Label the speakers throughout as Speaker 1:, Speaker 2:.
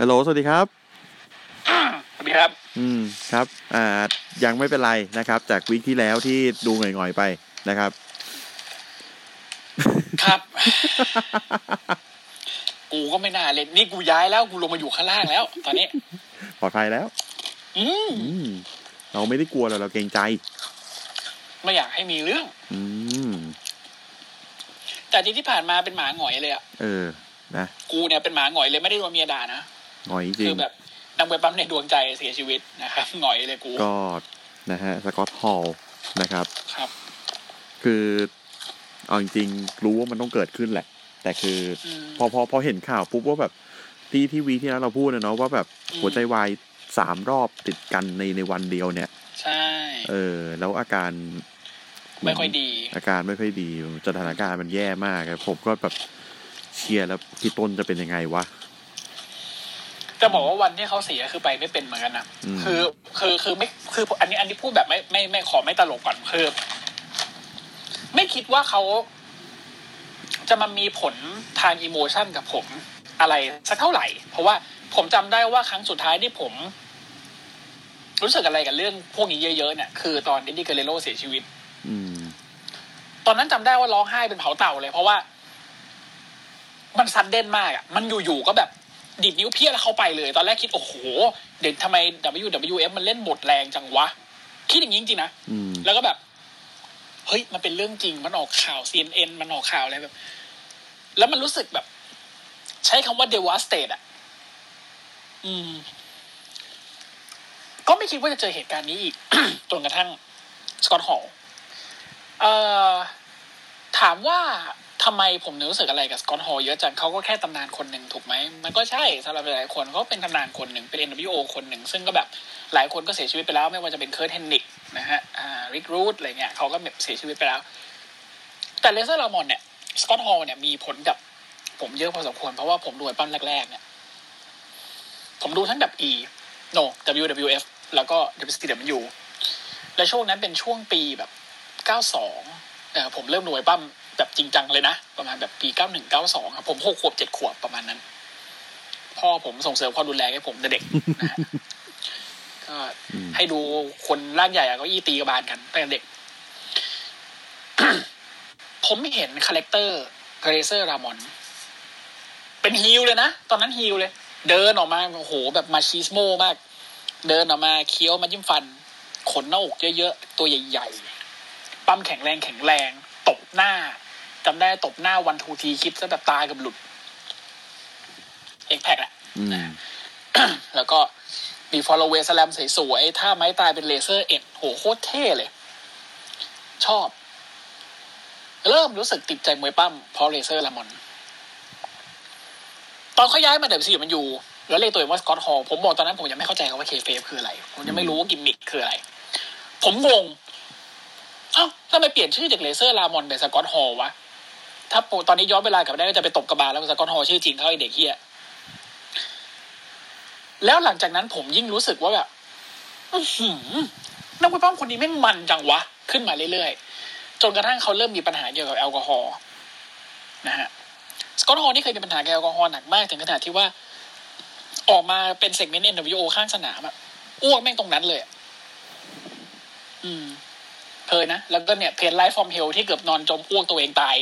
Speaker 1: ฮัลโหล สวัสดีครับ
Speaker 2: สวัสดีครับ
Speaker 1: อืม ครับ อ่า ยังไม่เป็นไรนะครับ จากวิกที่แล้วที่ดูหน่อยๆไปนะครับ
Speaker 2: ครับ กูก็ไม่น่าเล่นนี่กูย้ายแล้วกูลงมาอยู่ข้างล่างแล้ว ตอนนี้
Speaker 1: ปลอดภัยแล้ว
Speaker 2: อืม
Speaker 1: อืม เราไม่ได้กลัวเราเราเกรงใจ
Speaker 2: ไม่อยากให้มีเรื่อง
Speaker 1: อืม
Speaker 2: แต่ที่ที่ผ่านมาเป็นหมาหงอยเลยอ่ะ
Speaker 1: เออ นะ
Speaker 2: กูเนี่ยเป็นหมาหงอยเลยไม่ได้โดนเมียด่านะ
Speaker 1: หน่อยจริ
Speaker 2: คื
Speaker 1: ง
Speaker 2: แบบนางเวบปั๊มในดวงใจเสียชีวิตนะครับหงอยเลยกู
Speaker 1: ก็ นะฮะ สกอตฮอลนะครับ
Speaker 2: ครับ
Speaker 1: คือ เอาจริงๆรู้ว่ามันต้องเกิดขึ้นแหละ แต่คืออ
Speaker 2: ม
Speaker 1: พอพอพอเห็นข่าวปุ๊บว่าแบบที่ที่วีที่แล้วเราพูดนะเนาะว่าแบบ
Speaker 2: อืม
Speaker 1: หัวใจวายสามรอบติดกันในในวันเดียวเนี่ย
Speaker 2: ใช่
Speaker 1: เออ แล้วอาการ
Speaker 2: ไม่ค่อยดี
Speaker 1: อาการไม่ค่อยดีสถานการณ์มันแย่มากครับผมก็แบบเชียร์แล้วพี่ต้นจะเป็นยังไงวะ
Speaker 2: จะบอกว่าวันที่เขาเสียคือไปไม่เป็นเหมือนกันนะ
Speaker 1: อืม
Speaker 2: คือคือคือไม่คืออันนี้อันนี้พูดแบบไม่ไม่ไม่ขอไม่ตลกก่อนคือไม่คิดว่าเขาจะมามีผลทางอิโมชันกับผมอะไรสักเท่าไหร่ เพราะว่าผมจำได้ว่าครั้งสุดท้ายที่ผม รู้สึกอะไรกับเรื่องพวกนี้เยอะๆเนี่ยคือตอนเดนนี่เกเรโรเสียชีวิต
Speaker 1: อืม
Speaker 2: ตอนนั้นจำได้ว่าร้องไห้เป็นเผาเต่าเลย เพราะว่า มันซัดเด่นมากอ่ะ มันอยู่ๆก็แบบดีดนิ้วเพี้ยแล้วเข้าไปเลย ตอนแรกคิดโอ้โห เด่นทำไม WWF มันเล่นบทแรงจังวะ คิดอย่างนี้จริงๆนะ
Speaker 1: อืม
Speaker 2: แล้วก็แบบ เฮ้ย มันเป็นเรื่องจริง มันออกข่าว CNN มันออกข่าวอะไรแบบ แล้วมันรู้สึกแบบ ใช้คำว่า devastate อ่ะ อืม ก็ไม่คิดว่าจะเจอเหตุการณ์นี้อีก จนกระทั่งสกอตฮอลเอ่อ ถามว่าทำไมผมถึงรู้สึกอะไรกับสกอตฮอลเยอะจังเขาก็แค่ตำนานคนหนึ่งถูกไหม มันก็ใช่สำหรับหลายๆคนเขาเป็นตำนานคนหนึ่งเป็น NWO คนหนึ่ง ซึ่งก็แบบหลายคนก็เสียชีวิตไปแล้ว ไม่ว่าจะเป็นเคิร์ทเฮนนิกนะฮะอ่าริกรูดอะไรเงี้ยเขาก็แบบเสียชีวิตไปแล้ว แต่เลเซอร์ลามอนเนี่ยสกอตฮอลเนี่ยมีผลกับ ผมเยอะพอสมควร เพราะว่าผมดูไอ้ปั้มแรกๆเนี่ย ผมดูทั้งแบบ E no WWF แล้วก็ WCW และช่วงนั้นเป็นช่วงปีแบบ 92เอ่อผมเริ่มหน่วยปั้มแบบจริงจังเลยนะ ประมาณแบบปี 91 92ครับผมหกขวบเจ็ดขวบประมาณนั้น พ่อผมส่งเสริมความรุนแรงให้ผมแต่เด็กนะฮะ ก็
Speaker 1: อืม
Speaker 2: ให้ดูคนร่างใหญ่อะเก็อี้ตีกระบาลกันตั้งแต่เด็ก ผมเห็นคาแรคเตอร์เกรเซอร์รามอน เป็นฮิลเลยนะ ตอนนั้นฮิลเลย เดินออกมาโอ้โหแบบมาชีสโมมาก เดินออกมาเคี้ยวมายิ้มฟัน ขนหน้าอกเยอะๆ ตัวใหญ่ๆ ปั้มแข็งแรงแข็งแรง ตบหน้าจำได้ตบหน้าวันทูทีคิดซะแบบตาเกับหลุด เอกแพกแหละ
Speaker 1: อืม
Speaker 2: แล้วก็มีฟอลโลเวสแลมสวยๆถ้าไม้ตายเป็นเลเซอร์เอ็ดโหโคตรเท่เลย ชอบ เริ่มรู้สึกติดใจมวยปั้มเพราะเลเซอร์ลามอน ตอนเขาย้ายมาเดบซีมันอยู่ แล้วเรียกตัวเองว่าสกอตฮอลผมบอกตอนนั้นผมยังไม่เข้าใจคำว่าเคเฟฟคืออะไร ผมยังไม่รู้ว่ากิมมิคคืออะไร ผมงง เอ้าทำไมเปลี่ยนชื่อจากเลเซอร์ลามอนเป็นสกอตฮอลวะ ถ้าปตอนนี้ย้อนเวลากลับไปได้ก็จะไปตบกระบาลแล้วสกอตฮอลชื่อจริงเขาไอเด็กเฮีย แล้วหลังจากนั้นผมยิ่งรู้สึกว่าแบบอื้อหือนักมวยปล้อมคนนี้แม่งมันจังวะ ขึ้นมาเรื่อยๆ จนกระทั่งเขาเริ่มมีปัญหาเกี่ยวกับแอลกอฮอล์นะฮะ สกอตฮอลนี่เคยมีปัญหาเกี่ยวกับแอลกอฮอล์หนักมาก ถึงขนาดที่ว่า ออกมาเป็นเซกเมนต์ NWO ข้างสนามอะอ้วกแม่งตรงนั้นเลยอะอืมเคยนะ แล้วก็เนี่ยเพนไลฟ์ฟอร์มเฮลที่เกือบนอนจมอ้วกตัวเองตาย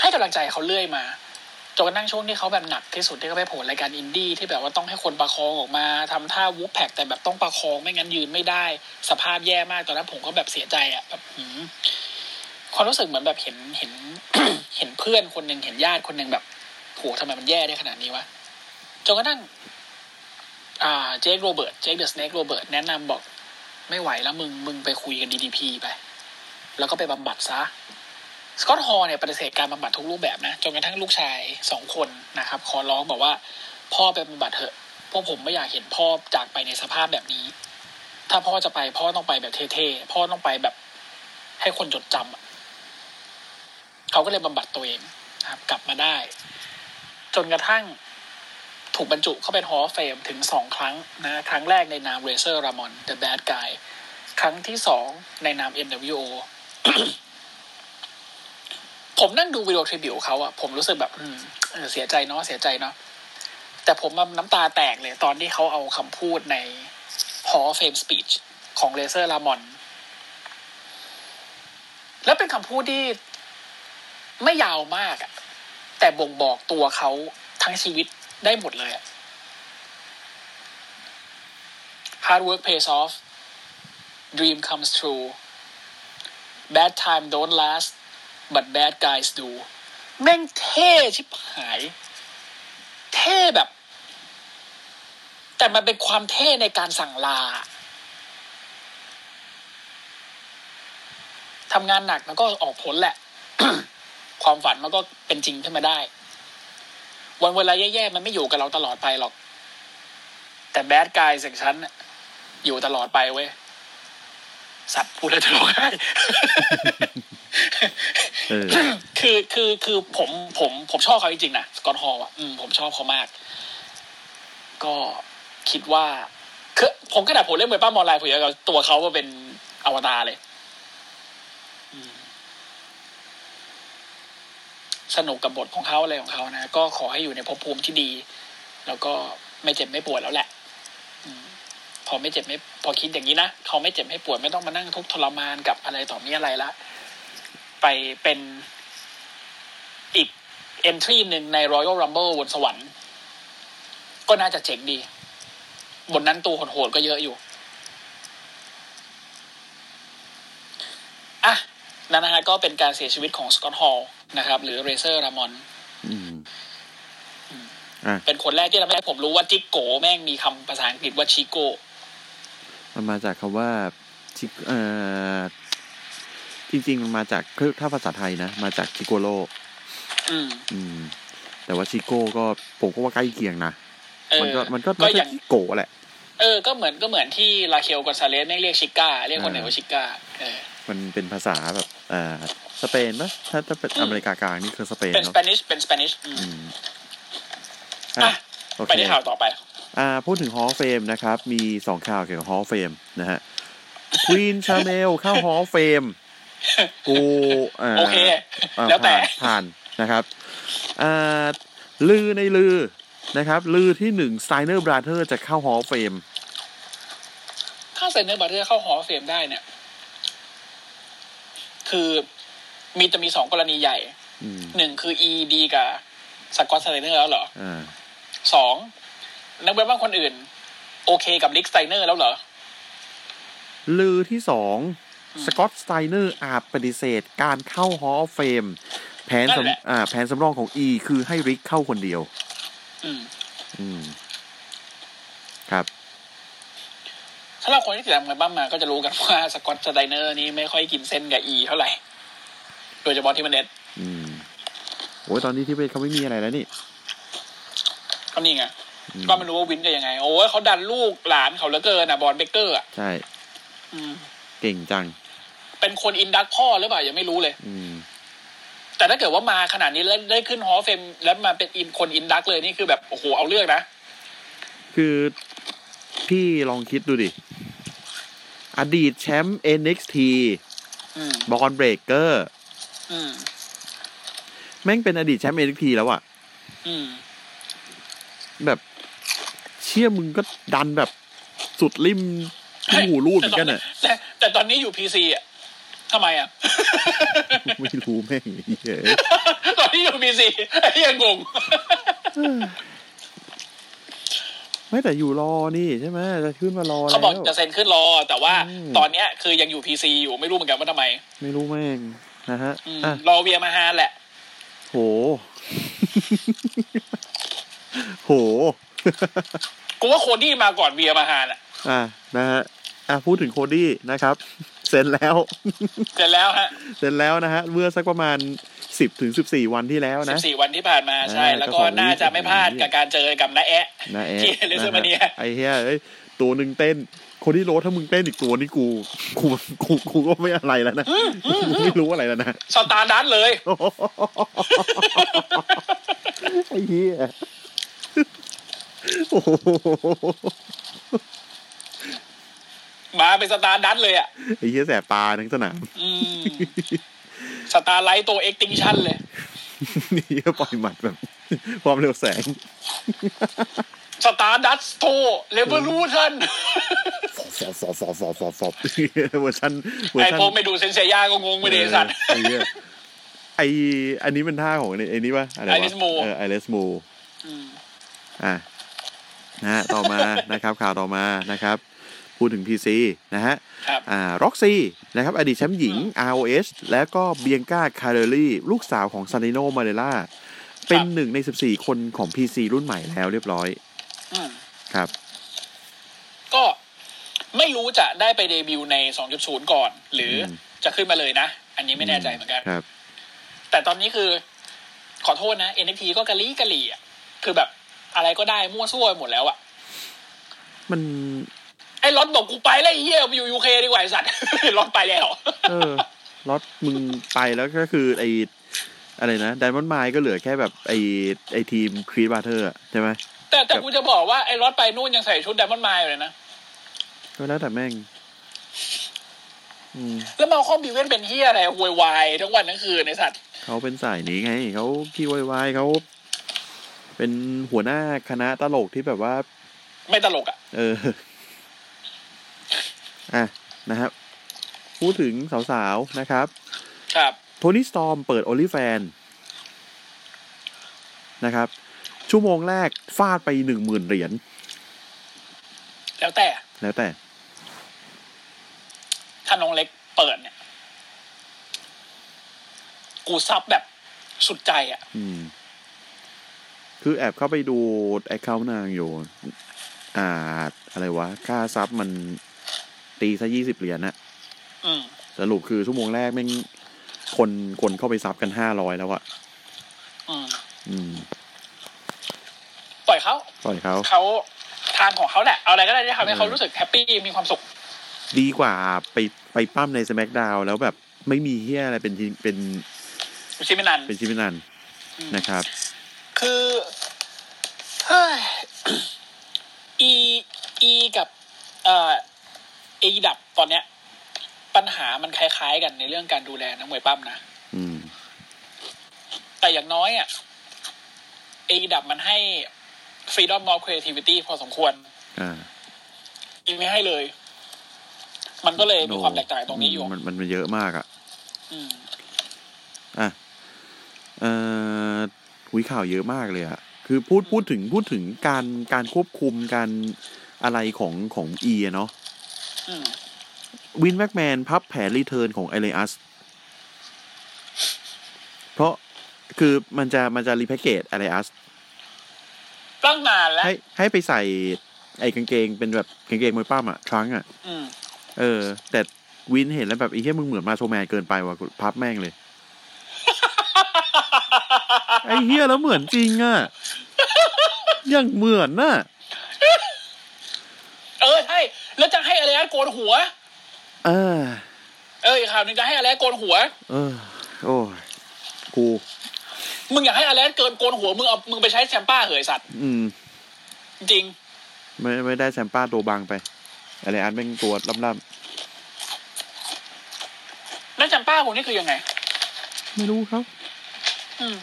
Speaker 2: ให้กำลังใจเขาเรื่อยมา จนกระทั่งช่วงที่เขาแบบหนักที่สุดที่เขาไปโผลรายการอินดี้ที่แบบว่าต้องให้คนประคองออกมาทำท่าวูบแพกแต่แบบต้องประคองไม่งั้นยืนไม่ได้ สภาพแย่มากตอนนั้นผมก็แบบเสียใจอะแบบหืมความรู้สึกเหมือนแบบเห็นเห็น เห็นเพื่อนคนหนึ่งเห็นญาติคนหนึ่งแบบโหทำไมมันแย่ได้ขนาดนี้วะจนกระทั่งอ่าเจคโรเบิร์ตเจคเดอะสเนกโรเบิร์ตแนะนำบอก ไม่ไหวแล้วมึงมึงไปคุยกันดีดีพีไป แล้วก็ไปบำบัดซะ สกอตฮอลล์เนี่ยปฏิเสธการบำบัดทุกรูปแบบนะ จนกระทั่งลูกชายสองคนนะครับ ขอร้องบอกว่า พ่อไปบำบัดเถอะพวกผมไม่อยากเห็นพ่อจากไปในสภาพแบบนี้ ถ้าพ่อจะไปพ่อต้องไปแบบเท่ๆ พ่อต้องไปแบบให้คนจดจำอะเขาก็เลยบำบัดตัวเองนะครับ กลับมาได้ จนกระทั่งถูกบรรจุเข้าเป็นฮอลเฟมถึงสองครั้งนะ ครั้งแรกในนามเรเซอร์รามอน The Bad Guy ครั้งที่สองในนาม NWO ผมนั่งดูวิดีโอทริบิวเขาอะผมรู้สึกแบบ อืมเออเสียใจเนาะเสียใจเนาะแต่ผมอะน้ำตาแตกเลย ตอนที่เขาเอาคำพูดใน Hall of Fame Speech ของเลเซอร์ลามอน แล้วเป็นคำพูดที่ไม่ยาวมากอะแต่บ่งบอกตัวเขาทั้งชีวิตได้หมดเลยอะ Hard work pays off dream comes true bad time don't last but bad guys do แม่งเท่ชิบหาย เท่แบบ แต่มันเป็นความเท่ในการสั่งลา ทำงานหนักมันก็ออกผลแหละ ความฝันมันก็เป็นจริงขึ้นมาได้ วันเวลาแย่ๆ มันไม่อยู่กับเราตลอดไปหรอก แต่แบดกายสิ่างฉันน่ะอยู่ตลอดไปเว้ย สัตว์พูดแล้วจะร้องไห้
Speaker 1: เออ
Speaker 2: คือคือคือผมผมผมชอบเขาจริงๆนะสกอตฮอลอ่ะอืมผมชอบเขามาก ก็คิดว่าคือผมกระดาษผมเล่นมวยป้ามออนไลน์ผมยังเอาตัวเขามาเป็นอวตารเลยอืมสนุกกับบทของเขาอะไรของเขานะ ก็ขอให้อยู่ในภพภูมิที่ดี แล้วก็ไม่เจ็บไม่ปวดแล้วแหละ อืมพอไม่เจ็บไม่พอคิดอย่างนี้นะเขาไม่เจ็บไม่ปวดไม่ต้องมานั่งทุกข์ทรมานกับอะไรต่อมีอะไรละ ไปเป็นอีก เอนทรีหนึ่งใน Royal Rumble บนสวรรค์ ก็น่าจะเจ๋งดี บนนั้นตัวโหดๆก็เยอะอยู่ อ่ะ นั่นนะฮะก็เป็นการเสียชีวิตของสกอตฮอลนะครับ หรือเรเซอร์รามอน
Speaker 1: อืม
Speaker 2: เป็นคนแรกที่ทำให้ผมรู้ว่าจิกโกแม่งมีคำภาษาอังกฤษว่าชิโก
Speaker 1: มันมาจากคำว่าชิคเอ่อจริง ๆ มันมาจากคือถ้าภาษาไทยนะ มาจากชิโกโล
Speaker 2: อืม
Speaker 1: อืม แต่ว่าชิโก้ก็ผมก็ว่าใกล้เคียงนะ
Speaker 2: เออ
Speaker 1: มันก็มันก็มัน
Speaker 2: ก็อ
Speaker 1: ก็
Speaker 2: ย่าง
Speaker 1: ชิโกะแหละ
Speaker 2: เออ ก็เหมือนก็เหมือนที่ลาเคลกอนซาเลสแม่งเรียกชิก้า เรียกคนไหนว่าชิก้า เออ
Speaker 1: มันเป็นภาษาแบบเอ่อสเปนปะถ้าถ้าเป็น
Speaker 2: อืม
Speaker 1: อเมริกากลางนี่คือสเปน
Speaker 2: เป็นส
Speaker 1: เนาะ
Speaker 2: เปนิช เป็นสเปนิชอืม
Speaker 1: อืม
Speaker 2: อ่ะ
Speaker 1: อ่ะโอ
Speaker 2: ไป
Speaker 1: เค
Speaker 2: ที่ข่าวต่อไป
Speaker 1: อ่าพูดถึงฮอลเฟมนะครับ มีสองข่าวเกี่ยวกับฮอลเฟมนะฮะควีนชาเมลเข้าฮอลเฟมกูอ่า
Speaker 2: โอเค
Speaker 1: อ่า
Speaker 2: แล้วแต่
Speaker 1: ผ่านผ่านนะครับอ่าลือในลือนะครับ ลือที่หนึ่งไซเนอร์บราเธอร์จะเข้าฮอลเฟม
Speaker 2: ถ้าเซนเนอร์บัตเตอร์เข้าหอเฟรมได้เนี่ย คือมีจะมีสองกรณีใหญ่
Speaker 1: อืม
Speaker 2: หนึ่งคือ e ดีกับสกอตสไตเนอร์แล้วเหรอ
Speaker 1: อ่า
Speaker 2: สองนักเว็บบางคนอื่น โอเคกับลิกสไตเนอร์แล้วเหรอ
Speaker 1: ลือที่สองสกอตสไตเนอร์อาจปฏิเสธการเข้าฮอลเฟมแผน
Speaker 2: นั่นแหละ
Speaker 1: สำอ่าแผนสำรองของอีคือให้ริกเข้าคนเดียว
Speaker 2: อืม
Speaker 1: อืม ครับ
Speaker 2: ถ้าเราคนที่ติดตามกันบ้างมาก็จะรู้กันว่าสกอตสไตเนอร์นี่ไม่ค่อยกินเส้นกับ e เท่าไหร่ โดยเฉพาะที่มันเน็ต
Speaker 1: อืมโอ้ยตอนนี้ที่เวทเขาไม่มีอะไรแล้วนี่
Speaker 2: ก็นี่ไง
Speaker 1: อืม
Speaker 2: ก็ไม่รู้ว่าวินจะยังไง โอ้ยเขาดันลูกหลานเขาเหลือเกินอ่ะบอลเบเกอร์อ่ะ
Speaker 1: ใช่
Speaker 2: อืม
Speaker 1: เก่งจัง
Speaker 2: เป็นคนอินดักพ่อหรือเปล่ายังไม่รู้เลย
Speaker 1: อืม
Speaker 2: แต่ถ้าเกิดว่ามาขนาดนี้แล้วได้ขึ้นฮอลล์เฟมแล้วมาเป็นอินคนอินดักเลยนี่คือแบบ โอ้โห เอาเรื่องนะ
Speaker 1: คือพี่ลองคิดดูดิ อดีตแชมป์ NXT
Speaker 2: อืม
Speaker 1: บอลเบรกเกอร์
Speaker 2: อืม
Speaker 1: แม่งเป็นอดีตแชมป์ NXT แล้วอะ
Speaker 2: อืม
Speaker 1: แบบเชี่ยมึงก็ดันแบบสุดริมที่หูรูดเหมือนกันอะ
Speaker 2: แต่แต่ตอนนี้อยู่พีซีอ่ะทำไมอ่ะ
Speaker 1: ไม่รู้แม่งไอ้เหี้ย
Speaker 2: ตอนนี้อยู่พีซียังงง
Speaker 1: ไม่แต่อยู่รอนี่ใช่ไหมจะขึ้นมารอแล้
Speaker 2: เขาบอก
Speaker 1: ว
Speaker 2: จะเซ็นขึ้นรอ แต่ว่า
Speaker 1: อืม
Speaker 2: ตอนเนี้ยคือยังอยู่พีซีอยู่ไม่รู้เหมือนกันว่าทำไม
Speaker 1: ไม่รู้แม่งนะฮะ
Speaker 2: อืม
Speaker 1: อ่ะ
Speaker 2: รอเวียมาฮาแหละ
Speaker 1: โห โห
Speaker 2: กูว่าโคดี้มาก่อนเวียมาฮาน่ะ
Speaker 1: อ่ะนะฮะ อ่ะพูดถึงโคดี้นะครับเซ็นแล้ว
Speaker 2: เสร็จแล้วฮะ
Speaker 1: เซ็นแล้วนะฮะเมื่อสักประมาณสิบถึงสิบสี่วันที่แล้ว
Speaker 2: สิ
Speaker 1: นะ
Speaker 2: บสี่วันที่ผ่านมาใช่
Speaker 1: อ่า
Speaker 2: แล้ว
Speaker 1: ก็
Speaker 2: ก็
Speaker 1: สอง
Speaker 2: น่าจะ
Speaker 1: วีค
Speaker 2: ไม่พลาดกับการเจอกับน้าแอะ
Speaker 1: นะแอะ
Speaker 2: ที่เลสเตอร์มาเนีย
Speaker 1: ะฮะไอ้เหี้ยเอ้ยตัวหนึ่งเต้น คนที่โรสถ้ามึงเต้นอีกตัวนี่กูกูกูกูก็ไม่อะไรแล้วนะกูไม่รู้อะไรแล้วนะ
Speaker 2: สตาร์ดัสเลย
Speaker 1: ไอ้เหี้ยโอ้โห
Speaker 2: มาเป็นสตาร์ดัสเลยอ่ะ
Speaker 1: ไอ้เหี้ยแสบตาทั้งสนาม
Speaker 2: อืมสตาร์ไลท์ตัวเอ็กติงชันเลย
Speaker 1: นี่เหี้ยปล่อยหมัดแบบ ความเร็วแสง
Speaker 2: สตาร์ดัสโตเลเวอรูท่าน
Speaker 1: ฟอบฟอบฟอบฟอบฟอบฟอบเวอร์ชันเวอ
Speaker 2: ไอ
Speaker 1: ร์ชัน
Speaker 2: ผมไปดูเซนเซียก็งงไปเลยไอ้สัตว์
Speaker 1: เออไอ้เหี้ยไออันนี้เป็นท่าของไอ้ไอ้นี่ป่ะอะไรวะ
Speaker 2: Iris Mo
Speaker 1: เออไอเลสโม
Speaker 2: อืม
Speaker 1: อ่ะนะฮะต่อมา นะครับ ข่าวต่อมานะครับ พูดถึง PC นะฮะ
Speaker 2: ครับ
Speaker 1: อ่าร็อกซี่นะครับ อดีตแชมป์หญิง ROS แล้วก็เบียงกาคาเรลี่ ลูกสาวของซานิโนมาเ e ล่า เป็นหนึ่งใน 14 คนของ PC รุ่นใหม่แล้วเรียบร้อย
Speaker 2: อืม
Speaker 1: ครับ
Speaker 2: ก็ไม่รู้จะได้ไปเดบิวต์ใน 2.0 ก่อน หรืออ
Speaker 1: ม
Speaker 2: จะขึ้นมาเลยนะ อันนี้ไม่แน่ใจเหมือนกัน
Speaker 1: ครับ
Speaker 2: แต่ตอนนี้คือขอโทษนะ NFT ก็กะลีกะลีอ่ะ คือแบบอะไรก็ได้มั่วซั่วไปหมดแล้วอ่ะ
Speaker 1: มัน
Speaker 2: ไอ้รอนบอกกูไปแล้วไอ้เฮียไปอยู่ยูเคดีกว่าไอ้สัตว์ รอนไปแล้ว
Speaker 1: เออล็อตมึงไปแล้วก็คือไออะไรนะไดมอนด์ไมล์ก็เหลือแค่แบบไอไอทีมครีบาเทอร์ใช่ไหม
Speaker 2: แต่แต่
Speaker 1: ครับ
Speaker 2: กูจะบอกว่าไอ้รอนไปนู่นยังใส่ชุดดัมมอนไมล์เลยนะ
Speaker 1: ก็แล้วแต่แม่ง อืม
Speaker 2: แล้วมาข้อมบีเว่นเป็นเฮียอะไรโวยวายทั้งวันทั้งคืนไอ้สัตว์
Speaker 1: เขาเป็นสายนี้ไงเขาขี้วายวายเขาเป็นหัวหน้าคณะตลกที่แบบว่า
Speaker 2: ไม่ตลกอ่ะ
Speaker 1: เอ อ อ่ะ นะครับ พูดถึงสาวๆ นะครับ
Speaker 2: ครับ
Speaker 1: โทนี่สตอมเปิดโอลิแฟนนะครับ ชั่วโมงแรกฟาดไปหนึ่งหมื่นเหรียญ
Speaker 2: แล้วแต่
Speaker 1: แล้วแต่
Speaker 2: ถ้าน้องเล็กเปิดเนี่ย กูซับแบบสุดใจอ่ะ
Speaker 1: อืม คือแอบเข้าไปดูแอคเคาท์นางอยู่ อ่า อะไรวะ ค่าซับมันตีซะยี่สิบเหรียญนะ
Speaker 2: อืม
Speaker 1: สรุปคือชั่วโมงแรกแม่งคนคนเข้าไปซับกันห้าร้อยแล้วอะ
Speaker 2: อืม
Speaker 1: อืม
Speaker 2: ปล่อยเขา
Speaker 1: ปล่อยเขา
Speaker 2: เขาทางของเขาแหละ เอาอะไรก็ได้ที่ทำให้เขารู้สึกแฮปปี้มีความสุข
Speaker 1: ดีกว่าไปไปปั้มในส c k กดาวแล้วแบบไม่มีเฮียอะไรเป็นชิ้นเป็น
Speaker 2: ชิมินัน
Speaker 1: เป็นชิ้นเป็นนัน
Speaker 2: อืม
Speaker 1: นะครับ
Speaker 2: คือเฮ้ย อีอีกับเอ่ออีดับตอนเนี้ย ปัญหามันคล้ายๆกันในเรื่องการดูแลนักมวยปั้มนะ
Speaker 1: อืม
Speaker 2: แต่อย่างน้อยอ่ะเอดับมันให้ freedom of creativity พอสมควร
Speaker 1: อ่า
Speaker 2: อีไม่ให้เลย มันก็เลยมีความแตกต่างตรงนี้อยู่
Speaker 1: มันมันมันเยอะมากอะ
Speaker 2: อืม
Speaker 1: อ่ะเอ่อหุยข่าวเยอะมากเลยอะคือพูดพูดถึงพูดถึงการการควบคุมการอะไรของของเอะเนาะ
Speaker 2: อืม
Speaker 1: วินแม็กแมนพับแผนรีเทิร์นของไอเลอัสเพราะคือมันจะมันจะรีแพคเกจไอเลอัส
Speaker 2: ตั้งนานแล้ว
Speaker 1: ให้ให้ไปใส่ไอ้กางเกงเป็นแบบกางเกงมวยปั้มอะทรังก์อะ
Speaker 2: อืม
Speaker 1: เออ แต่วินเห็นแล้วแบบไอ้เหี้ยมึงเหมือนมาโชว์แมนเกินไปว่ะกูพับแม่งเลย ไอ้เหี้ยแล้วเหมือนจริงอะอยังเหมือนน่ะ
Speaker 2: เออใช่ แล้วจะให้อะไรนะโกนหัว
Speaker 1: เออ
Speaker 2: เอออีกข่าวหนึ่งจะให้อะไรนะโกนหัว
Speaker 1: เออ โอ้ยกู
Speaker 2: มึงอยากให้อะไรนะเกินโกนหัว มึงเอามึงไปใช้แชมป้าเหยสัตว์
Speaker 1: อืม
Speaker 2: จริง
Speaker 1: ไม่ไม่ได้แซมป้าตัวบางไป อะไรอันแม่งตัวล่ำ
Speaker 2: แล้วแชมป้าคนนี้คือยังไง
Speaker 1: ๆไม่รู้ครับ
Speaker 2: อืม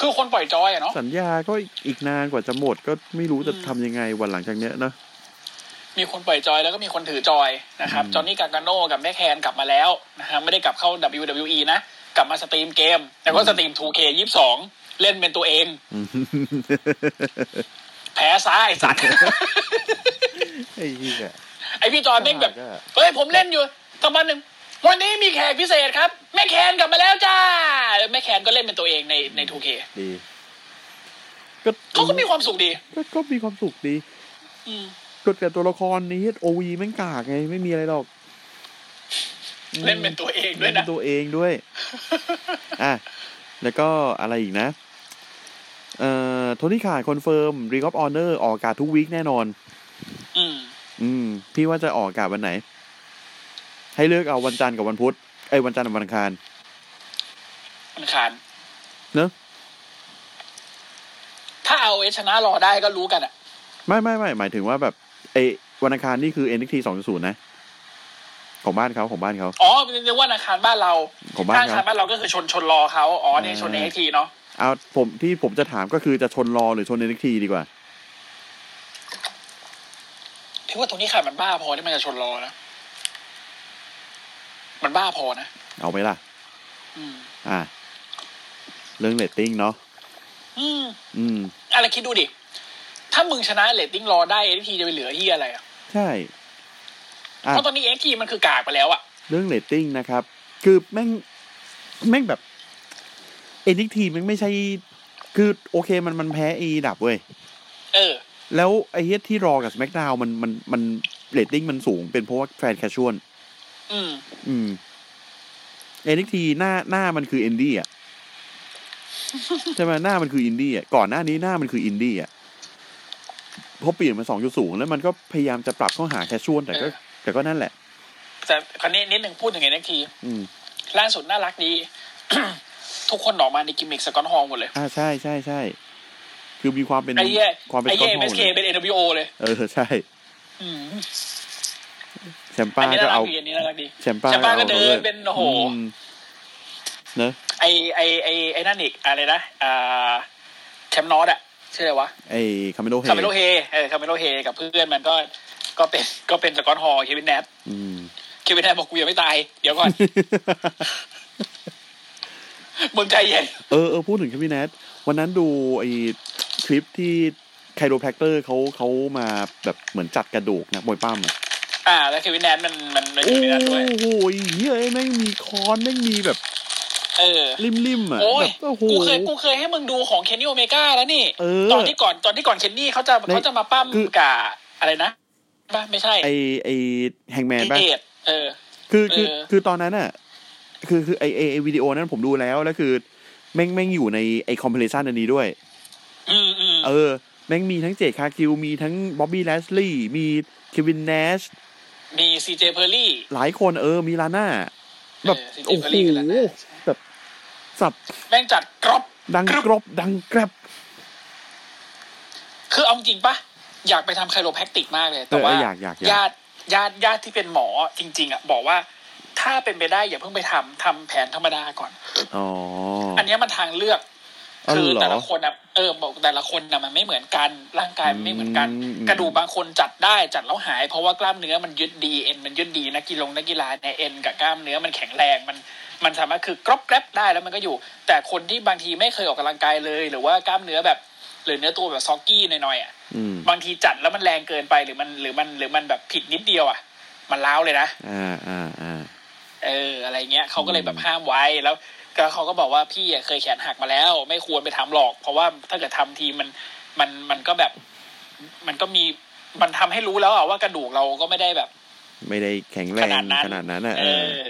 Speaker 2: คือคนปล่อยจอยอะเนาะ
Speaker 1: สัญญาก็อีกนานกว่าจะหมดก็ไม่รู้จะทำยังไงวันหลังจากเนี้ยเนอะ
Speaker 2: มีคนปล่อยจอยแล้วก็มีคนถือจอยนะครับ
Speaker 1: อืม
Speaker 2: จอห์นนี่กากาโน่กับแม่แคนกลับมาแล้วนะฮะไม่ได้กลับเข้า WWE นะ กลับมาสตรีมเกม แต่ก็สตรีม 2K22 เล่นเป็นตัวเอง
Speaker 1: อืม
Speaker 2: แพ้ซ้าย สัตว์
Speaker 1: ไอ้เหี้ย
Speaker 2: ไอพี่จอยแม่งแบบ เฮ้ยผมเล่นอยู่สักวันหนึ่งวันนี้มีแขกพิเศษครับ แม่แคนกลับมาแล้วจ้าแม่แคนก็เล่นเป็นตัวเองในใน 2K
Speaker 1: ดี
Speaker 2: เขาก็มีความสุขดี
Speaker 1: ก็ก็มีความสุขดี
Speaker 2: อืม
Speaker 1: กดแต่ตัวละครนี้โอวีแม่งกากไง ไม่มีอะไรหรอก
Speaker 2: เล่นเป็นตัวเองด้วย
Speaker 1: เล่นเป็
Speaker 2: นะ
Speaker 1: นตัวเองด้วย อ่ะ แล้วก็อะไรอีกนะ เอ่อโทนี่ขาดคอนเฟิร์มรีคอปออเนอร์ออกอากาศทุกวีคแน่นอน
Speaker 2: อืม
Speaker 1: อืม พี่ว่าจะออกอากาศวันไหน ให้เลือกเอาวันจันทร์กับวันพุธไอ้ยวันจันทร์กับวันอังคาร
Speaker 2: มันคาน
Speaker 1: เนอะ
Speaker 2: ถ้าเอาเอชนะรอได้ก็รู้กันอะ
Speaker 1: ไม่ไม่ไม่หมายถึงว่าแบบไอ้วันอังคารนี่คือ NXT 2.0 นะ ของบ้านเขาของบ้านเขา
Speaker 2: อ๋อเรียกว่าธนาคารบ้านเรา
Speaker 1: ของ
Speaker 2: ธ
Speaker 1: บ้าน
Speaker 2: นา
Speaker 1: เขา
Speaker 2: คารบ้านเราก็คือชนชนรอเขาอ๋อเนี่ยชน
Speaker 1: อ่า
Speaker 2: เอทีเนาะ
Speaker 1: เอาผมที่ผมจะถามก็คือจะชนรอหรือชน NXT ดีกว่า
Speaker 2: พี่ว่าตรงนี้ขาดมันบ้าพอที่มันจะชนรอนะมันบ้าพอนะ
Speaker 1: เอาไหมล่ะ
Speaker 2: อืม
Speaker 1: อ่า เรื่องเลตติ้งเนาะ
Speaker 2: อืม
Speaker 1: อืม
Speaker 2: อะไรคิดดูดิ ถ้ามึงชนะเรตติ้งรอได้เอทีจะไปเหลือที่อะไรอะ
Speaker 1: ใช่ อ่ะ
Speaker 2: เพราะตอนนี้เอทีมันคือกากไปแล้วอะ
Speaker 1: เรื่องเลตติ้งนะครับ คือแม่งแม่งแบบ NXT แม่งไม่ใช่ คือโอเคมันมันแพ้อีดับเว้ย
Speaker 2: เออ
Speaker 1: แล้วไอ้เฮียที่รอกับ SmackDown มันมันมันเลตติ้งมันสูงเป็นเพราะว่าแฟนแคชชวล
Speaker 2: อืม
Speaker 1: อืม NXT หน้าหน้ามันคืออิน ดี้อ่ะ ใช่ไหมหน้ามันคืออินดี้อ่ะ ก่อนหน้านี้หน้ามันคืออินดี้อ่ะพอเปลี่ยนมาสองจุดสูงแล้วมันก็พยายามจะปรับเข้าหาแคชชวลแต่ก็
Speaker 2: เออ
Speaker 1: แต่ก็นั่นแหละ
Speaker 2: แต่คราวนี้นิดหนึ่งพูดถึงเอที
Speaker 1: อืม
Speaker 2: ล่าสุดน่ารักดี ทุกคนออกมาในกิมมิคสกอตฮอลหมดเลย
Speaker 1: อ่าใช่ใช่ใช่คือมีความเป็น
Speaker 2: ไอ้เหี้ย
Speaker 1: ความเป็น
Speaker 2: ไอ้เหี้ย
Speaker 1: ก้นห้อง
Speaker 2: MSK
Speaker 1: เลย
Speaker 2: เป็น NWO เลย
Speaker 1: เออใช่
Speaker 2: อืม
Speaker 1: แชม
Speaker 2: อั
Speaker 1: ป้าน
Speaker 2: นี้
Speaker 1: ก็
Speaker 2: น่ารัก
Speaker 1: เอา
Speaker 2: ดีอันนี้น่ารักดี
Speaker 1: แชมป้า
Speaker 2: แชมป้าก็
Speaker 1: อ
Speaker 2: เดิน
Speaker 1: ด้วย
Speaker 2: เป็นโอ้โห
Speaker 1: อืมเนอะ
Speaker 2: ไอไอไอไอนั่นอีกอะไรนะอ่าแชมป์นอตอะชื่ออะไรวะ
Speaker 1: ไอ้คาเมโลเฮ
Speaker 2: คาเมโลเฮเออคาเมโลเฮกับเพื่อนมันก็ก็เป็นก็เป็นสกอตฮอลเควินแนท
Speaker 1: อืม
Speaker 2: เควินแนทบอกกูยังไม่ตาย เดี๋ยวก่อน มึงใจเย็น
Speaker 1: เออเออพูดถึงคพี่แนทวันนั้นดูไอ้คลิปที่ไคโรแพคเตอร์เขาเขามาแบบเหมือนจัดกระดูกนะมวยปั้มอ่ะ
Speaker 2: อ่า แล้วเควินแนทมันมันมัน
Speaker 1: โอ้
Speaker 2: อยู่ในนั้นด้วย
Speaker 1: โหเฮ้ยแม่งมีคอนแม่งมีแบบ
Speaker 2: เออ
Speaker 1: ริมริมๆอ่ะ
Speaker 2: โอ้
Speaker 1: แบ
Speaker 2: ย
Speaker 1: บโอ้โห
Speaker 2: กูเคยกูเคยให้มึงดูของเคนนี่โอเมก้าแล้วนี่
Speaker 1: เออ
Speaker 2: ตอนที่ก่อนตอนที่ก่อนเคนนี่เขาจะ
Speaker 1: ใน
Speaker 2: เขาจะมาปั้ม
Speaker 1: คือ
Speaker 2: กับอะไรนะป่ะไม่ใช่
Speaker 1: ไอไอแฮงแมน
Speaker 2: เอ
Speaker 1: ป่ะ
Speaker 2: เดเออ
Speaker 1: คือคือ
Speaker 2: เออ
Speaker 1: คือตอนนั้นอ่ะ คือคือไอไอ้ไอวิดีโอนั้นผมดูแล้วแล้วคือแม่งแม่งอยู่ในไอคอมเพลชันอันนี้ด้วย
Speaker 2: อืมอืม
Speaker 1: เออ แม่งมีทั้งเจคคาคิว มีทั้งบ๊อบบี้แลสลี่มีเควินเนช
Speaker 2: มีซีเจเพอร์ลี่
Speaker 1: หลายคนเออมีลาน่าแบบ
Speaker 2: เออ CJ
Speaker 1: โอ้โห
Speaker 2: Perry กับลาน่า
Speaker 1: แบบสับ
Speaker 2: แม่งจัดกรอบ
Speaker 1: ดัง
Speaker 2: กรึบ
Speaker 1: กรอบดังแกรบ
Speaker 2: คือเอาจริงปะอยากไปทำไคโรแพคติกมากเลย แต่
Speaker 1: เออ
Speaker 2: ว่า
Speaker 1: อยากอยากอยาก
Speaker 2: ญาติญาติญาติที่เป็นหมอจริง ๆอ่ะบอกว่า ถ้าเป็นไปได้อย่าเพิ่งไปทำทำแผนธรรมดาก่อน
Speaker 1: อ๋ออ
Speaker 2: อันเนี้ยมันทางเลือก
Speaker 1: อ๋อ
Speaker 2: คือ
Speaker 1: เหรอ
Speaker 2: แต่ละคนนะเออบอกแต่ละคนนะมันไม่เหมือนกันร่างกายมันไม่เหมือนกัน
Speaker 1: อืม
Speaker 2: กระดูกบางคนจัดได้จัดแล้วหาย เพราะว่ากล้ามเนื้อมันยึดดีเอ็นมันยึดดีนักกีฬานักกีฬาเนี่ยเอ็นกับกล้ามเนื้อมันแข็งแรงมัน มันสามารถคือกรอบแกรบได้แล้วมันก็อยู่ แต่คนที่บางทีไม่เคยออกกำลังกายเลย หรือว่ากล้ามเนื้อแบบ หรือเนื้อตัวแบบซอกกี้หน่อยๆอ่ะ
Speaker 1: อืม
Speaker 2: บางทีจัดแล้วมันแรงเกินไปหรือมันหรือมันหรือมันแบบผิดนิดเดียวอ่ะ มันล้าวเลยนะ
Speaker 1: อ่าอ่าอ่า
Speaker 2: เอออะไรเงี้ยเขาก็เลย
Speaker 1: อืม
Speaker 2: แบบห้ามไว้แล้ว ก็เขาก็บอกว่าพี่อะเคยแขนหักมาแล้ว ไม่ควรไปทำหรอก เพราะว่าถ้าเกิดทำทีมันมันมันก็แบบ มันก็มีมันทำให้รู้แล้วอะว่ากระดูกเราก็ไม่ได้แบบ
Speaker 1: ไม่ได้แข็งแร
Speaker 2: ข
Speaker 1: ง
Speaker 2: นาดนั้น
Speaker 1: ขนาดนั้นอ่ะ
Speaker 2: เอ
Speaker 1: เออ
Speaker 2: อ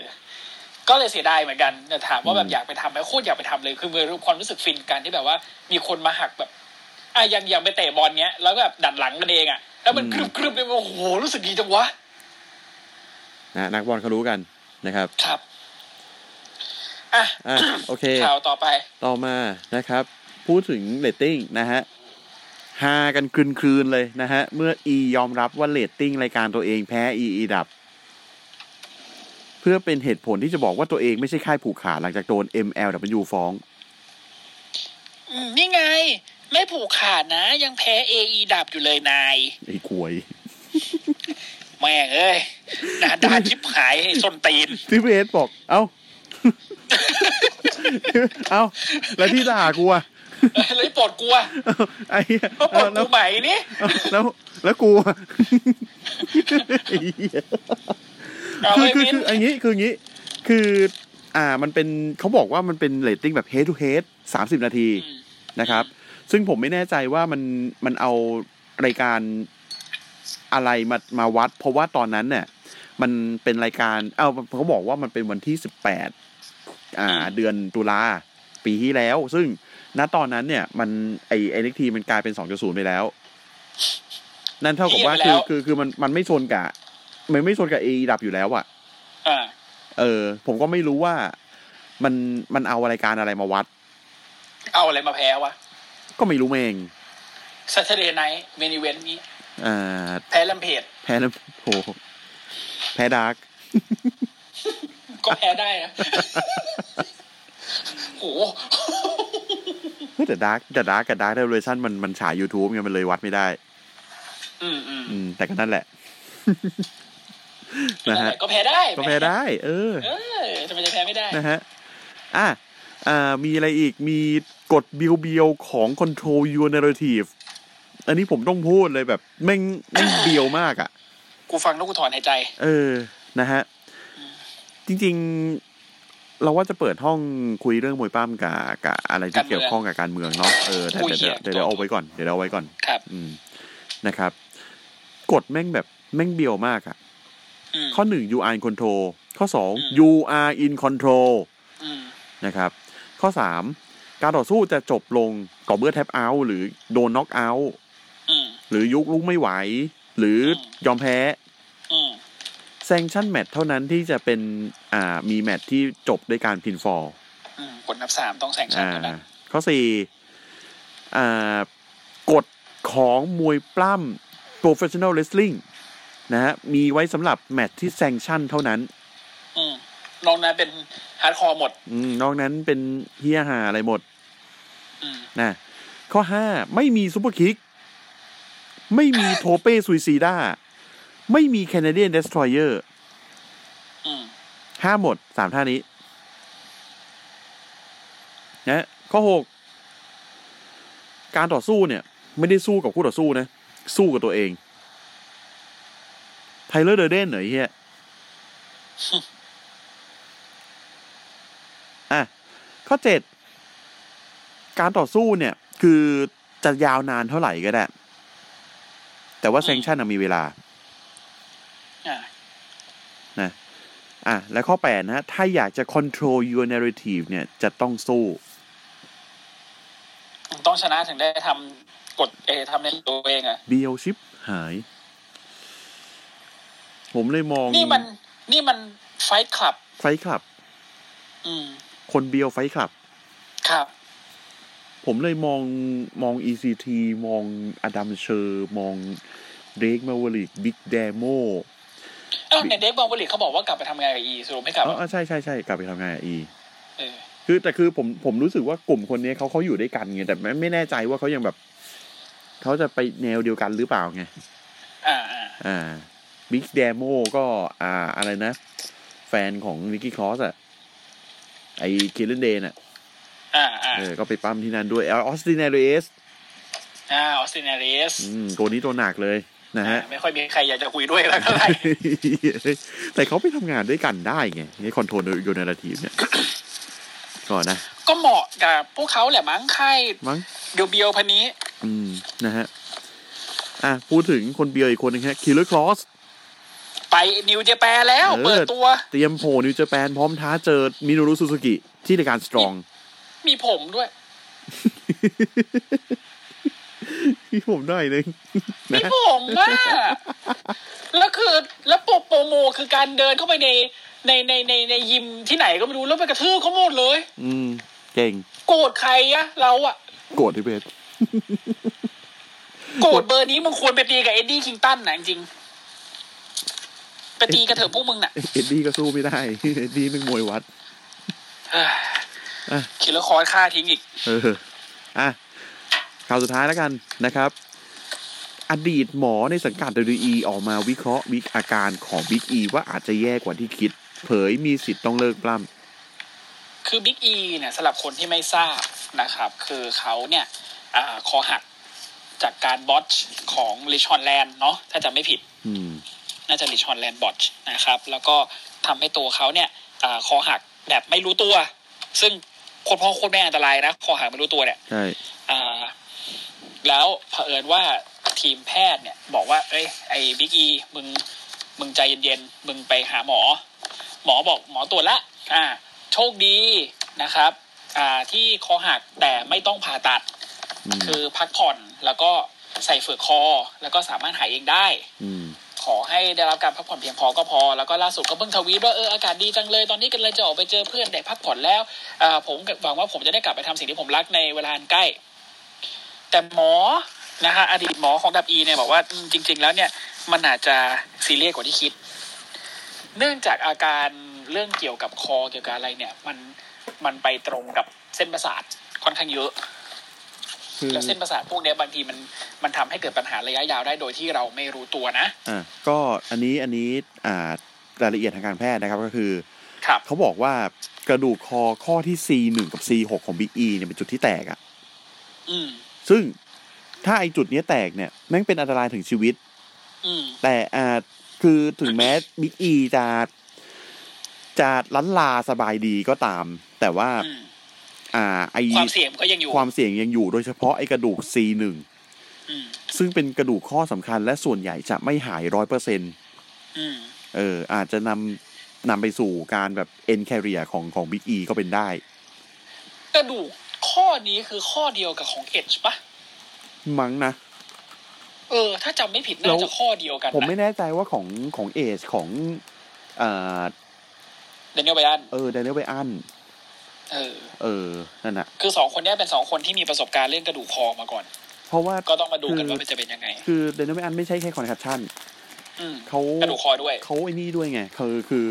Speaker 2: ก็เลยเสียดายเหมือนกันแต่ถามว่าแบ
Speaker 1: อืม
Speaker 2: บอยากไปทำไหมโคตรอยากไปทำเลยคือมีความรู้สึกฟินกันที่แบบว่า มีคนมาหักแบบอ่ะอย่างอย่างไปเตะบอลเงี้ย แล้วก็แบบดัดหลังกันเองอะแล้วมันกรึบกรึบเลยโอ้โหรู้สึกดีจังวะ
Speaker 1: นะนักบอลเขารู้กันนะครับ
Speaker 2: ครับอ่ะ
Speaker 1: อ่ะโอเค
Speaker 2: ข่าวต่อไป
Speaker 1: ต่อมานะครับ พูดถึงเรตติ้งนะฮะฮากันคืนคืนๆเลยนะฮะ เมื่อ E ยอมรับว่าเรตติ้งรายการตัวเองแพ้ E อีดับ เพื่อเป็นเหตุผลที่จะบอกว่าตัวเองไม่ใช่ค่ายผูกขาดหลังจากโดน MLW ฟ้อง
Speaker 2: อืมนี่ไง ไม่ผูกขาดนะ ยังแพ้เอไอดับอยู่เลยนาย
Speaker 1: ไอ้ควย
Speaker 2: แม่งเอ้ยหนาดานชิบหายส้นตีน
Speaker 1: ทิพเอสบอก เอ้า เอ้า แล้วที่ด่ากูอะ
Speaker 2: เลยปวดกลัว
Speaker 1: เอ้าไอ้เหี้ย
Speaker 2: มาปว
Speaker 1: เอ้า
Speaker 2: ด
Speaker 1: แล้ว
Speaker 2: กูใหม่นี่
Speaker 1: เอ้าแล้วแล้วกูอะไอ้เหี้ย
Speaker 2: เอา
Speaker 1: คือ
Speaker 2: ไว้
Speaker 1: คือ
Speaker 2: มิน
Speaker 1: คืออันนี้คืออย่างนี้ คือ อ่ามันเป็นเขาบอกว่ามันเป็นเรตติ้งแบบ head to head สามสิบนาที
Speaker 2: อืม
Speaker 1: นะครับ ซึ่งผมไม่แน่ใจว่ามันมันเอารายการ อะไรมามาวัด เพราะว่าตอนนั้นเนี่ย มันเป็นรายการ เอ้าเขาบอกว่ามันเป็นวันที่สิบแปดอ่า เดือนตุลาปีที่แล้ว ซึ่งณตอนนั้นเนี่ย มันไอไอเล็กทีมันกลายเป็นสองจุดศูนย์ไปแล้ว นั่นเท่ากับว่าคือคือคือมันมันไม่ชนกับมันไม่ชนกับเอดับอยู่แล้วอะ
Speaker 2: อ่า
Speaker 1: เออ ผมก็ไม่รู้ว่ามันมันเอารายการอะไรมาวัด
Speaker 2: เอาอะไรมาแพ้วะ
Speaker 1: ก็ไม่รู้เอง
Speaker 2: Saturday Night Main Event นี้
Speaker 1: อ่า
Speaker 2: แพ้ลำเพจ
Speaker 1: แพ้แล้วโหแพ้ดาร์ก
Speaker 2: ก็แพ้ได้นะ โห
Speaker 1: เฮ้ยแต่ดาร์กแต่ดาร์กกับดาร์กเรเวชั่นมันมันฉาย YouTube ไงมันเลยวัดไม่ได้
Speaker 2: อืมอืม
Speaker 1: อืม แต่ก็นั่นแหละ นะฮะ
Speaker 2: ก็แพ้ได้
Speaker 1: ก็แพ้ได้ เออ
Speaker 2: เออทำไมจะแพ้ไม่ได้
Speaker 1: นะฮะ อ่ะอ่า มีอะไรอีก มีกฎบิวบิวของ Control Your Narrative อันนี้ผมต้องพูดเลยแบบแม่งแม่งเบียวมากอ่ะ
Speaker 2: กูฟังแล้วกูถอนหายใจ
Speaker 1: เออ นะฮะ จริงๆ เราว่าจะเปิดห้องคุยเรื่องมวยปั้มกับกับอะไรที่
Speaker 2: การเมือง
Speaker 1: เกี่ยวข้องกับการเมืองเนาะ เออแต่
Speaker 2: โอ้ย
Speaker 1: แต่เดี๋ยวเดี๋ย
Speaker 2: เหี้ยว
Speaker 1: เดี๋ยวเอาไว้ก่อน เดี๋ยวเอาไว้ก่อน
Speaker 2: ครับ
Speaker 1: อืม นะครับ กดแม่งแบบแม่งเบียวมากอะ
Speaker 2: อืม
Speaker 1: ข้อหนึ่ง you are in control ข้อสอง
Speaker 2: อืม
Speaker 1: you are in control
Speaker 2: อืม
Speaker 1: นะครับ ข้อสาม การต่อสู้จะจบลงต่อเมื่อแท็บเอาหรือโดนน็อกเอา
Speaker 2: อืม
Speaker 1: หรือยุกลุกไม่ไหว หรืออ
Speaker 2: ม
Speaker 1: ยอมแพ้
Speaker 2: อืม
Speaker 1: แซงชั่นแมตช์เท่านั้นที่จะเป็นอ่ามีแมตช์ที่จบด้วยการพินฟอล
Speaker 2: อืมกดนับสามต้องแสงชัน
Speaker 1: อ่า
Speaker 2: เท่านั้น
Speaker 1: ข้อสี่อ่ากฎของมวยปล้ำ professional wrestling นะฮะมีไว้สำหรับแมตช์ที่แซงชั่นเท่านั้น
Speaker 2: อืมน้องนั้นเป็นฮาร์ดคอร์หมด
Speaker 1: อืมนอกนั้นเป็นเฮียหาอะไรหมด
Speaker 2: อืม
Speaker 1: นะข้อห้าไม่มีซูเปอร์คิก ไม่มีโทเป้ซุยซีด้า ไม่มีแคนาเดียนเดสทรอยเออร์
Speaker 2: อืม
Speaker 1: ห้าหมดสามท่านี้นะข้อหก การต่อสู้เนี่ย ไม่ได้สู้กับคู่ต่อสู้นะ สู้กับตัวเอง ไทเลอร์เดอเดนเหรอไอ้เฮียอ่ะ ข้อเจ็ด การต่อสู้เนี่ย คือจะยาวนานเท่าไหร่ก็ได้ แต่ว่าแซงชั่นมีเวลา
Speaker 2: อ่า
Speaker 1: อ่ะ และข้อ 8 นะฮะ ถ้าอยากจะ control your narrative เนี่ย จะต้องสู้
Speaker 2: ต้องชนะถึงได้ทำกดเอทำในตัวเองอะ
Speaker 1: เบียวชิปหาย ผมเลยมอง
Speaker 2: นี่มันนี่มันไฟท์คลับ
Speaker 1: ไฟคลับ
Speaker 2: อืม
Speaker 1: คนเบียวไฟคลับ
Speaker 2: ครับ
Speaker 1: ผมเลยมองมอง ECT มองอดัมเชอร์มองเดกมาวลิกบิ๊กเดโม
Speaker 2: อ้าวเนี่ยเด็กบอลบริเขาบอกว่ากลับไปทำงานกับอีสรุปไม่กลับ
Speaker 1: อ๋
Speaker 2: เหรอ
Speaker 1: อใช่ใช่ใช่กลับไปทำงานกับอี
Speaker 2: เออ
Speaker 1: คือแต่คือผมผมรู้สึกว่ากลุ่มคนนี้เขาเขาอยู่ด้วยกันไงแต่ไม่ไม่แน่ใจว่าเขายังแบบ เขาจะไปแนวเดียวกันหรือเปล่าไง
Speaker 2: อ่าอ่า
Speaker 1: อ่าบิ๊กเดโมก็อ่าอะไรนะ แฟนของวิกกี้คลอสอะไอคิลเลนเดนอะ
Speaker 2: อ่าอ่า
Speaker 1: เออก็ไปปั้มที่นั่นด้วยออสตินเอเรส
Speaker 2: อ่าออสเตรเลียส
Speaker 1: อืมตัวนี้ตัวหนักเลยนะ ฮะ
Speaker 2: ไม่ค่อยมีใครอยากจะคุยด้วยแล้ว เท่าไหร่
Speaker 1: แต่เขาไปทำงานด้วยกันได้ไงนี่คอนโทรลยูนาทีเนี่ย ก่อนนะ
Speaker 2: ก็เหมาะกับพวกเขาแหละมั้งค่าย
Speaker 1: มั้ง
Speaker 2: เบียวเบียวๆพันนี้
Speaker 1: อืม นะฮะ อ่ะ พูดถึงคนเบียร์อีกคนนึงฮะคิลเลอร์คลอส
Speaker 2: ไปนิวเจแปนแล้ว
Speaker 1: เออ
Speaker 2: เปิดตัว
Speaker 1: เตรียมโผล่นิวเจแปนพร้อมท้าเจอมินูรุซูซูกิที่รายการสตรอง
Speaker 2: มีผม ด้วย
Speaker 1: ที่ผมได้เลย
Speaker 2: มีผมมากแล้วคือแล้วโปรโปรโมคือการเดินเข้าไปในในในในในยิมที่ไหนก็ไม่รู้แล้วไปกระทืบเขาหมดเลย
Speaker 1: อืม เก่ง
Speaker 2: โกรธใครอะเราอะ
Speaker 1: โกรธที่เพชร
Speaker 2: โกรธเบอร์นี้มึงควรไปตีกับเอ็ดดี้คิงตันนะจริงๆไปตีกับเถอะพวกมึงน่ะ
Speaker 1: เอ็ดดี้ก็สู้ไม่ได้ เอ็ดดี้เป็นมวยวัด อ่ะ
Speaker 2: คิลเลอร์คอร์สฆ่าทิ้งอีก
Speaker 1: เออ อ่ะข่าวสุดท้ายแล้วกันนะครับ อดีตหมอในสังกัด WWE ออกมาวิเคราะห์วิกอาการของบิ๊กอีว่าอาจจะแย่กว่าที่คิด เผยมีสิทธิ์ต้องเลิกปล้
Speaker 2: คือบิ๊กอีเนี่ยสำหรับคนที่ไม่ทราบนะครับ คือเขาเนี่ยอาคอหักจากการบอทช์ของลิชอนแลนด์เนาะถ้าจำไม่ผิด
Speaker 1: ำอืม
Speaker 2: น่าจะลิชอนแลนด์บอทช์นะครับ แล้วก็ทำให้ตัวเขาเนี่ยอาคอหักแบบไม่รู้ตัว ซึ่งโคตรพ่อโคตรแม่อันตรายนะ คอหักไม่รู้ตัวเนี่ย
Speaker 1: ใช่
Speaker 2: อ่า แล้วเผอิญว่า ทีมแพทย์เนี่ย บอกว่า เอ้ยไอ้บิ๊กอีมึงมึงใจเย็นๆมึงไปหาหมอ หมอบอกหมอตรวจละอ่า โชคดีนะครับ อ่าที่คอหักแต่ไม่ต้องผ่าตัด
Speaker 1: อืม
Speaker 2: คือพักผ่อนแล้วก็ใส่เฝือกคอ แล้วก็สามารถหายเองได้
Speaker 1: อืม
Speaker 2: ขอให้ได้รับการพักผ่อนเพียงพอก็พอ แล้วก็ล่าสุดก็เพิ่งทวีตว่าเอออากาศดีจังเลย ตอนนี้กันเลยจะออกไปเจอเพื่อนได้พักผ่อนแล้วเอ่อผมหวังว่าผมจะได้กลับไปทำสิ่งที่ผมรักในเวลาอันใกล้ แต่หมอนะฮะอดีตหมอของดับอีเนี่ยบอกว่าอืมจริง ๆ แล้วเนี่ยมันอาจจะซีเรียสกว่าที่คิด เนื่องจากอาการเรื่องเกี่ยวกับคอเกี่ยวกับอะไรเนี่ย มันมันไปตรงกับเส้นประสาทค่อนข้างเยอะ
Speaker 1: คือ
Speaker 2: แล้วเส้นประสาทพวกเนี้ยบางทีมันมันทำให้เกิดปัญหาระยะยาวได้โดยที่เราไม่รู้ตัวนะ
Speaker 1: อ่ะก็อันนี้อันนี้อ่ารายละเอียดทางการแพทย์นะครับก็คือ
Speaker 2: ครับ
Speaker 1: เขาบอกว่ากระดูกคอข้อที่ C1 กับ C6 ของ Big E เนี่ยเป็นจุดที่แตกอะ
Speaker 2: อืม
Speaker 1: ซึ่งถ้าไอจุดเนี้ยแตกเนี่ยแม่งเป็นอันตรายถึงชีวิต
Speaker 2: อืม
Speaker 1: แต่อาจคือถึงแม้ Big E จะจะล้านลาสบายดีก็ตาม แต่ว่า
Speaker 2: อืม
Speaker 1: อ่าไอ
Speaker 2: ความเสี่ยงก็ยังอยู่
Speaker 1: ความเสี่ยงยังอยู่โดยเฉพาะไอกระดูก C1
Speaker 2: อืม
Speaker 1: ซึ่งเป็นกระดูกข้อสำคัญและส่วนใหญ่จะไม่หายร้อยเปอร์เซ็น
Speaker 2: อืม
Speaker 1: เอออาจจะนำนำไปสู่การแบบ end career ของของ Big E ก็เป็นได้
Speaker 2: กระดูกข้อนี้คือข้อเดียวกับของเอชปะ
Speaker 1: มั้งนะ
Speaker 2: เออ ถ้าจำไม่ผิด
Speaker 1: แล้
Speaker 2: น่าว จะข้อเดียวกัน
Speaker 1: ผมไม่
Speaker 2: นะ
Speaker 1: แน่ใจว่าของของเอชของเอ่อ
Speaker 2: เดนิเอลไบรอัน
Speaker 1: เออเดนเนลเบอัน
Speaker 2: เออ
Speaker 1: เออ นั่นน่ะ
Speaker 2: คือสองคนเนี้ยเป็นสองคนที่มีประสบการณ์เรื่องกระดูกคอมาก่อน
Speaker 1: เพราะว่า
Speaker 2: ก็ต้องมาดูกันว่ามันจะเป็นยังไง
Speaker 1: คือเดนเนลเบอันไม่ใช่แค่คอนแทคชั่น
Speaker 2: อืม
Speaker 1: เขา
Speaker 2: กระดูกคอด้วย
Speaker 1: เขาไอ้นี่ด้วยไงคือคือ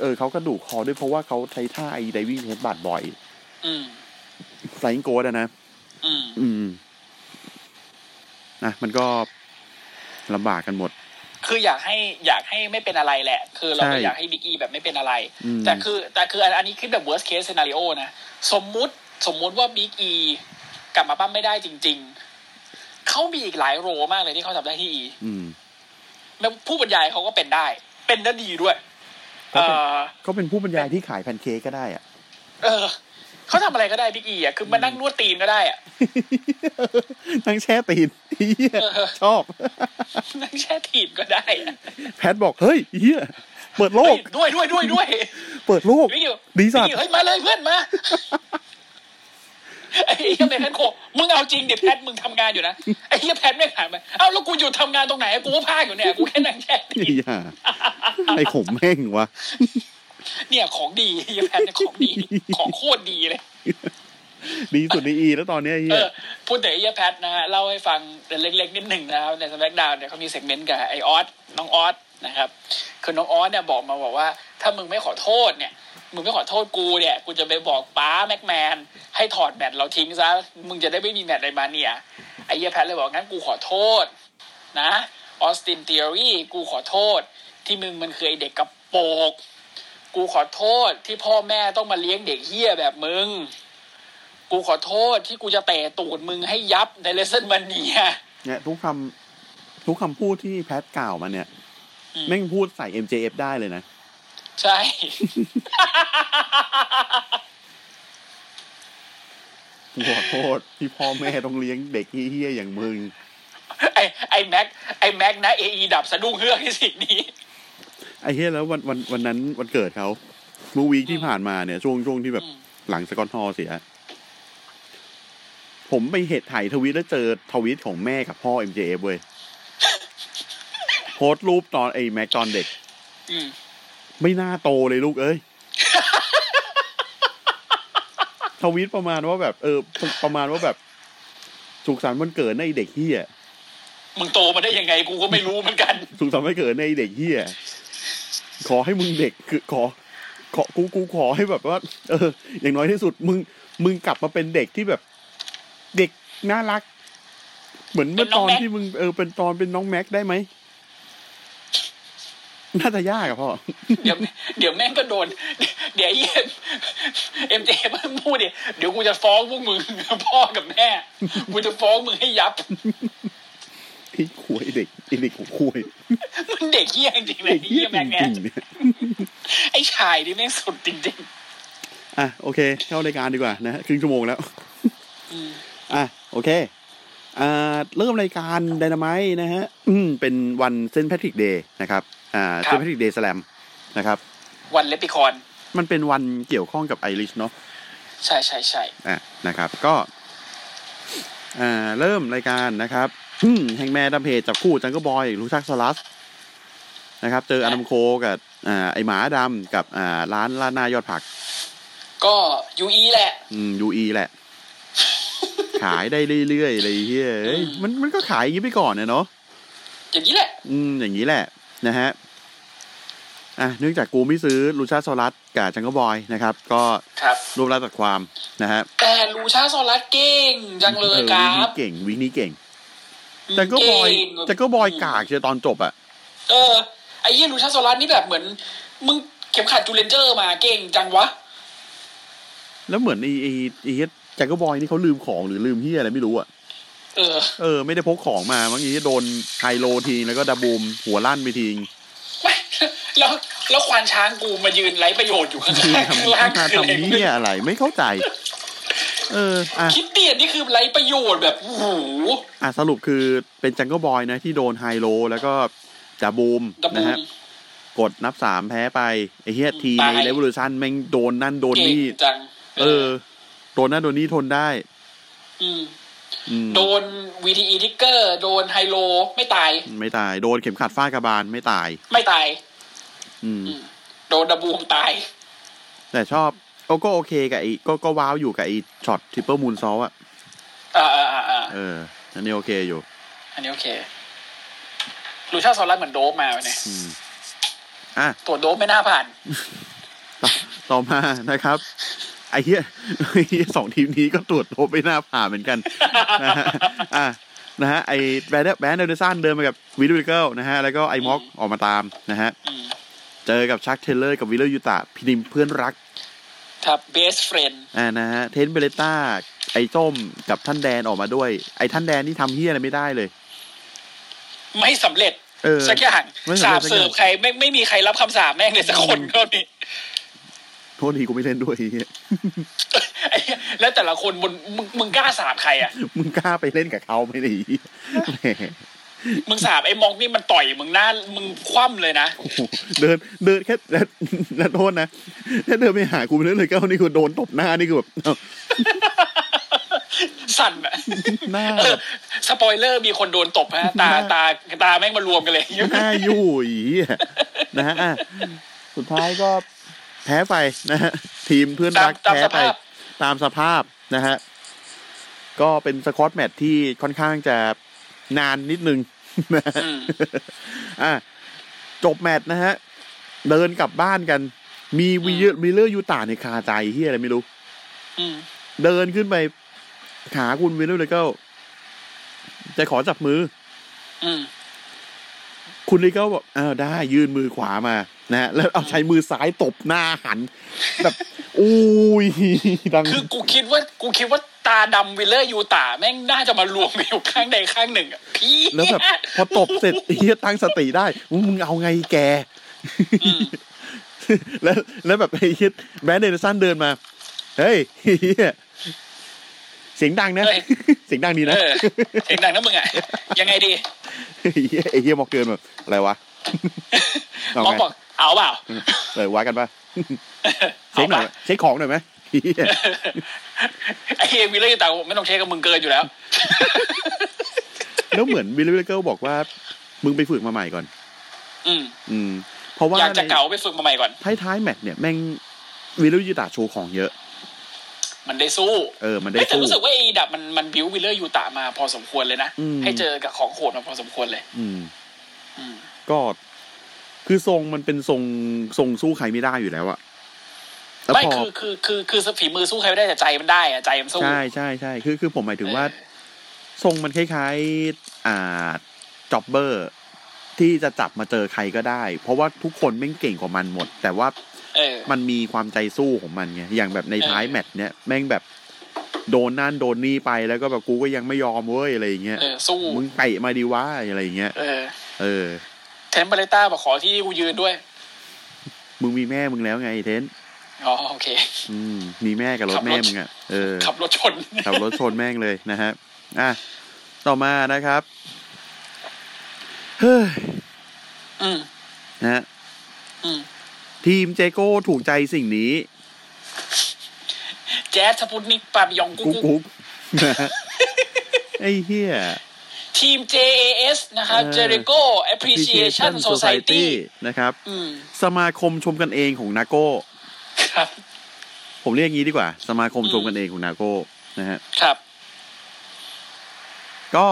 Speaker 1: เออเขากระดูกคอด้วยเพราะว่าเขาใช้ท่าไอ้ไดวิ่งเทสบาดบ่อย
Speaker 2: อืม
Speaker 1: ไซน์โกดอะนะ
Speaker 2: อืม
Speaker 1: อืมนะมันก็ลำบากกันหมด
Speaker 2: คืออยากให้อยากให้ไม่เป็นอะไรแหละ คือเราก็
Speaker 1: ใช่
Speaker 2: อยากให้บิ๊กอีแบบไม่เป็นอะไร
Speaker 1: อืม
Speaker 2: แต่คือแต่คืออันอันนี้คิดแบบ worst case scenario นะ สมมุติสมมุติว่า Big E กลับมาปั้มไม่ได้จริง ๆ เขามีอีกหลายโรมากเลยที่เขาทำได้ที่ E
Speaker 1: อืม
Speaker 2: แล้วผู้บรรยายเขาก็เป็นได้ เป็นได้ดีด้วย
Speaker 1: ครั
Speaker 2: เอบ
Speaker 1: ผม
Speaker 2: อ
Speaker 1: เขาเป็นผู้บรรยายที่ขายแพนเค้กก็ได้อ่ะ
Speaker 2: เออเขาทำอะไรก็ได้ Big E อ่ะ คือมานั่งนวดตีนก็ได้อ่ะ
Speaker 1: นั่งแช่ตีนเหี้ย
Speaker 2: เออ
Speaker 1: ชอบ
Speaker 2: นั่งแช่ตีนก็ได้อะ
Speaker 1: แพทบอก เฮ้ยเฮียเปิดโล
Speaker 2: เฮ้
Speaker 1: ก
Speaker 2: ยด้วยด้วยด้วยด้วย
Speaker 1: เปิดโลก
Speaker 2: วิกอยู่
Speaker 1: ดีสัตว์
Speaker 2: วิกอยู่เฮ้ยมาเลยเพื่อน มาไอ้เฮียแพทโคมึงเอาจริงเดี๋ยวแพทมึงทำงานอยู่นะไอ้เฮียแพทไม่ผ่านไปเอ้าแล้วกูอยู่ทำงานตรงไหนกูก็พากอยู่เนี่ยกูแค่นั่งแช่ตีน
Speaker 1: ไอ้ห่า ไอ้ขมแม่งวะ
Speaker 2: เนี่ยของดีเฮียแพทเนี่ยของดี ของโคตรดีเลย
Speaker 1: ดีสุดในอีแล้วตอนเนี้ยไอ้
Speaker 2: เอ
Speaker 1: เฮีย
Speaker 2: อพูดถึงไอ้เหี้ยแพทนะฮะเล่าให้ฟังเล็กๆนิดหนึ่งนะครับในสแลกดาวเนี่ยเขามีเซกเมนต์กับไอออสน้องออสนะครับคือน้องออสเนี่ยบอกมาบอกว่า ถ้ามึงไม่ขอโทษเนี่ย มึงไม่ขอโทษกูเนี่ยกูจะไปบอกป้าแม็กแมน ให้ถอดแมตช์เราทิ้งซะมึงจะได้ไม่มีแมตช์ในมาเนี่ยไอเหี้ยแพทเลยบอกงั้นกูขอโทษนะออสตินเทอรี่กูขอโทษ ที่มึงมันคือไอเด็กกระโปกกูขอโทษที่พ่อแม่ต้องมาเลี้ยงเด็กเฮี้ยแบบมึง กูขอโทษที่กูจะเตะตูดมึงให้ยับในเลสเซนมันเนีย
Speaker 1: เนี่ยทุกคำทุกคำพูดที่แพทกล่าวมาเนี่ย
Speaker 2: อืม
Speaker 1: แม่งพูดใส่ MJF ได้เลยนะ
Speaker 2: ใช่
Speaker 1: กูขอโทษที่พ่อแม่ต้องเลี้ยงเด็กเฮี้ยๆอย่างมึง
Speaker 2: ไอไอแม็กไอแม็กนะเอไอดับสะดุ้งเฮือกที่สิ่งนี้
Speaker 1: ไอ้เฮียแล้ววันวันวันนั้นวันเกิดเขาเมื่อวีคที่ผ่านมาเนี่ย ช่วงช่วงที่แบบ
Speaker 2: อืม
Speaker 1: หลังสกอตฮอลเสีย ผมไปเหตุถ่ายทวิตแล้วเจอทวิตของแม่กับพ่อ MJF เว้ยโพสต์รูปตอนไอ้แม็กตอนเด็ก
Speaker 2: อืม
Speaker 1: ไม่น่าโตเลยลูกเอ้ย ทวิตประมาณว่าแบบ เออ ประมาณว่าแบบ สุขสันต์วันเกิดในะไอ้เด็กเฮีย
Speaker 2: มึงโตมาได้ยังไงกูก็ไม่รู้เหมือน กัน
Speaker 1: สุขสันต์วันเกิดในะไอ้เด็กเฮียขอให้มึงเด็กคือขอ ขอกูกูขอให้แบบว่า เออ อย่างน้อยที่สุด มึง มึงกลับมาเป็นเด็กที่แบบ เด็กน่ารัก เหมือนเมื่อ
Speaker 2: เป็
Speaker 1: ต
Speaker 2: นน้อ
Speaker 1: อง น
Speaker 2: แม็ก
Speaker 1: ที่มึงเออเป็นตอนเป็นน้องแม็กได้ไหมน่าจะยากอะพ่อ
Speaker 2: เดี๋ยวเดี๋ยวแม่งก็โดน เดี๋ยวไอ้ เอ็มเจมันพูดดิเดี๋ยวกูจะฟ้องพวกมึง พ่อกับแม่กูจะฟ้องมึงให้ยับ
Speaker 1: ไอ้คุยเด็กไอ้เด็กของคุย
Speaker 2: มึงเด็กเฮี้ยจริงๆเลยไอ้เฮี้ยแม็กเนี่ย
Speaker 1: จริงๆเนี่ย
Speaker 2: ไอชายนี่แม่งสุดจริง
Speaker 1: อ่ะโอเค เข้ารายการดีกว่านะฮะครึ่งชั่วโมงแล้ว
Speaker 2: อืม
Speaker 1: อ่ะโอเค อ่าเริ่มรายการไดน m ม t e นะฮะอืมเป็นวันเซนแพทริกเดย์นะครับอ่า
Speaker 2: ครั
Speaker 1: เซ
Speaker 2: บ
Speaker 1: นแพทริกเดย์แลมนะครับ
Speaker 2: วันเลปิคอน
Speaker 1: มันเป็นวันเกี่ยวข้องกับไอริชเนาะ
Speaker 2: ใช่ใช่ใช่
Speaker 1: อ่ะนะครับก็อ่าเริ่มรายการนะครับอืมแฮงแม่ดัมเพจจับคู่จังก็บอยลูชักสลัสนะครับ เจออดัมโคกับอ่าไอหมาดำกับอ่าร้านร้านหน้ายอดผัก
Speaker 2: ก็ยูอีแหละ
Speaker 1: ยูอีแหละ ขายได้เรื่อยๆเลยเฮ้ยเอ้ยมันมันก็ขายอย่างนี้ไปก่อนนะเนาะ
Speaker 2: อย่างนี้แหละ
Speaker 1: อืมอย่างนี้แหละนะฮะ อ่ะเนื่องจากกูไม่ซื้อลูชาสลัสกับจังก็บอยนะครับ ก็
Speaker 2: ครับ
Speaker 1: รวมแล้วตัดความนะฮะ
Speaker 2: แต่ลูชาโซลัสเก่งจังเลยครั
Speaker 1: ออบ วิกนี้เก่งวิกนี้เก่ง แต่ก็บอย
Speaker 2: เง
Speaker 1: แต่ก็บอยกากเชียวตอนจบอะ
Speaker 2: เออไอ้เหี้ยลูชาโซลัสนี่แบบเหมือน มึงเข็มขัดจูเลนเจอร์มาเก่งจังวะ
Speaker 1: แล้วเหมือนไอ้ไอ้ไอ้เฮ็ดแจ็คเก็บอยนี่เขาลืมของหรือลืมเฮียอะไรไม่รู้อะ
Speaker 2: เออ
Speaker 1: เออไม่ได้พกของมาบางทีโดนไฮโลทีแล้วก็ดับบูมหัวลั่นไปที
Speaker 2: ไม่ แล้วแล้วควานช้างกูมายืนไร้ประโยชน์อยู่ข้าง
Speaker 1: ที
Speaker 2: ๆ
Speaker 1: ทำ
Speaker 2: ข้ างล่าง
Speaker 1: มา
Speaker 2: คืออะไร
Speaker 1: ทำเฮียอะไรไม่เข้าใจ เอออ่ะ
Speaker 2: คิดเตียนนี่คือไร้ประโยชน์แบบโอ้โห
Speaker 1: อ่ะสรุปคือเป็นจังเก็บอยนะที่โดนไฮโลแล้วก็ดับบูม
Speaker 2: ดับเบิ
Speaker 1: นะ
Speaker 2: ล
Speaker 1: ฮะกดนับสามแพ้ไปไอ้เฮียที
Speaker 2: ตา
Speaker 1: ใน
Speaker 2: ย
Speaker 1: เลเวลชันแม่งโดนนั่นโดน
Speaker 2: เก่ง
Speaker 1: นี่
Speaker 2: จัง
Speaker 1: เออ โดนนั่นโดนนี่ทนได้
Speaker 2: ม
Speaker 1: อืม
Speaker 2: โดน VTE ทิกเกอร์ โดนไฮโลไม่ตาย
Speaker 1: ไม่ตายโดนเข็มขัดฟาดกระบาลไม่ตาย
Speaker 2: ไม่ตาย
Speaker 1: อืม
Speaker 2: อืม โดนดับบูมตาย
Speaker 1: แต่ชอบโอ้ก็โอเคกับไอ้ก็ก็ว้าวอยู่กับไอ้ช็อตทริปเปิลมูนซอลอะ
Speaker 2: อ่าอ่าอ่าอ่า
Speaker 1: เอออันนี้โอเคอยู่
Speaker 2: อันนี้โอเค ลูชาโซลัสเหมือนโดบมาเนี่ย
Speaker 1: อืม อ่ะ
Speaker 2: ตัวโดบไม่น่าผ่าน
Speaker 1: ต่อต่อมานะครับ ไอ้เหี้ย ไอ้เหี้ยสองทีมนี้ก็ตรวจพบไม่น่าผ่านเหมือน กันนะฮะอ่ะนะฮะไอ้แบนแบนเดอร์สันเดินมากับวิลเลอร์เกิลนะฮะ แล้วก็ไอ้ม็อกออกมาตามนะฮะ
Speaker 2: อืม
Speaker 1: เจอกับชักเทเลอร์กับวิลเลอร์ยูตาพิมพ์เพื่อนรัก
Speaker 2: ครับเบสเฟรน
Speaker 1: อ่านะฮะ เทนเบเลต้า ไอ้ส้มกับท่านแดนออกมาด้วย ไอ้ท่านแดนนี่ทำเหี้ยอะไรไม่ได้เลย
Speaker 2: ไม่สำเร็จ
Speaker 1: เออ
Speaker 2: สักอย่าง
Speaker 1: ไม่สำเร็จ
Speaker 2: สาบ
Speaker 1: สักอย่าง
Speaker 2: เสิร์ฟใครไม่ไม่มีใครรับคำสาบแม่งเลยสักคนก็นี่
Speaker 1: โทษทีกูไม่เล่นด้วยไอ้เหี้ ย
Speaker 2: ไอ้เหี้ยแล้วแต่ละคนบนมึงมึงกล้าสาบใครอ่ะ
Speaker 1: มึงกล้าไปเล่นกับเขาไหม่ดียแหม
Speaker 2: มึงสาบไอ้มองนี่มันต่อยมึงหน้ามึงคว่ำเลยนะ
Speaker 1: โอ้โหเดินเดินแค่แล้วแล้วโทษนะถ้าเดินไปหากูไปเล่นเลยก็นี่คือโดนตบหน้านี่คือแบบเอ้า
Speaker 2: สั่นอะ
Speaker 1: หน้า
Speaker 2: เออสปอยเลอร์มีคนโดนตบฮะตาตาตาแม่งมารวมกันเลย
Speaker 1: หน้ายุ่ยนะฮะอ่ะสุดท้ายก็แพ้ไปนะฮะทีมเพื่อนรัก
Speaker 2: ตามตาม
Speaker 1: แพ้
Speaker 2: ส
Speaker 1: ไป
Speaker 2: ภาพ
Speaker 1: ตามสภาพนะฮะก็เป็นสควอตแมตช์ที่ค่อนข้างจะนานนิดนึง นะฮะ
Speaker 2: อืม
Speaker 1: อ่ะจบแมตช์นะฮะ เดินกลับบ้านกัน มีวิลเลอร์มิลเลอร์ยูตาในยคาใจเฮียอะไรไม่รู้
Speaker 2: อืม
Speaker 1: เดินขึ้นไปหาคุณวิลเลอร์เลยก็จะขอจับมือ
Speaker 2: อืม
Speaker 1: คุณเลยก็บอกอ้าวได้ยื่นมือขวามานะฮะแล้วเอาใช้มือซ้ายตบหน้าหัน แบบอุ้ยดัง
Speaker 2: คือกูคิดว่ากูคิดว่าตาดำวิลเลอร์ยูตาแม่งน่าจะมารวมกันอยู่ข้างใดข้างหนึ่งอ่ะพี่
Speaker 1: แล้วแบบ พอตบเสร็จเฮียตั้งสติได้มึงเอาไงแก
Speaker 2: อืม
Speaker 1: แล้วแล้วแบบไอ้เฮียแบรนด์เดนสันเดินมา เฮ้ยเหี้ยเสียงดังนะ เสียงดังดี
Speaker 2: เอ
Speaker 1: นะ
Speaker 2: อเสียงดังนะมึงอ่ะยังไงดี
Speaker 1: ไอ้เหี้ยไอ้เฮียมอกเกินแบบอะไรวะ เอาไง
Speaker 2: มองบอกเอาเปล่า
Speaker 1: เลยวะกันปะเช็คหน่อยไหมเช็คของหน่อยไหมเหี้ย
Speaker 2: ไอเอวิลเลอร์ยูตาไม่ต้องเช็คกับมึงเกินอยู่แล้ว
Speaker 1: แล้วเหมือนวิลเลอร์เกิลบอกว่า มึงไปฝึกมาใหม่ก่อน
Speaker 2: อืม
Speaker 1: อืม เพราะว่า
Speaker 2: อยากจะ
Speaker 1: ใน
Speaker 2: เก่าไปฝึกมาใหม่ก่อน
Speaker 1: ท้ายท้ายๆแมตช์เนี่ยแม่งวิลเลอร์ยูตาโชว์ของเยอะ
Speaker 2: มันได้สู้
Speaker 1: เออมันได้
Speaker 2: ไม่แต่
Speaker 1: สู้
Speaker 2: รู้สึกว่าไอ้ดับมันมันบิววิลเลอร์ยูตามาพอสมควรเลยนะ
Speaker 1: อืม
Speaker 2: ให้เจอกับของโหดมาพอสมควรเลย
Speaker 1: อืม
Speaker 2: อืม
Speaker 1: ก็คือทรงมันเป็นทรงทรงสู้ใครไม่ได้อยู่แล้วอะแล้ว
Speaker 2: ไม่
Speaker 1: พอ
Speaker 2: คือคือคือคือคือฝีมือสู้ใครไม่ได้แต่ใจมันได้อะใจมันสู้
Speaker 1: ใช่ใช่ใช่คือคือผมหมายถึงว่า
Speaker 2: เออ
Speaker 1: ทรงมันคล้ายๆ อ่าจ็อบเบอร์ ที่จะจับมาเจอใครก็ได้ เพราะว่าทุกคนแม่งเก่งกว่ามันหมด แต่ว่า
Speaker 2: เออ
Speaker 1: มันมีความใจสู้ของมันไงอย่างแบบใน
Speaker 2: เออ
Speaker 1: ท้ายแมตช์เนี้ยแม่งแบบโดนนั่นโดนนี่ไปแล้วก็แบบกูก็ยังไม่ยอมเว้ยอะไรอย่างเงี้ย
Speaker 2: เออสู้
Speaker 1: มึงไปมาดีว่าอะไรอย่างเงี้ย
Speaker 2: เออ
Speaker 1: เออ
Speaker 2: เทมเบอร์ต้าบอกขอที่กูยืนด้วย
Speaker 1: มึงมีแม่มึงแล้วไงเทน
Speaker 2: อ๋อโอเค
Speaker 1: อืมมีแม่กับรถแม่มึงอ่ะเออ
Speaker 2: ขับรถชน
Speaker 1: ขับรถชนแม่งเลยนะฮะอ่ะ ต่อมานะครับ เฮ้ย
Speaker 2: อืม
Speaker 1: นะฮะ
Speaker 2: อืม
Speaker 1: ทีมเจโก้ถูกใจสิ่งนี้
Speaker 2: แจ๊สสปุตนิกปาบยองกุ๊ก
Speaker 1: กุ๊ก
Speaker 2: กุ๊ก
Speaker 1: กุ๊กนะฮะไอ้เหี้ย
Speaker 2: ทีม JAS นะครับ
Speaker 1: เออ
Speaker 2: Jericho Appreciation Society
Speaker 1: นะครับ
Speaker 2: อืม
Speaker 1: สมาคมชมกันเองของนาโก้
Speaker 2: ครับ
Speaker 1: ผมเรียกงี้ดีกว่า สมาคมชมกันเองของนาโก้นะฮะ
Speaker 2: ครับ
Speaker 1: ก็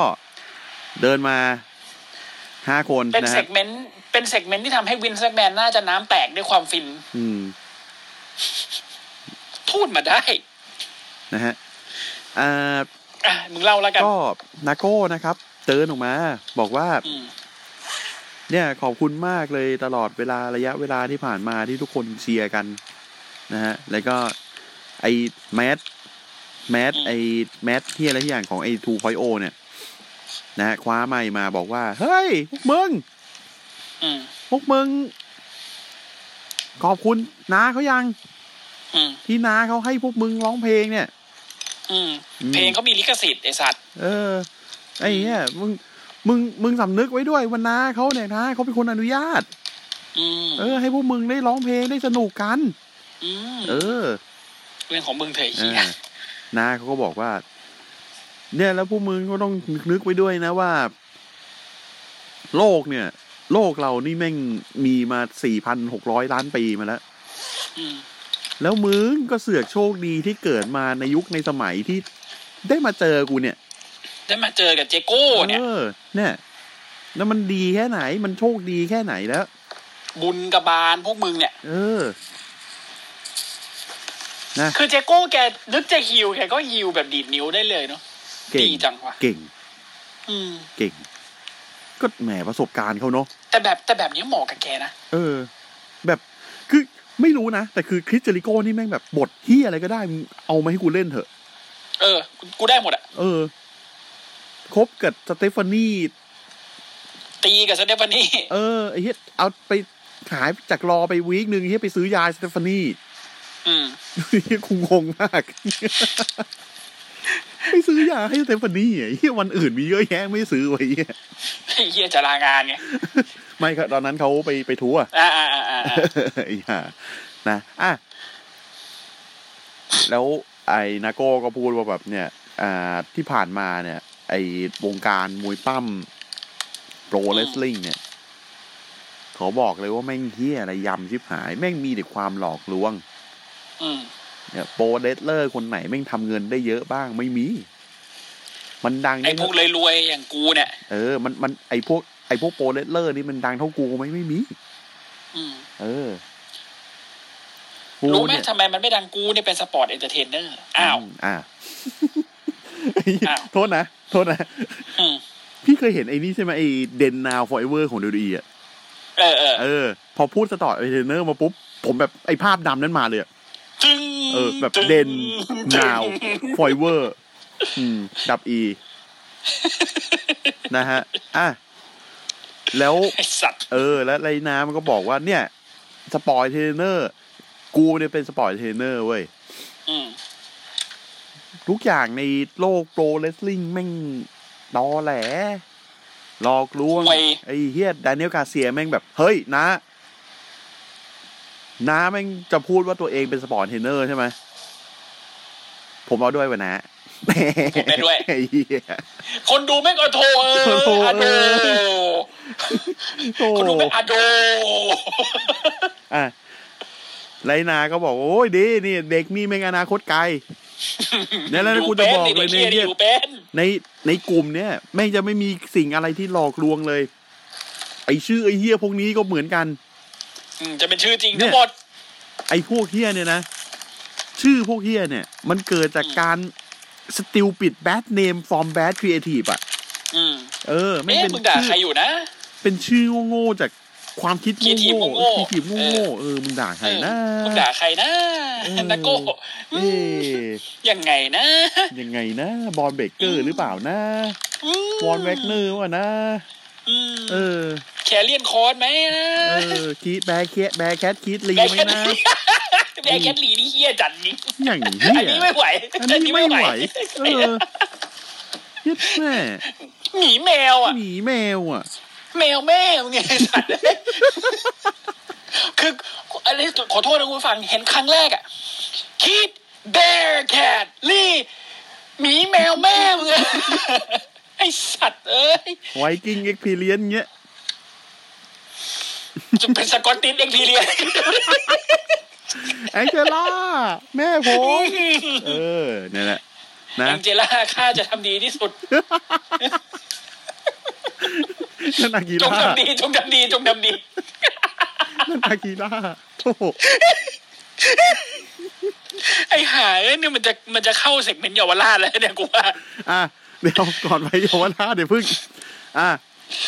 Speaker 1: เดินมาห้าคน
Speaker 2: เป็น
Speaker 1: นะ
Speaker 2: เซ
Speaker 1: ฮะ
Speaker 2: กเมนต์เป็นเซกเมนต์ที่ทำให้วินแซกแมนน่าจะน้ำแตกด้วยความฟิน
Speaker 1: อืม
Speaker 2: พูดมาได้
Speaker 1: นะฮะอ่า
Speaker 2: อ่ะ มึงเล่าแล้วกัน
Speaker 1: ก็นาโก้นะครับเตือนออกมา บอกว่า
Speaker 2: อืม
Speaker 1: เนี่ยขอบคุณมากเลยตลอดเวลาระยะเวลาที่ผ่านมาที่ทุกคนเชียร์กัน นะฮะ แล้วก็ไอแมทแมท
Speaker 2: อืม
Speaker 1: ไอแมทที่อะไรที่อย่างของไอทูพอยโอเนี่ย นะฮะคว้าไม่มาบอกว่า เฮ้ย พวกมึง
Speaker 2: อืม
Speaker 1: พวกมึง ขอบคุณนาเขายัง
Speaker 2: อืม
Speaker 1: ที่นาเขาให้พวกมึงร้องเพลงเนี่ย
Speaker 2: อืม
Speaker 1: อืม
Speaker 2: เพลงเขามีลิขสิทธิ์ไอสัตว์
Speaker 1: เออ ไอ้เนี่ยมึงมึงมึงสำนึกไว้ด้วยวันนาเขาเนี่ยนะเขาเป็นคนอนุญาต
Speaker 2: อืม
Speaker 1: เออให้พวกมึงได้ร้องเพลงได้สนุกกัน
Speaker 2: อืม
Speaker 1: เออ
Speaker 2: เรื่องของมึงเถอะไอ้
Speaker 1: เอ
Speaker 2: เฮี
Speaker 1: อย นาเขาก็บอกว่า เนี่ยแล้วพวกมึงก็ต้องนึกไว้ด้วยนะว่า โลกเนี่ย โลกเรานี่แม่งมีมาสี่พันหกร้อยล้านปีมาแล้ว
Speaker 2: อืม
Speaker 1: แล้วมึงก็เสือกโชคดีที่เกิดมาในยุคในสมัยที่ได้มาเจอกูเนี่ย
Speaker 2: ได้มาเจอกับเจโก้เนี่ย
Speaker 1: เออ เนี่ย แล้วมันดีแค่ไหน มันโชคดีแค่ไหนแล้ว
Speaker 2: บุญกับบานพวกมึงเนี่ย
Speaker 1: เออ
Speaker 2: คือเจโก้แกนึกจะฮิวแกก็ฮิวแบบดีดนิ้วได้เลยเนาะ
Speaker 1: เก่ง
Speaker 2: ดีจังวะ
Speaker 1: เก่ง
Speaker 2: อืม
Speaker 1: เก่ง ก็แหมประสบการณ์เขาเนาะ
Speaker 2: แต่แบบแต่แบบนี้เหมาะกับแกนะ
Speaker 1: เออ แบบคือไม่รู้นะ แต่คือคริสเจอริโก้นี่แม่งแบบบทเฮียอะไรก็ได้มึงเอามาให้กูเล่นเถอะ
Speaker 2: เออ กูกูได้หมดอะ
Speaker 1: เออ คบกับสเตฟานี
Speaker 2: ตีกับเซเดฟานี่
Speaker 1: เออไอ้เฮียเอาไปหายจากรอไปวีคหนึ่งไอ้เฮียไปซื้อยาสเตฟานี
Speaker 2: อืม
Speaker 1: เฮียคุงงม าก ไปซื้อยาให้สเตฟานี่อ่ะเฮียวันอื่นมีเยอะแยะไม่ซื้อไว้เฮีย
Speaker 2: ไอ้เฮียจะลางานไง
Speaker 1: ไม่ครับตอนนั้นเขาไปไปทัวร์
Speaker 2: อ่าอ่าอ่าอ่า
Speaker 1: ไอ้ ห่านะอ่ะแล้วไอ้นาโก้ก็พูดว่าแบบเนี่ย อ่าที่ผ่านมาเนี่ย ไอ้วงการมวยปั้มโปรเลสลิงเนี่ยขอบอกเลยว่าแม่งเฮียอะไรยำชิบหาย แม่งมีแต่ความหลอกลวง
Speaker 2: อืม
Speaker 1: เนี่ยโปรเดสเลอร์คนไหนแม่งทำเงินได้เยอะบ้างไม่มี มันดัง
Speaker 2: ไอ้
Speaker 1: ได้
Speaker 2: พวกเลยรวยๆอย่างกูเนี่ย
Speaker 1: เออ มันมันไอพวกไอพวกโปรเดสเลอร์นี่มันดังเท่ากูไหมไม่มี
Speaker 2: อืม
Speaker 1: เออกู
Speaker 2: รู้ไหม
Speaker 1: เนี่ย
Speaker 2: ทำไมมันไม่ดังกูเนี่ยเป็นสปอร์ตเอนเตอร์เทนเนอร์ อ้าว
Speaker 1: มอ่า
Speaker 2: อ้าว
Speaker 1: โทษนะ โทษนะ
Speaker 2: อืม
Speaker 1: พี่เคยเห็นไอ้นี่ใช่ไหมไอ้เดนนาวฟอร์เอเวอร์ของดูดีอ่ะ
Speaker 2: เออเออ
Speaker 1: เออ พอพูดสตอร์เอเทนเนอร์มาปุ๊บ ผมแบบไอ้ภาพดำนั้นมาเลยอะ
Speaker 2: จึง
Speaker 1: เออ แบบ
Speaker 2: จึง
Speaker 1: เดนนาวฟอร์เอเวอร์อืม ดับอี นะฮะ อ่ะ แล้ว
Speaker 2: ไอสัตว์
Speaker 1: เออ แล้วไรน้ำมันก็บอกว่าเนี่ย สปอยเทรนเนอร์ กูเนี่ยเป็นสปอยเทรนเนอร์เว้ย
Speaker 2: อืม
Speaker 1: ทุกอย่างในโลกโปรเลสลิงแม่งตอแหลหลอกลวง
Speaker 2: ไว้
Speaker 1: ไอ้เฮียดานิเอลกาเซียแม่งแบบ เฮ้ยนะน้าแม่งจะพูดว่าตัวเองเป็นสปอยเทรนเนอร์ใช่ไหม ผมเอาด้วยวะนะ
Speaker 2: ผมได้ด้วย
Speaker 1: ไอ้เหี้ย
Speaker 2: คนดูไม่ก็โทรเออ
Speaker 1: โอ้โห
Speaker 2: อะโด
Speaker 1: โอ้
Speaker 2: คนดูไม่อะโด
Speaker 1: อ่ะไรนาก็บอก โอ้ยดีนี่เด็กนี่แม่งอนาคตไกล เนี่ยแล้วกูจะบอกเลย
Speaker 2: ด็
Speaker 1: เนี่ย
Speaker 2: เฮีอยู่เป็น
Speaker 1: ในในกลุ่มเนี่ยแม่งจะไม่มีสิ่งอะไรที่หลอกลวงเลย ไอชื่อไอเฮียพวกนี้ก็เหมือนกัน
Speaker 2: อืมจะเป็นชื่อจริง
Speaker 1: เนี่
Speaker 2: ทั้
Speaker 1: ย
Speaker 2: งหมด
Speaker 1: ไอพวกเฮียเนี่ยนะ ชื่อพวกเฮียเนี่ย มันเกิดจากการ stupid bad name from bad creative อะ
Speaker 2: อืม
Speaker 1: เออไม่งเป็
Speaker 2: เอ๊ะ
Speaker 1: น
Speaker 2: มึงด่า
Speaker 1: ชื่อ
Speaker 2: ใครอยู่นะ
Speaker 1: เป็นชื่อโง่ๆจากความคิดโง่
Speaker 2: creative โง่
Speaker 1: ๆ creative
Speaker 2: เออ
Speaker 1: โง่ๆเออมึงด่าใครนะ
Speaker 2: มึงด่าใครนะ
Speaker 1: เออ
Speaker 2: นาโก้
Speaker 1: เอ๊ะ
Speaker 2: ยังไงนะ
Speaker 1: ยังไงนะ บอลเบเกอร์หรือเปล่านะ
Speaker 2: ม
Speaker 1: วอนแวกเนอร์วะนะ
Speaker 2: อืม
Speaker 1: เออ
Speaker 2: แคเรียนคอนไหมนะ
Speaker 1: เออคีดแบร์แคทแบร์แคทคีดลี
Speaker 2: แบ
Speaker 1: ไหม
Speaker 2: กแคท
Speaker 1: นะ
Speaker 2: แบกแคทลีนี่เฮียจัดนี้
Speaker 1: อย่างเหี้ย
Speaker 2: อันนี้ไม่ไหว
Speaker 1: อันนี้ไม่ไหว เออ ยึดแม่
Speaker 2: หมีแมวอ่ะ
Speaker 1: หมีแมวอ่ะ
Speaker 2: แมวแม่มึงไงไอ้สัตว์ คืออะไรขอโทษนะคุณผู้ฟังเห็นครั้งแรกอ่ะคิดเบร์แคทลี่หมีแมวแม่มึงอะ ไอสัตว์เอ้ย
Speaker 1: ไวกิ้งเอ็กพีเลียนเงี้ย
Speaker 2: จะเป็นสกอตตินเอ็กพีเรียน
Speaker 1: แองเจล่า แม่ผม เออเนี่ยแหละ นะ
Speaker 2: แองเจล่าข้าจะทำดีที่สุด
Speaker 1: นั่นอากิ
Speaker 2: จง
Speaker 1: ล่า
Speaker 2: ทำดี จงทำดี จงทำดี
Speaker 1: นั่นอากิล่าโธ่
Speaker 2: ไอ้หาเอ้ยเนี่ยมันจะมันจะเข้าเซกเมนต์เยาวราชแล้วเนี่ยกูว่า
Speaker 1: อ่ะ เดี๋ยวก่อนไปเยาวราชเดี๋ยวพึ่ง อ่ะ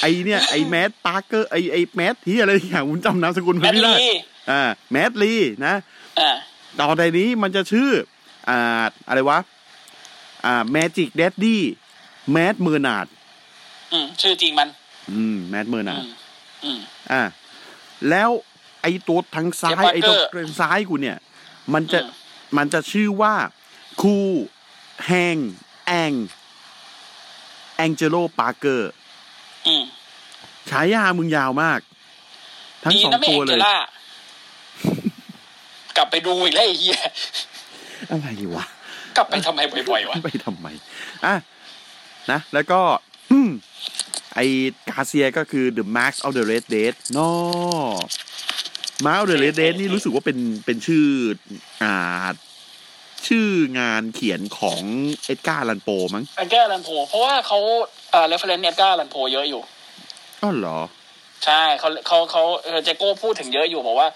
Speaker 1: ไอเนี่ย ไอแมทปาร์เกอร์ ไอไอแมทที่อะไรอย่างคุณจำนามสกุลมันไม่ได้
Speaker 2: แมทลี
Speaker 1: อ่า แมทลีนะ
Speaker 2: อ่า
Speaker 1: ต่อไปนี้มันจะชื่อ อ่า อะไรวะ อ่า แมจิกเดดดี้ แมทเมอร์นาด
Speaker 2: อืมชื่อจริงมัน
Speaker 1: อืม แมทเมอร์นา
Speaker 2: อื
Speaker 1: ด
Speaker 2: มอืม
Speaker 1: อ่าแล้วไอ้ตัวทางซ้าย
Speaker 2: Parker
Speaker 1: ไอ้ตัวทางซ้ายกูเนี่ย มันจะ
Speaker 2: อืม
Speaker 1: มันจะชื่อว่าคูแฮงแองแองเจโลปาร์เกอร์
Speaker 2: อืม
Speaker 1: ฉายามึงยาวมาก ทั้ง
Speaker 2: ดี
Speaker 1: สอง
Speaker 2: นะไม่
Speaker 1: ตัว
Speaker 2: เอ็ง
Speaker 1: เล
Speaker 2: เจ
Speaker 1: ย
Speaker 2: ล่า กลับไปดูอีกแล้วไอ้เหี้ย
Speaker 1: อะไรวะ
Speaker 2: กลับไปทำไมบ่อยๆวะ
Speaker 1: ไปทำไมอ่ะนะ แล้วก็ อืมไอกาเซียก็คือ The Max of the Red Dead นอ Max of the Red Dead นี่รู้สึกว่าเป็นเป็นชื่ออ่าชื่องานเขียนของเอ็ดการ์ลันโปมั้ง
Speaker 2: แองเกอร์ลันโพ เพราะว่าเขาเอ่อเรฟเฟรนซ์เอ็ดการ์ลันโพเยอะอยู่
Speaker 1: อ้าวเหรอ
Speaker 2: ใช่เขาเขาเขาเออเจโก้พูดถึงเยอะอยู่บอกว่า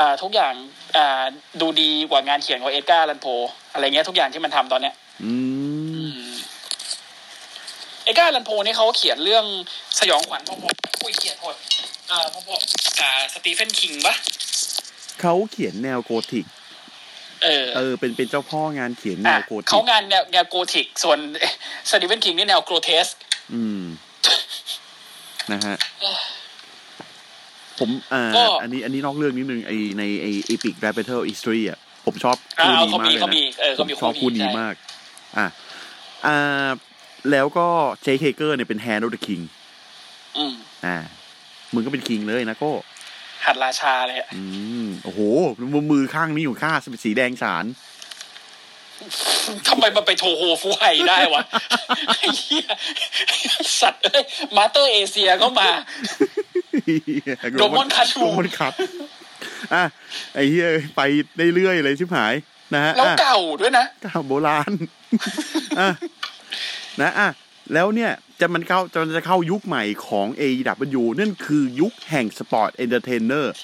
Speaker 2: อ่าทุกอย่างอ่าดูดีกว่างานเขียนของเอ็ดการ์ลันโพ อะไรเงี้ยทุกอย่างที่มันทำตอนเนี้ย
Speaker 1: อืม
Speaker 2: เอ็ดการ์ลันโพนี่เขาเขียนเรื่องสยองขวัญพอๆคุยเขียนหมดอ่าพอๆอ่าสตีเฟนคิงปะ
Speaker 1: เขาเขียนแนวโกธิก
Speaker 2: เออ
Speaker 1: เออ เป็นเป็นเจ้าพ่องานเขียนแน
Speaker 2: อ่ะ
Speaker 1: วโกธิ
Speaker 2: เขา
Speaker 1: ก
Speaker 2: งานแนวแนวโกธิก ส่วน สตีเฟนคิงนี่แนวโกรเทส
Speaker 1: อืม นะฮะ ผมอ่า
Speaker 2: ก็
Speaker 1: อันนี้อันนี้นอกเรื่องนิดนึงไอในไอเอพิกแรปเปอร์อิสตรีอ่ะ ผมชอบ
Speaker 2: อ่า
Speaker 1: คู่
Speaker 2: เอา
Speaker 1: นี้
Speaker 2: เขา
Speaker 1: มาก
Speaker 2: มี
Speaker 1: เลยนะผ
Speaker 2: เขามีเออเขา
Speaker 1: ม
Speaker 2: มี
Speaker 1: ชอบคู่นี้
Speaker 2: ใช่
Speaker 1: มาก อ่ะอ่า แล้วก็เจคเคเกอร์เนี่ยเป็นแฮร์ of the King
Speaker 2: อืม
Speaker 1: อ่า มึงก็เป็นคิงเลยนะโก็
Speaker 2: หัดราชาเลยอะ
Speaker 1: อืม โอ้โห มือมือข้างนี้อยู่ข้าเป็นสีแดงฉ าน
Speaker 2: ทำไมมันไปโทโฮฟูไฮได้วะ ไอ้เหี้ยสัตว์เอ้ยมาเตอร์เอเชียก็มา Doraemon Cartoon
Speaker 1: โดมอนคัตอ่ะไอ้เหี้ยไปเรื่อยๆเลยชิบหาย นะฮะ
Speaker 2: แล้ว
Speaker 1: อ่ะ
Speaker 2: เก่าด้วยนะ
Speaker 1: เก่าโบราณ อ่ะนะอ่ะแล้วเนี่ยจะมันเข้าจะมันจะเข้ายุคใหม่ของ AEW นั่นคือยุคแห่งสปอร์ตเอนเตอร์เทนเนอร์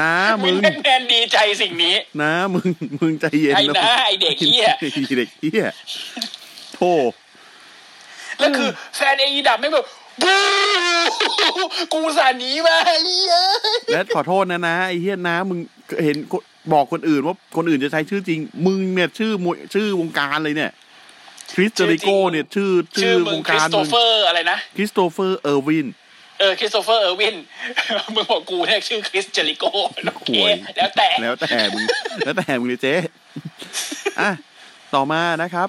Speaker 1: นะ
Speaker 2: วิ
Speaker 1: มึ
Speaker 2: น
Speaker 1: ง
Speaker 2: แมนดีใจสิ่งนี้
Speaker 1: นะมึง มึงใจเย็น
Speaker 2: ไอ้นะไอ้เด็กเหี้ย
Speaker 1: ไอ้เด็กเหี้ยโธ่
Speaker 2: แล้วคือแฟนเอดับไม่ง แบบบูกูสาหนีมาไอ้เหี้ย
Speaker 1: และขอโทษนะนะไอ้เหี้ยนะ มึงเห็นคนบอกคนอื่นว่าคนอื่นจะใช้ชื่อจริง มึงเนี่ยชื่อมวยชื่อวงการเลยเนี่ยคริสเจอริโกเนี่ยชื่อ
Speaker 2: ชื่
Speaker 1: ชื่
Speaker 2: อ
Speaker 1: อ
Speaker 2: มึ
Speaker 1: ว
Speaker 2: ง
Speaker 1: ง
Speaker 2: คริ
Speaker 1: กา
Speaker 2: ส
Speaker 1: ร
Speaker 2: โต
Speaker 1: มึง
Speaker 2: เฟอร์อะไรนะ
Speaker 1: คริสโตเฟอร์เออร์วิน
Speaker 2: เออคริสโตเฟอร์เออร์วิน มึงบอกกูเนี่ยชื่อคริสเจริโกโอเค
Speaker 1: ห่วย
Speaker 2: แล้วแต่
Speaker 1: แล้วแต่มึง แล้วแต่มึงเลยเจ๊อ่ะต่อมานะครับ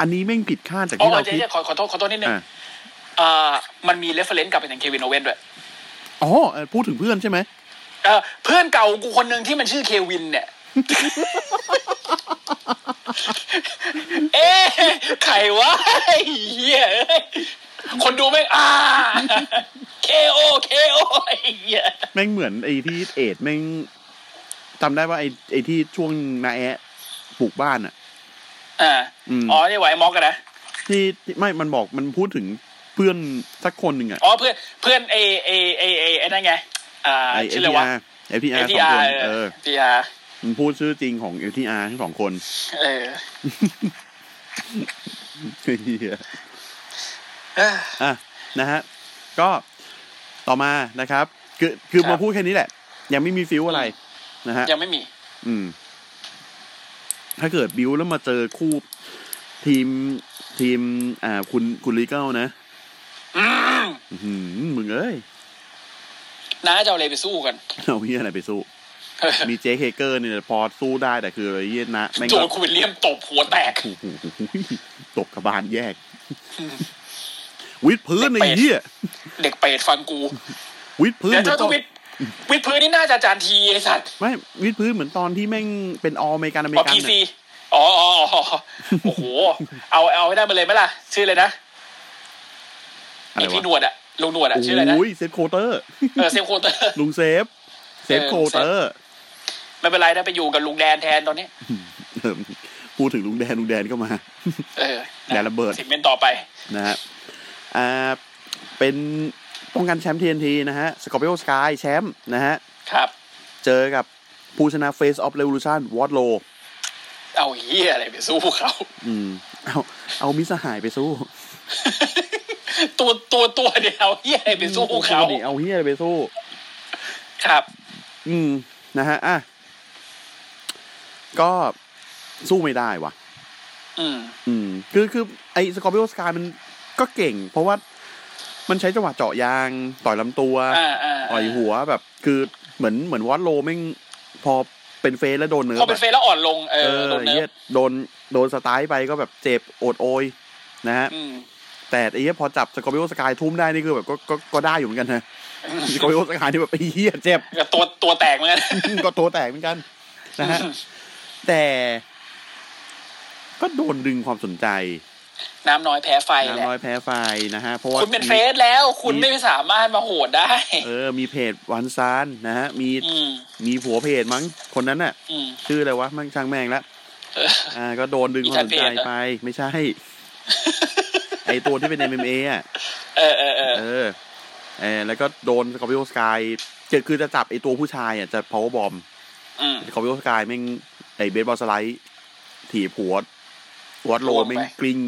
Speaker 1: อันนี้แม่งผิดคาดจาก
Speaker 2: อ๋
Speaker 1: ที่
Speaker 2: อ
Speaker 1: เรา
Speaker 2: เจ๊
Speaker 1: คิด
Speaker 2: เจ๊ขอขอโทษขอโทษนิดนึง
Speaker 1: อ่ะ
Speaker 2: อ่ามันมีเรฟเฟรนซ์กลับไปถึงเควินโอเว่นด้วย
Speaker 1: อ๋อเออพูดถึงเพื่อนใช่ไหม
Speaker 2: เออเพื่อนเก่ากูคนหนึ่งที่มันชื่อเควิน เนี่ย เอ๊ะใครวะไอ้เหี้ยเอ้ยคนดูไม่ อ่า KO KO ไอ้เหี้ย
Speaker 1: แม่งเหมือนไอ้ที่เอดแม่งจำได้ว่าไอ้ไอ้ที่ช่วงนาแอะปลูกบ้านอ่ะ
Speaker 2: อ่า
Speaker 1: อืม
Speaker 2: อ๋อนี่ไหวมอกกันนะ
Speaker 1: ที่ที่ไม่มันบอกมันพูดถึงเพื่อนสักคนหนึ่งอ่ะ
Speaker 2: อ๋อเพื่อนเพื่อนเอเอเอเอไอ้นั่นไง อ่า
Speaker 1: ไอ้เอ
Speaker 2: ชื่อ
Speaker 1: ที
Speaker 2: อะไรวะ
Speaker 1: อาร์เอทีอาร์ส
Speaker 2: ที
Speaker 1: อง
Speaker 2: อา
Speaker 1: ค
Speaker 2: ร์
Speaker 1: นเออ
Speaker 2: ทีอาร์
Speaker 1: มันพูดชื่อจริงของเอทีอาร์ทั้งสอง คน
Speaker 2: เออ
Speaker 1: เฮีย
Speaker 2: เออ
Speaker 1: อ่ะนะฮะก็ต่อมานะครับ คือคือ
Speaker 2: ครับ
Speaker 1: มาพูดแค่นี้แหละ ยังไม่มีฟิวอะไรนะฮะ
Speaker 2: ยังไม่มี
Speaker 1: อืม ถ้าเกิดบิวแล้วมาเจอคู่ทีมทีม อ่า คุณคุณลีเกิลนะ
Speaker 2: อืม
Speaker 1: อื้อหือมึงเอ้ย
Speaker 2: น้าจะเอาอะไรไปสู้กัน
Speaker 1: เอาเฮียอะไรไปสู้
Speaker 2: เออ
Speaker 1: มีเจคเฮเกอร์เนี่ยพอสู้ได้แต่คือไอ้เหี้ยนะแม่ง
Speaker 2: โจ
Speaker 1: ก็
Speaker 2: นคุณวิลเลียมตบหัวแตก
Speaker 1: โอ้โหตบกระบาลแยก วิดพื้นไอ้เหี้ย
Speaker 2: เด็กเปรตฟังกู
Speaker 1: วิดพื้น
Speaker 2: เดี๋ยว
Speaker 1: เหมื
Speaker 2: เจ้า
Speaker 1: อน
Speaker 2: ท
Speaker 1: ตอน
Speaker 2: วิตวิดพื้นนี่น่าจะอาจารย์ทีไอสัตว์
Speaker 1: ไม่วิดพื้นเหมือนตอนที่แม่งเป็นอเมริกันอเม
Speaker 2: อ๋
Speaker 1: ริ
Speaker 2: อ
Speaker 1: กัน
Speaker 2: พีซีอ๋ออ๋ออ๋อโอ้โห เอาเอาให้ได้มาเลยไหมล่ะ ชื่ออะไรนะ
Speaker 1: อะไร
Speaker 2: ไอพี่หน
Speaker 1: วะ
Speaker 2: วดอะลุงหนวดอะชื่ออะไรนะ
Speaker 1: โอ้ยเซฟโคเตอร์
Speaker 2: เออเซมโคเตอร์
Speaker 1: ลุงเซฟ เซฟ
Speaker 2: เออ
Speaker 1: โคเตอร์
Speaker 2: ไม่เป็นไรนะไปอยู่กับลุงแดนแทนตอนนี้
Speaker 1: เออ พูดถึงลุงแดนลุงแดนก็มา
Speaker 2: เออ
Speaker 1: แดนระเบิด
Speaker 2: สิบเป็นต่อไป
Speaker 1: นะฮะ อ่า เป็นป้องกันแชมป์ TNT นะฮะ สกอร์เ o ียสกายแชมป์นะฮะ
Speaker 2: ครับ
Speaker 1: เจอกับผู้ชนะ Face of Revolution วอตโล
Speaker 2: เอาเฮียอะไรไปสู้เขา
Speaker 1: อืม เอา เอามิตรสหายไปสู้
Speaker 2: ตัวตัวตัวเดียวเฮียอะไรไปสู้เขา
Speaker 1: ดิเอาเฮียอะไรไปสู้
Speaker 2: ครับ
Speaker 1: อืม นะฮะ อ่ะ ก็สู้ไม่ได้ว่ะ
Speaker 2: อืม
Speaker 1: อืม คือ คือ ไอ้สกอร์เ o ียสกายมันก็เก่ง เพราะว่า มันใช้จังหวะเจาะยาง ต่อยลำตัว
Speaker 2: อ่าอ่า
Speaker 1: ต่อยหัวแบบคือเหมือนเหมือนวอตโลแม่งพอเป็นเฟสแล้วโดนเนื้
Speaker 2: พอเป็นเฟซแล้วอ่อนลง เอ
Speaker 1: เอ
Speaker 2: อ
Speaker 1: อ
Speaker 2: โดนเนิ
Speaker 1: เหี้ย
Speaker 2: ร์ฟ
Speaker 1: โดนโดนสไตล์ไปก็แบบเจ็บโอดโอยนะฮะ
Speaker 2: อืม
Speaker 1: แต่ไอ้เหี้ยพอจับสกอร์ p ิโอสกายทุ่มได้นี่คือแบบก็ก็ก็ได้อยู่เหมือนกัน นะสกอร์ p ิโอสกายนี่แบบไอ้เหี้ยเจ็บ
Speaker 2: ก็ตัวตัวแตกเหมือนกัน
Speaker 1: ก็ตัวแตกเหมือนกัน นะฮะ แต่ ก็โดนดึงความสนใจ
Speaker 2: น้ำน้อยแพ้ไฟแห
Speaker 1: น้ำ
Speaker 2: ละ
Speaker 1: น้อยแพ้ไฟนะฮะ เพราะว่า
Speaker 2: คุณเป็นเฟสแล้ว คุณไม่สามารถมาโหด ได้
Speaker 1: เออ มีเพจวันซานนะฮะ มี
Speaker 2: อืม
Speaker 1: มีผัวเพจมั้งคนนั้นน่ะ
Speaker 2: อืม
Speaker 1: ชื่ออะไรวะมันช่างแม่งละ
Speaker 2: เออ
Speaker 1: อ่า ก็โดนดึงความสนใจไป ไม่ใช่ ไอตัวที่เป็น MMA อ่ะ
Speaker 2: เออเออเออ
Speaker 1: เออเออแล้วก็โดนสกอร์พิโอสกายเจอคือจะจับไอตัวผู้ชายอ่ะจะ power bomb
Speaker 2: อืม
Speaker 1: สกอร์พิโอสกายแม่งไอเบสบอลสไลด์ถีบหัววัดโล
Speaker 2: ล่วงไป
Speaker 1: แม่งกลิ้ง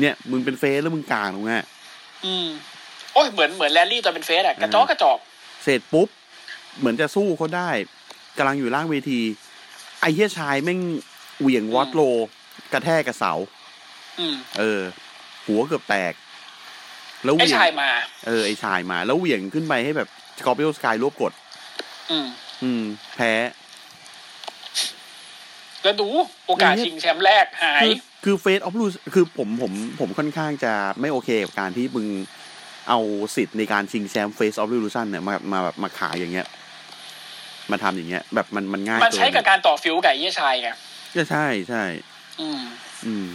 Speaker 1: เนี่ย มึงเป็นเฟสแล้วมึงกลางตรงนี้
Speaker 2: อืม โอ้ยเหมือนเหมือนแรลลี่ตอนเป็นเฟสอะกระจอกกระจอก
Speaker 1: เสร็จปุ๊บ เหมือนจะสู้เขาได้กำลังอยู่ล่างเวที ไอเฮียชายแม่งเหวี่ยงวัดโลกระแทกกับเสา
Speaker 2: อืม
Speaker 1: เออ หัวเกือบแตก แล้วเห
Speaker 2: ไอ้
Speaker 1: วี่ยง
Speaker 2: ชายมา
Speaker 1: เออไอชายมา แล้วเหวี่ยงขึ้นไปให้แบบสกอร์เปียสกายรวบกด
Speaker 2: อืม
Speaker 1: อืม แพ้
Speaker 2: แล้วดูโอกาสชิงแชมป์แรกหาย
Speaker 1: คือคือเฟสออฟลูคือผมผมผมค่อนข้างจะไม่โอเคกับการที่มึงเอาสิทธิ์ในการชิงแชมป์เฟสออฟลูชันเนี่ยมามาแบบมาขายอย่างเงี้ย มาทำอย่างเงี้ย แบบมันมันง่าย
Speaker 2: มันใช้กับ
Speaker 1: เน
Speaker 2: การต่อฟิวกับไอ้เหี้ยชายไง
Speaker 1: ก็ใช่ใช่
Speaker 2: อืม
Speaker 1: อืม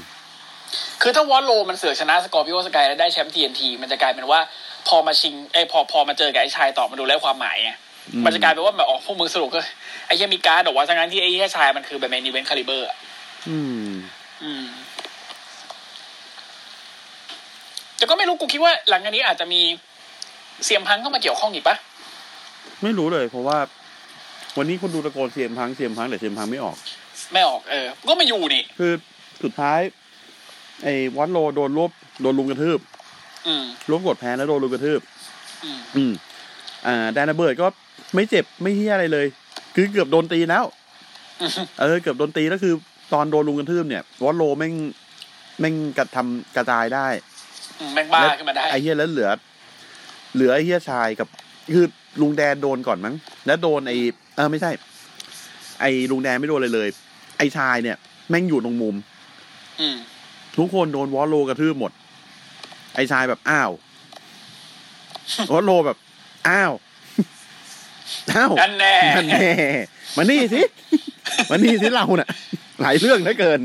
Speaker 2: คือถ้าวอลโลมันเสือกชนะสกอร์พิโอสกายแล้วได้แชมป์ทีเอ็นทีมันจะกลายเป็นว่าพอมาชิงไอยพอพอมาเจอกับไอ้ชายต่อมันดูไร้ความหมายไง
Speaker 1: อืม
Speaker 2: มันจะกลายเป็นว่าแบบอ๋อพวกมึงสรุปก็ไอ้เหี้ยมีการดบอกว่าทั้งนั้นที่ไอ้เหี้ยชายมันคือแบบแมนนิเวนคาลิเบอร์อะ
Speaker 1: อืม
Speaker 2: อืม แต่ก็ไม่รู้กูคิดว่าหลังจากนี้อาจจะมีเสียมพังเข้ามาเกี่ยวข้องอีกปะ
Speaker 1: ไม่รู้เลยเพราะว่า วันนี้คนดูตะโกนเสียมพังเสียมพังแต่เสียมพังไม่ออก
Speaker 2: ไม่ออกเออ ก็ไม่อยู่นี่
Speaker 1: คือสุดท้าย ไอ้วัดโลโดนรวบโดนลุมกระทืบ
Speaker 2: อืม
Speaker 1: รวบกดแพ้แล้วโดนลุมกระทืบ
Speaker 2: อืม
Speaker 1: อืม อ่าแดนนาเบิร์ดก็ไม่เจ็บไม่เฮี้ยอะไรเลย คือเกือบโดนตีแล้ว
Speaker 2: อือฮึ
Speaker 1: เออ เกือบโดนตีแล้วคือ ตอนโดนลุงกระทืบเนี่ยวอลโลแม่งแม่งกระทำกระจายได้
Speaker 2: อืมแม่งบ้า
Speaker 1: แล้ว
Speaker 2: ขึ้นมาได้
Speaker 1: ไอ้เฮี้ยแล้วเหลือ เหลือไอ้เฮี้ยชายกับ คือลุงแดนโดนก่อนมั้ง แล้วโดนไอ้เออไม่ใช่ ไอ้ลุงแดนไม่โดนเลยเลย ไอ้ชายเนี่ย แม่งอยู่ตรงมุม
Speaker 2: อืม
Speaker 1: ทุกคนโดนวอลโลกระทืบหมด ไอ้ชายแบบอ้าว วอลโลแบบ อ้าว อ้าว
Speaker 2: นั่นแน่
Speaker 1: นั่นแน่มานี่สิ มานี่สิเราน่ะ หลายเรื่องเหลือเกิน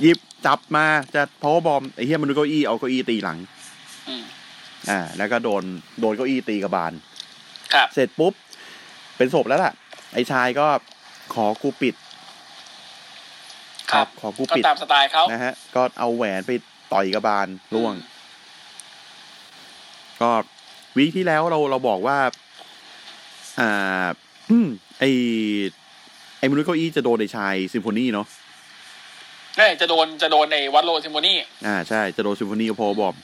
Speaker 1: หยิบจับมาจะพอบอมไอ้เหี้ยมันดูเก้าอี้เอาเก้าอี้ตีหลัง
Speaker 2: อืม
Speaker 1: อ่า แล้วก็โดนโดนเก้าอี้ตีกระบาล
Speaker 2: ครับ
Speaker 1: เสร็จปุ๊บ เป็นศพแล้วล่ะ ไอ้ชายก็ขอกูปิด
Speaker 2: ครับ
Speaker 1: ขอกู
Speaker 2: ก็
Speaker 1: ปิด
Speaker 2: ตามสไตล์เขา
Speaker 1: นะฮะ ก็เอาแหวนไปต่อยกระบาลล่วง ก็วีคที่แล้วเราเราบอกว่า อ่า อืมไอไอมนุษย์เก้าอี้จะโดนไอชายซิมโฟนีเนาะ
Speaker 2: เอ้ยจะโดนจะโดนในวัดโลซิมโมนี่
Speaker 1: อ่าใช่จะโดนซิมโฟนีกับพอบอม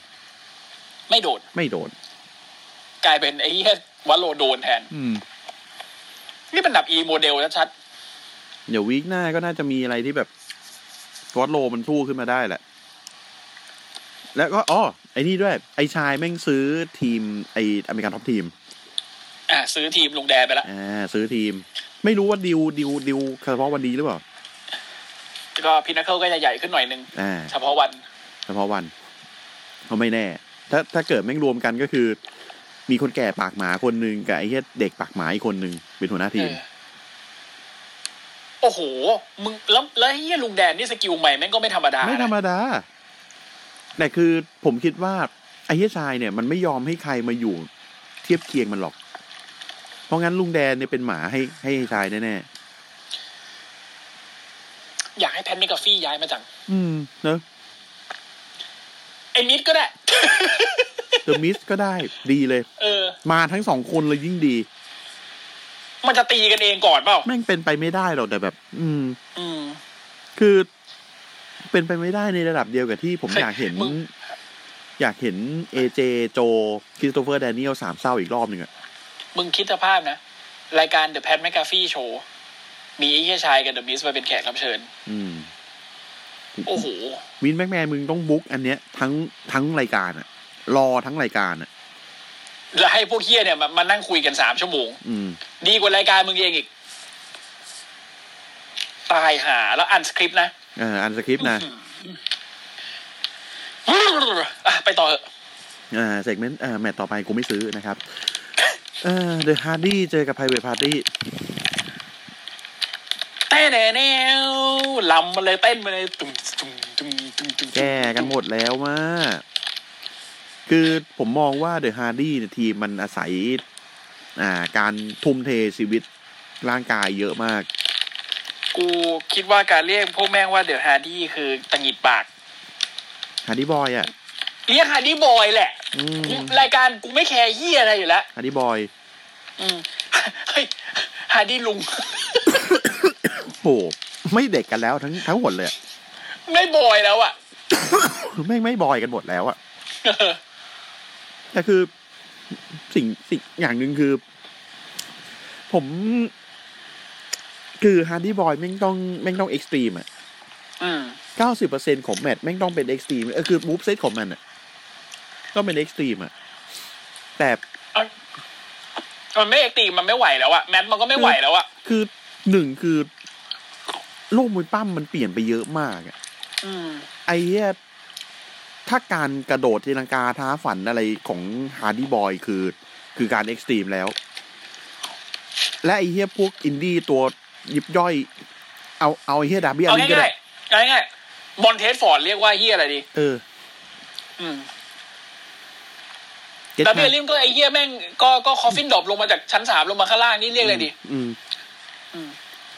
Speaker 2: ไม่โดน
Speaker 1: ไม่โดน
Speaker 2: กลายเป็นไอ้เหี้ ยวัลโลโดนแทน
Speaker 1: อืม
Speaker 2: นี่เป็นดับ E โมเดลชัด
Speaker 1: เดี๋ยววีคหน้าก็น่าจะมีอะไรที่แบบวอตโลมันสู้ขึ้นมาได้แหละ แล้วก็อ๋อไอนี่ด้วย ไอชายแม่งซื้อทีมไออเมริกันท็อปทีม
Speaker 2: ๆอ่า ซื้อทีมลุงแดงไปละ
Speaker 1: อ่าซื้อทีม ไม่รู้ว่าดิวดิวดิวเฉพาะวันนี้หรือเปล่า
Speaker 2: แล้วก็พินาเคิลก็จะใหญ่ขึ้นหน่อยนึง
Speaker 1: อ่า
Speaker 2: เฉพาะวัน
Speaker 1: เฉพาะวันเขาไม่แน่ ถ้าถ้าเกิดแม่งรวมกันก็คือ มีคนแก่ปากหมาคนหนึ่งกับไอ้เหี้ยเด็กปากหมาอีกคนหนึ่งเป็นหัวหน้าทีม
Speaker 2: เออโอ้โห มึงแล้วแล้วไอ้เฮียลุงแดนนี่สกิลใหม่แม่งก็ไม่ธรรมดา
Speaker 1: ไม่ธรรมดา แต่คือผมคิดว่า ไอ้เหี้ยชายเนี่ย มันไม่ยอมให้ใครมาอยู่ เทียบเคียงมันหรอก เพราะงั้นลุงแดนเนี่ยเป็นหมาให้ให้ไอ้ชายแน่
Speaker 2: อยากให้แพนมิกาฟี่ย้ายมาจัง
Speaker 1: ๆอืมเนอะ
Speaker 2: ไอ้มิดก็ได้
Speaker 1: เดอะมิสก็ได้ดีเลย
Speaker 2: เออ
Speaker 1: มาทั้งสองคนเลยยิ่งดี
Speaker 2: มันจะตีกันเองก่อนเปล่า
Speaker 1: แม่งเป็นไปไม่ได้หรอกแต่แบบ อืม
Speaker 2: อืม
Speaker 1: คือเป็นไปไม่ได้ในระดับเดียวกับที่ผม
Speaker 2: เฮ้ย
Speaker 1: อยากเห็น
Speaker 2: มึง
Speaker 1: อยากเห็นเอเจโจคริสโตเฟอร์แดเนียลสามเศร้าอีกรอบหนึ่งอะ
Speaker 2: มึงคิดสภาพนะ รายการเดอะแพนมิกาฟี่โชว์มีไอ้เฮียชายกับเดอะมิสมาเป็นแขกรับเชิญ
Speaker 1: อืม
Speaker 2: โอ้โห
Speaker 1: วินแม็กแมนมึงต้องบุ๊กอันเนี้ยทั้งทั้งรายการอะรอทั้งรายการอะ
Speaker 2: แล้วให้พวกเฮียเนี่ยมามานั่งคุยกันสามชั่วโมง
Speaker 1: อืม
Speaker 2: ดีกว่ารายการมึงเองอีก ตายหาแล้วอ่านสคริปต์นะ
Speaker 1: เอออันสคริปต์นะ
Speaker 2: อ่ะไปต่อเถอะ
Speaker 1: เอ่าเซกเมนต์เอ่อแมตต์ต่อไปกูไม่ซื้อนะครับ เออเดอะฮาร์ดี้เจอกับไพเวทพาร์ตี้
Speaker 2: แต่แนวแนวลำมาเลยเต้นมาเลยตุ้มตุ้มตุ้มตุ้มตุ้ม
Speaker 1: แก้กันหมดแล้วว่าคือผมมองว่าเดอะฮาร์ดี้เนี่ยทีมมันอาศัย อ่า การทุ่มเทชีวิตร่างกายเยอะมาก
Speaker 2: กูคิดว่าการเรียกพวกแม่งว่าเดี๋ยวฮาร์ดี้คือตังหงิดปาก
Speaker 1: ฮาร์ดี้บอยอ่ะ
Speaker 2: เรียกฮาร์ดี้บอยแหละ
Speaker 1: อืม
Speaker 2: รายการกูไม่แคร์เฮียอะไรอยู่แล้ว
Speaker 1: ฮาร์ดี้บอย
Speaker 2: อืมเฮ้ยฮาร์ดี้ลุง
Speaker 1: โห ไม่เด็กกันแล้วทั้งทั้งหมดเลยอะ
Speaker 2: ไม่บอยแล้วอ่ะ
Speaker 1: ไม่ไม่บอยกันหมดแล้วอะ
Speaker 2: เออ
Speaker 1: แต่คือสิ่งสิ่งอย่างหนึ่งคือ ผม คือฮาร์ดี้บอยแม่งต้องแม่งต้องเอ็กซ์ตรีมอะ
Speaker 2: อืม
Speaker 1: เก้าสิบเปอร์เซ็นของแมตช์แม่งต้องเป็นเอ็กซ์ตรีมเออคือมูฟเซตของมันอะต้องเป็นเอ็กซ์ตรีมอะแต่
Speaker 2: มันไม่เอกตีมันไม่ไหวแล้วอ่ะแมทมันก็ไม่ไหวแล้วอ่ะ
Speaker 1: คือหนึ่งคือ โลกมวยปั้มมันเปลี่ยนไปเยอะมากอะ
Speaker 2: อืม
Speaker 1: ไอ้เหี้ยถ้าการกระโดดทีลังกาท้าฝันอะไรของฮาร์ดี้บอยคือ คือการเอ็กซ์ตรีมแล้ว และไอ้เหี้ยพวกอินดี้ตัวยิบย่อย เอาเอาไอ้เหี้ยดาร์บี้
Speaker 2: เอา
Speaker 1: อาลินก็
Speaker 2: ง่า
Speaker 1: ได้
Speaker 2: ยๆเอาง่ายๆมอนเทสฟอร์ดเรียกว่าเฮียอะไรดี
Speaker 1: เออ
Speaker 2: อืม
Speaker 1: เก็ต
Speaker 2: ดับเบิลลิมก็ไอ้เหี้ยแม่งก็ก็คอฟฟินดรอปลงมาจากชั้นสามลงมาข้างล่างนี่เรียกอะไรดี
Speaker 1: อืม
Speaker 2: อืม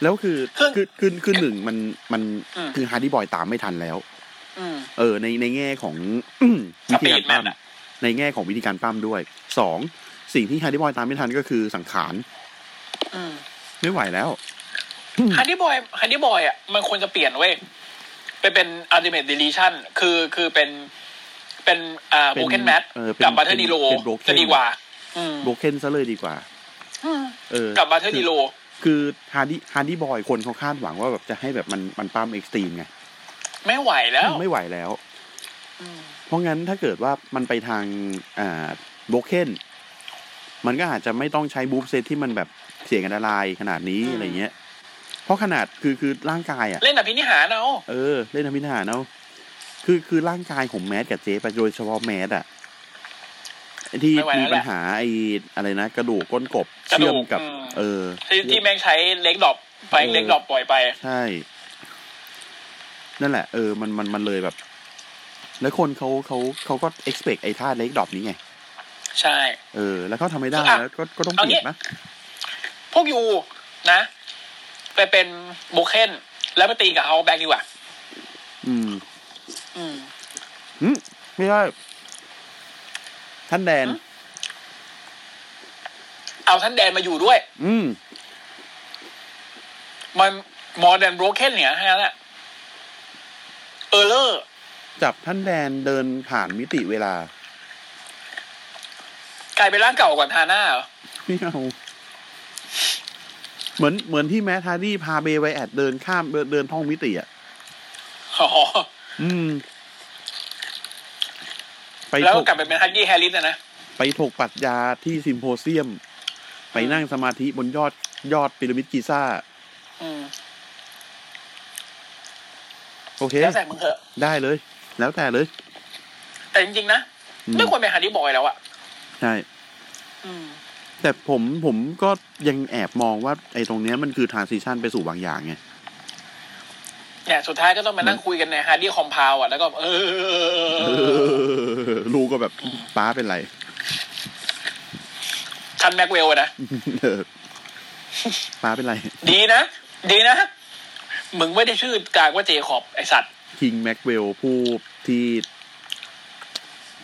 Speaker 1: แล้วคือ
Speaker 2: คือ
Speaker 1: คือคือคือหนึ่งมันมัน
Speaker 2: อืม
Speaker 1: คือฮาร์ดี้บอยตามไม่ทันแล้ว
Speaker 2: อืม
Speaker 1: เออในในแง่ของ
Speaker 2: ส
Speaker 1: วิ
Speaker 2: ปี
Speaker 1: ธีกา
Speaker 2: ด
Speaker 1: ร
Speaker 2: แม
Speaker 1: ปั้
Speaker 2: น
Speaker 1: ม
Speaker 2: อะ
Speaker 1: ในแง่ของวิธีการปั้มด้วยสองสิ่งที่ฮาร์ดี้บอยตามไม่ทันก็คือสังขาร
Speaker 2: อืม
Speaker 1: ไม่ไหวแล้ว
Speaker 2: ฮันดี้บอยฮันดี้บอยอ่ะมันควรจะเปลี่ยนเว้ยไปเป็นอัลติเม e เดลิชันคือคือเป็นเป็นอ่า
Speaker 1: เป็
Speaker 2: โบ
Speaker 1: น
Speaker 2: เกนแมท
Speaker 1: เออเป็น
Speaker 2: กับบัตเทอร์ดีโล
Speaker 1: เป็น Broken
Speaker 2: จะดีกว่า อืม
Speaker 1: โบเคนซะเลยดีกว่า เออ
Speaker 2: กับบัตเทอร์ดีโล
Speaker 1: คือฮาร์ดี้ฮาร์ดี้บอยคนเขาคาดหวังว่าแบบจะให้แบบมันมันปั้มเอ็กซ์ตรีมไง
Speaker 2: ไม่ไหวแล้ว
Speaker 1: ไม่ไหวแล้ว เพราะงั้นถ้าเกิดว่ามันไปทางอ่าโบเคนมันก็อาจจะไม่ต้องใช้บูฟเซตที่มันแบบเสียงกันละลายขนาดนี้
Speaker 2: อืม
Speaker 1: อะไรเงี้ย เพราะขนาดคือคือร่างกายอ่ะ
Speaker 2: เล่นแบบพินิหารเอา
Speaker 1: เออ เล่นทำพิธารเอาคือคือร่างกายของแมสกับเจ๊ไปโดยเฉพาะแมสอ่ะที่มีปัญหาไอ้อะไรนะกระดูกก้นกบเชื่อมกับ เออ
Speaker 2: ที่ที่แม่งใช้เล็กดรอปไป
Speaker 1: เออ
Speaker 2: เล็กดรอปปล่อยไป
Speaker 1: ใช่ นั่นแหละ เออ มัน มัน มันเลยแบบ แล้วคนเขาเขาเขาก็ expect ไอ้ท่าเล็กดรอปนี้ไง
Speaker 2: ใช่
Speaker 1: เออ แล้วเขาทำไม่ได้
Speaker 2: อ่ะ
Speaker 1: แล้วก็ก็ต้อง
Speaker 2: เอา
Speaker 1: เป
Speaker 2: งี้
Speaker 1: ลี่ยนนะ
Speaker 2: พวกยูนะ ไปเป็นโบเคนแล้วไปตีกับเขาแบ็กดีกว่า
Speaker 1: อืม
Speaker 2: อืม
Speaker 1: หึไม่ได้ ท่านแดน
Speaker 2: หึ เอาท่านแดนมาอยู่ด้วย
Speaker 1: อืม
Speaker 2: มันมอร์แดนโบรเคนเนี่ยฮะน่ะเออเลอร์
Speaker 1: จับท่านแดนเดินผ่านมิติเวลา
Speaker 2: กลายเป็นร่างเก่ากว่าทาน่าเหรอ
Speaker 1: ไม่เอา เหมือน เหมือนที่แมทฮาร์ดี้พาเบย์ไวแอดเดินข้ามเดินเดินท่องมิติอ่ะ
Speaker 2: อ๋อ
Speaker 1: อืม ไป
Speaker 2: แล้ว
Speaker 1: ถ
Speaker 2: ก็
Speaker 1: ก
Speaker 2: กลับไปเป็นฮักกี้แฮร์ริสนะนะ
Speaker 1: ไปถกปรัชญาที่ซิมโพเซียม ไปนั่งสมาธิบนยอดยอดพีระมิดกีซ่า
Speaker 2: อืม
Speaker 1: โอเค
Speaker 2: แล้วแต่มึงเถอะ
Speaker 1: ได้เลย แล้วแต่เลย
Speaker 2: แต่จริงๆนะ
Speaker 1: อืม
Speaker 2: ไม่ควรเป็นฮาร์ดี้บอยแล้วอะ
Speaker 1: ใช่
Speaker 2: อืม
Speaker 1: แต่ผมผมก็ยังแอบมองว่าไอ้ตรงเนี้ยมันคือทรานซิชันไปสู่บางอย่างไง
Speaker 2: เนี่ยสุดท้ายก็ต้องมานั่งคุยกันในฮาร์ดี้คอมพาวอ่ะ แล้วก็ เอ
Speaker 1: เอ
Speaker 2: อ
Speaker 1: อลูกก็แบบป้าเป็นไร
Speaker 2: คันแม็กเวลอะนะ
Speaker 1: เออป้าเป็นไร
Speaker 2: ดีนะ ดีนะ มึงไม่ได้ชื่อกลางว่าเจคอบไอสัตว์
Speaker 1: คิงแม็กเวลผู้ที่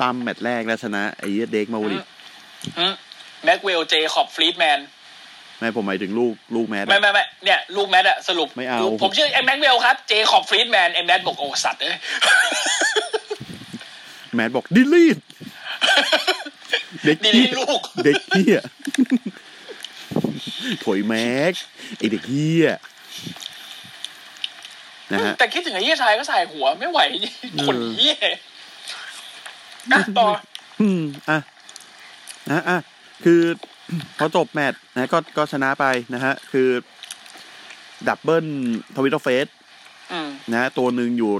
Speaker 1: ตั้มแมตช์แรกแล้วชนะไอ้เหี้ยเด็กมาวุลิ
Speaker 2: แม็กเวลเจคอบฟรีดแมน
Speaker 1: ไม่ผมหมายถึงลูกลูกแมท
Speaker 2: ไม่
Speaker 1: อะ
Speaker 2: ไม่ไม่เนี่ยลูกแมทอะสรุป
Speaker 1: ไม่เอา
Speaker 2: ลูกผมชื่อไอแม็กเวลครับ เจคอบฟรีดแมนไอแมทบอกโอ้สัตว์เอ้ย
Speaker 1: แมทบอกดิลี ทเด็ก
Speaker 2: ดี
Speaker 1: เหี้ย
Speaker 2: ลูก
Speaker 1: เด็กเฮียถอยแม็กไอเด็กเฮียนะฮะ
Speaker 2: แต่คิดถึงไอ้เยี่ยชายก็ใส่หัวไม่ไหวขน
Speaker 1: เออ
Speaker 2: เยี่ยนะต่อ
Speaker 1: อืมอ่ะนะอ่ะคือ พอจบแมตช์นะก็ก็ชนะไปนะฮะ คือ ดับเบิลทวิตเตอร์เฟส
Speaker 2: อืม
Speaker 1: นะตัวหนึ่งอยู่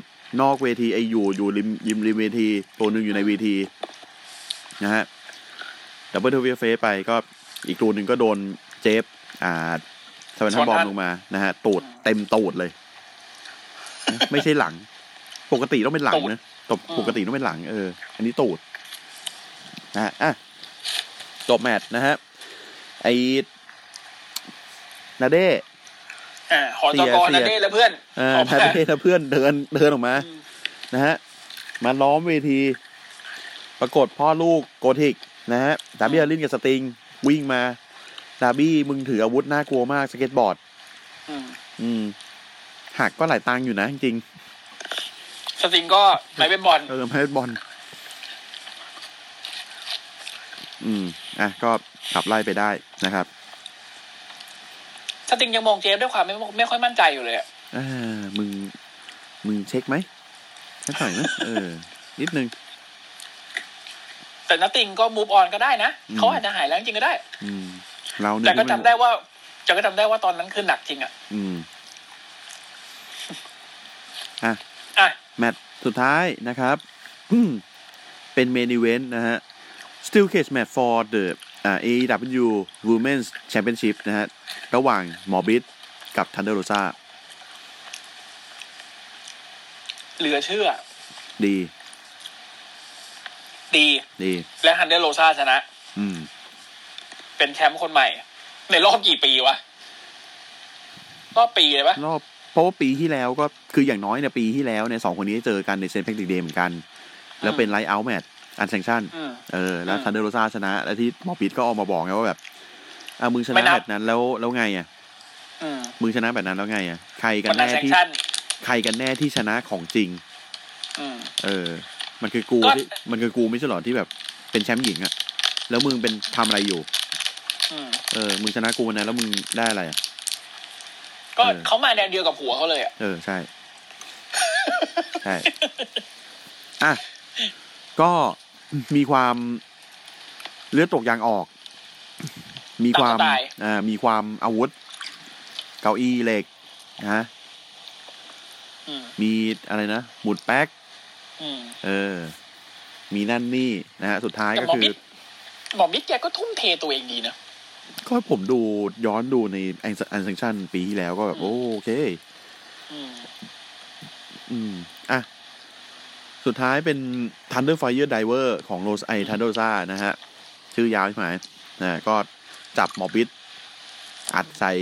Speaker 1: นอกเวทีไออยู่อยู่ริมยิมริมเวที ตัวหนึ่งอยู่ในเวทีนะฮะดับเบิลทวีเฟสไปก็อีกตัวหนึ่งก็โดนเจฟอ่าสวันทันบอม
Speaker 2: Swanton
Speaker 1: ลงมานะฮะตูดเต็มตูดเลย ไม่ใช่หลัง ปกติต้องเป็นหลัง
Speaker 2: ตูด
Speaker 1: นะตบ
Speaker 2: อืม
Speaker 1: ปกติต้องเป็นหลังเออ อันนี้ตูดนะฮะอ่ะจบแมตช์นะฮะไอนาเด้
Speaker 2: อ่าหอจกรนันเด้และเพื่อน
Speaker 1: เออ
Speaker 2: ออก
Speaker 1: แพท
Speaker 2: มา
Speaker 1: เทศเพื่อนเดินเดินออกมา
Speaker 2: อืม
Speaker 1: นะฮะ มาล้อมเวที ปรากฏพ่อลูกโกธิก นะฮะ ดาบี้อารินกับสติง วิ่งมา ดาบี้มึงถืออาวุธน่ากลัวมากสเก็ตบอร์ด
Speaker 2: อืม
Speaker 1: อืม หักก็หลายตังค์อยู่นะจริง
Speaker 2: สติงก็ไม่เป็นบอล
Speaker 1: ๆเออไม่ได้บอล อืม อ่ะ ก็ขับไล่ไปได้นะครับ
Speaker 2: สติงยังมองเจฟด้วยความไม่ไม่ค่อยมั่นใจอยู่เลยอะ
Speaker 1: อ่า มึง มึงเช็คไหมสักหน่อยนะเออ นิดนึง
Speaker 2: แต่นัตติงก็มูฟออนก็ได้นะ
Speaker 1: อืม
Speaker 2: เขาอาจจะหายแล้วจริงก็ได้
Speaker 1: อืม เราเนี่ย
Speaker 2: แต่ก็จำ
Speaker 1: ที่มัน
Speaker 2: ได้ว่าแต่ก็จำได้ว่าตอนนั้นคือหนักจริงอ่ะ
Speaker 1: อืม
Speaker 2: อ่ะ
Speaker 1: แมตช์สุดท้ายนะครับอืมเป็นเมนิเวนนะฮะ Steel Cage Match for the อ่า AEW Women's Championship นะฮะ ระหว่างหมอบิทกับทันเดอร์โรซา
Speaker 2: เหลือเชื่อ
Speaker 1: ดี
Speaker 2: ดี
Speaker 1: ดี
Speaker 2: และฮันเดอร์โรซาชนะ
Speaker 1: อืม
Speaker 2: เป็นแชมป์คนใหม่ ในรอบกี่ปีวะรอบปีเลยปะ
Speaker 1: รอบเพราะว่าปีที่แล้วก็คืออย่างน้อยเนี่ยปีที่แล้วเนี่ยสองคนนี้เจอกันในเซนต์แพคติกเดย์เหมือนกัน แล้วเป็นไลท์เอาท์แมตช์อันแซงชั่น
Speaker 2: อืม
Speaker 1: เออ แล้ว
Speaker 2: อืม
Speaker 1: ทันเดอร์โรซาชนะ แล้วที่หมอบิทก็ออกมาบอกไงว่าแบบ อ่ามึงช
Speaker 2: ไม่
Speaker 1: นะ
Speaker 2: นับ
Speaker 1: แบบนั้นแล้วแล้วไงอ่ะ
Speaker 2: อืม
Speaker 1: มึงชนะแบบนั้นแล้วไงอ่ะ ใครกัน
Speaker 2: วันนั้
Speaker 1: แน่
Speaker 2: นแซง
Speaker 1: ที่
Speaker 2: ชั่น
Speaker 1: ใครกันแน่ที่ชนะของจริง
Speaker 2: อืม
Speaker 1: เออ มันคือกู
Speaker 2: ก็
Speaker 1: ที่มันคือกูไม่ใช่หรอที่แบบเป็นแชมป์หญิงอะแล้วมึงเป็นทำอะไรอยู่
Speaker 2: อืม
Speaker 1: เออ มึงชนะกูวันนะ แล้วมึงได้อะไรอะ
Speaker 2: ก็
Speaker 1: เออ
Speaker 2: เขามาแนวเดียวกับหัวเขาเลยอ่ะ
Speaker 1: เออ ใช่ ใช่ อ่ะ ก็มีความเลือดตกยางออก มีความ
Speaker 2: ตามสไตล์
Speaker 1: อ่า มีความอาวุธ เก้าอี้เหล็กนะ
Speaker 2: อืม
Speaker 1: มีอะไรนะ หมุดแป๊ก
Speaker 2: อืม
Speaker 1: เออ มีนั่นนี่นะฮะ สุดท้าย
Speaker 2: แต่
Speaker 1: ก็
Speaker 2: หมอ
Speaker 1: คือ
Speaker 2: บิ๊กหมอบิ๊กแกก็ทุ่มเทตัวเองดีนะ
Speaker 1: ก็ผมดูย้อนดูในแอนซังชันปีที่แล้วก็แบบ
Speaker 2: อื
Speaker 1: โอ้
Speaker 2: ม
Speaker 1: โอเค
Speaker 2: อืม
Speaker 1: อืม อ่ะ สุดท้ายเป็น Thunder Fire Diver ของโรสไอทันเดอร์ซ่านะฮะ ชื่อยาวใช่ไหมนะก็จับหมอบิดอัดใส่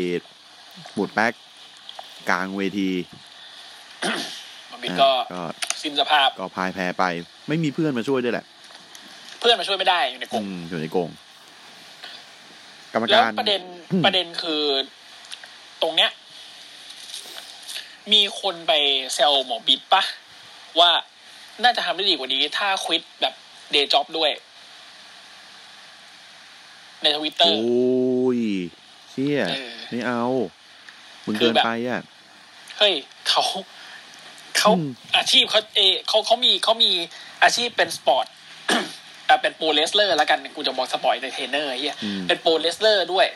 Speaker 1: หมุดแป๊ก กลางเวที
Speaker 2: หมอบิ๊ก
Speaker 1: นะ
Speaker 2: ก็
Speaker 1: ก็
Speaker 2: สิ้นสภาพ
Speaker 1: ก็พายแพ้ไป ไม่มีเพื่อนมาช่วยด้วยแหละ
Speaker 2: เพื่อนมาช่วยไม่ได้อยู่ในก
Speaker 1: อื
Speaker 2: ลุ่ม
Speaker 1: มอยู่ในกรงกรรม
Speaker 2: แล้ว
Speaker 1: การ
Speaker 2: ประเด็น
Speaker 1: อืม
Speaker 2: ประเด็นคือตรงเนี้ย มีคนไปเซลหมอบิ๊กปะว่าน่าจะทำได้ดีกว่านี้ ถ้าควิดแบบเดย์จ็อบด้วย ในทวิตเตอ
Speaker 1: โอ้
Speaker 2: ร์
Speaker 1: ยเชี่ย
Speaker 2: เออ
Speaker 1: ไม่เอา มึง
Speaker 2: คือ
Speaker 1: เกิน
Speaker 2: แบบ
Speaker 1: ไปอ่ะ
Speaker 2: เฮ้ยเขาเขา
Speaker 1: อืม
Speaker 2: อาชีพเขาเออเขาเขามีเขามีอาชีพเป็นสปอร์ต เอ อ่ะเป็นโปรเลสเลอร์แล้วกันกูจะบอกสปอยในเทรนเนอร์ไอ้เฮีย
Speaker 1: อืม
Speaker 2: เป็นโปรเลสเลอร์ด้วย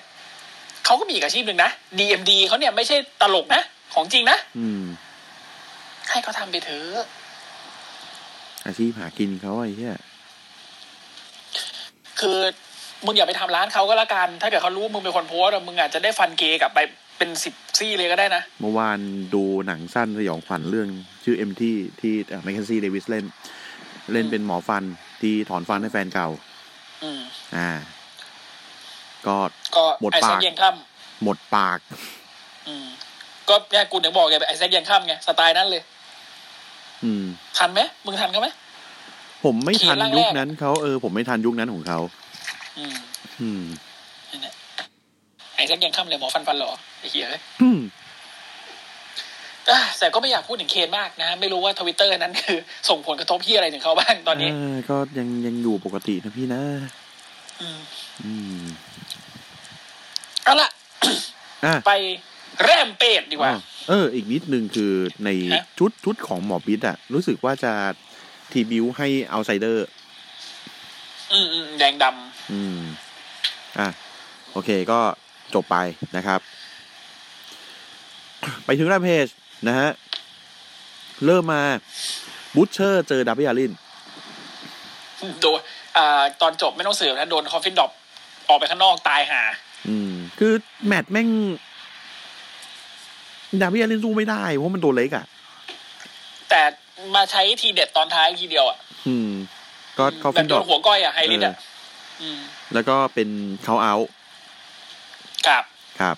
Speaker 2: เขาก็มีอีกอาชีพหนึ่งนะ DMD เขาเนี่ยไม่ใช่ตลกนะ ของจริงนะ
Speaker 1: อืม
Speaker 2: ให้เขาทำไปเถอะ
Speaker 1: อาชีพหากินเขาไอ้เหี้ย
Speaker 2: คือมึงอย่าไปทำร้านเขาก็แล้วกัน ถ้าเกิดเขารู้ว่ามึงเป็นคนโพสต์อะมึงอาจจะได้ฟันเกย์กลับไปเป็นสิบซี่เลยก็ได้นะ
Speaker 1: เมื่อวานดูหนังสั้นสยองขวัญเรื่อง ชื่อเอ็มที่ที่แมคเคนซี่เดวิสเล่น เล่นเป็นหมอฟันที่ถอนฟันให้แฟนเก่า
Speaker 2: อืม
Speaker 1: อ่า ก็
Speaker 2: ก็
Speaker 1: หมด
Speaker 2: ไอแซ
Speaker 1: ปาก
Speaker 2: คเยงค่
Speaker 1: หมดปาก
Speaker 2: ำอืม ก็เนี่ยกูถึงบอกไงไอแซคเยงค่ำไงสไตล์นั้นเลย
Speaker 1: อืม
Speaker 2: ทันไหมมึงทันเขาไหม
Speaker 1: ผมไม่ทัน
Speaker 2: เขียนร่างแรก
Speaker 1: ยุคนั้นเขาเออผมไม่ทันยุคนั้นของเขา
Speaker 2: อืม
Speaker 1: อืม
Speaker 2: นั่นแหละไอแซคเยงค่ำเลยหมอฟันฟันหล่อไอเหี้ยเลย อ่ะแต่ก็ไม่อยากพูดถึงเคนมากนะ ไม่รู้ว่าทวิตเตอร์นั้นคือ ส่งผลกระทบที่อะไรถึงเขาบ้างตอนนี้
Speaker 1: เอก็ยังยังอยู่ปกตินะพี่นะ
Speaker 2: อืม
Speaker 1: อืม
Speaker 2: เอาละ
Speaker 1: อ่ะ
Speaker 2: ไปแรมเปดดีกว่า
Speaker 1: อ้าวเออ อีกนิดนึงคือใน
Speaker 2: ฮะ
Speaker 1: ชุดชุดของหมอปิดอะรู้สึกว่าจะทีบิวให้เอาไซเดอร์
Speaker 2: อืมอืมแดงดำ
Speaker 1: อืม อ่ะ โอเคก็จบไปนะครับ ไปถึงแรมเพจนะฮะ เริ่มมาบูชเชอร์เจอดับเบิลยาลิน
Speaker 2: โดนอ่าตอนจบไม่ต้องสืบนะโดนคอฟฟินดอบออกไปข้างนอกตายหา
Speaker 1: อืม คือแมตช์แม่งดับเบิลยาลินสู้ไม่ได้ เพราะมันตัวเล็กอะ
Speaker 2: แต่มาใช้ทีเด็ดตอนท้ายทีเดียวอ่ะ
Speaker 1: อืม ก็เขา
Speaker 2: แต่
Speaker 1: ฟิน
Speaker 2: โด
Speaker 1: ดอน ก
Speaker 2: หัวก้อยอ่ะไฮริสอ่ะม
Speaker 1: แล้วก็เป็นเขาเอาท์
Speaker 2: กับ
Speaker 1: ครับ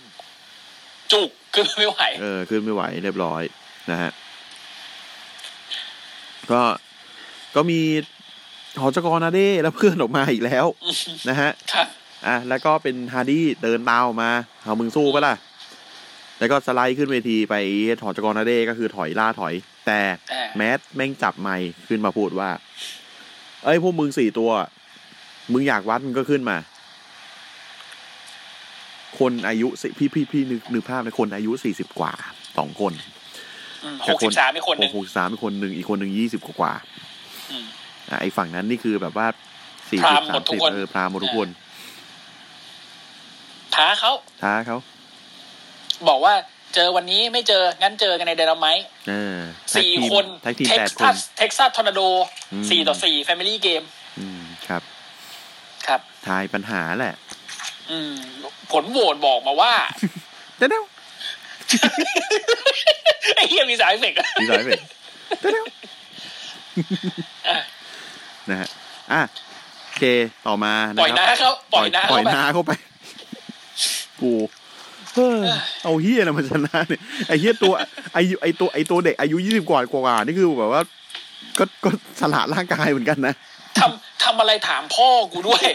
Speaker 2: จุกคือไม่ไหว
Speaker 1: เออ ขึ้นไม่ไหวเรียบร้อยนะฮะ ก็ ก็มีหอจกรนาเด้แล้วเพื่อนออกมาอีกแล้วนะฮะ
Speaker 2: ครับ
Speaker 1: อ่ะ แล้วก็เป็นฮาร์ดี้เดินตามออกมา เอามึงสู้ปะล่ะ แล้วก็สไลด์ขึ้นเวทีไปหอจกรนาเด้ก็คือถอยล่าถอย แต่
Speaker 2: อ่า
Speaker 1: แมทแม่งจับไมค์ขึ้นมาพูดว่า เอ้ยพวกมึงสี่ตัว มึงอยากวัดมึงก็ขึ้นมา คนอายุสิพี่พี่พี่นึกนึกภาพนะคนอายุสี่สิบกว่าสองคน
Speaker 2: อืม
Speaker 1: แต่
Speaker 2: หก
Speaker 1: ค
Speaker 2: สิ
Speaker 1: น
Speaker 2: บสามไม่คนหนึ่ง
Speaker 1: หกสามเป็นคนหนึ่งอีกคนหนึ่งยี่สิบกว่า
Speaker 2: อืม
Speaker 1: ๆอ่ะไอฝั่งนั้นนี่คือแบบว่าสี่
Speaker 2: พ
Speaker 1: สิ
Speaker 2: ราห
Speaker 1: บสามม
Speaker 2: มณ์หดทุ
Speaker 1: สิ
Speaker 2: ก
Speaker 1: บ
Speaker 2: คน
Speaker 1: เออพรามหมดทุกคน
Speaker 2: ท้าเขา
Speaker 1: ท้าเขา
Speaker 2: บอกว่าเจอวันนี้ไม่เจองั้นเจอกันในเดนไม
Speaker 1: เออแท็ก
Speaker 2: สี่
Speaker 1: ทีม
Speaker 2: คน
Speaker 1: แท็กทีม
Speaker 2: เท็ก
Speaker 1: แปดค
Speaker 2: ซั
Speaker 1: น
Speaker 2: สเท็กซัสทอร์นาโด
Speaker 1: อืม
Speaker 2: สี่ต่อสี่แฟมิลี่เกม
Speaker 1: อืมครับ
Speaker 2: ครับ
Speaker 1: ทายปัญหาแหละ
Speaker 2: อืม ผลโหวตบอกมาว่า
Speaker 1: เด้เด้ว
Speaker 2: ไอ้เฮียมีสายเฟกอะ
Speaker 1: ดีสายเป็นเด้เด้ว
Speaker 2: อ่ะ
Speaker 1: นะฮะอ่ะโอเคต่อมานะ
Speaker 2: ปล่อย
Speaker 1: ค
Speaker 2: น้า
Speaker 1: รับ
Speaker 2: เขาปล่อยน้า
Speaker 1: ปล่อ
Speaker 2: เขา
Speaker 1: ย
Speaker 2: ไป
Speaker 1: น้าเข้าไปกูเฮ้อเอาเฮียนะมันชนะเนี่ยไอเฮียตัวไอไอตัวไอตัวเด็กอายุยี่สิบกว่ากว่าๆนี่คือแบบว่า ก็ก็สละร่างกายเหมือนกันนะ
Speaker 2: ทำทำอะไรถามพ่อกูด้วย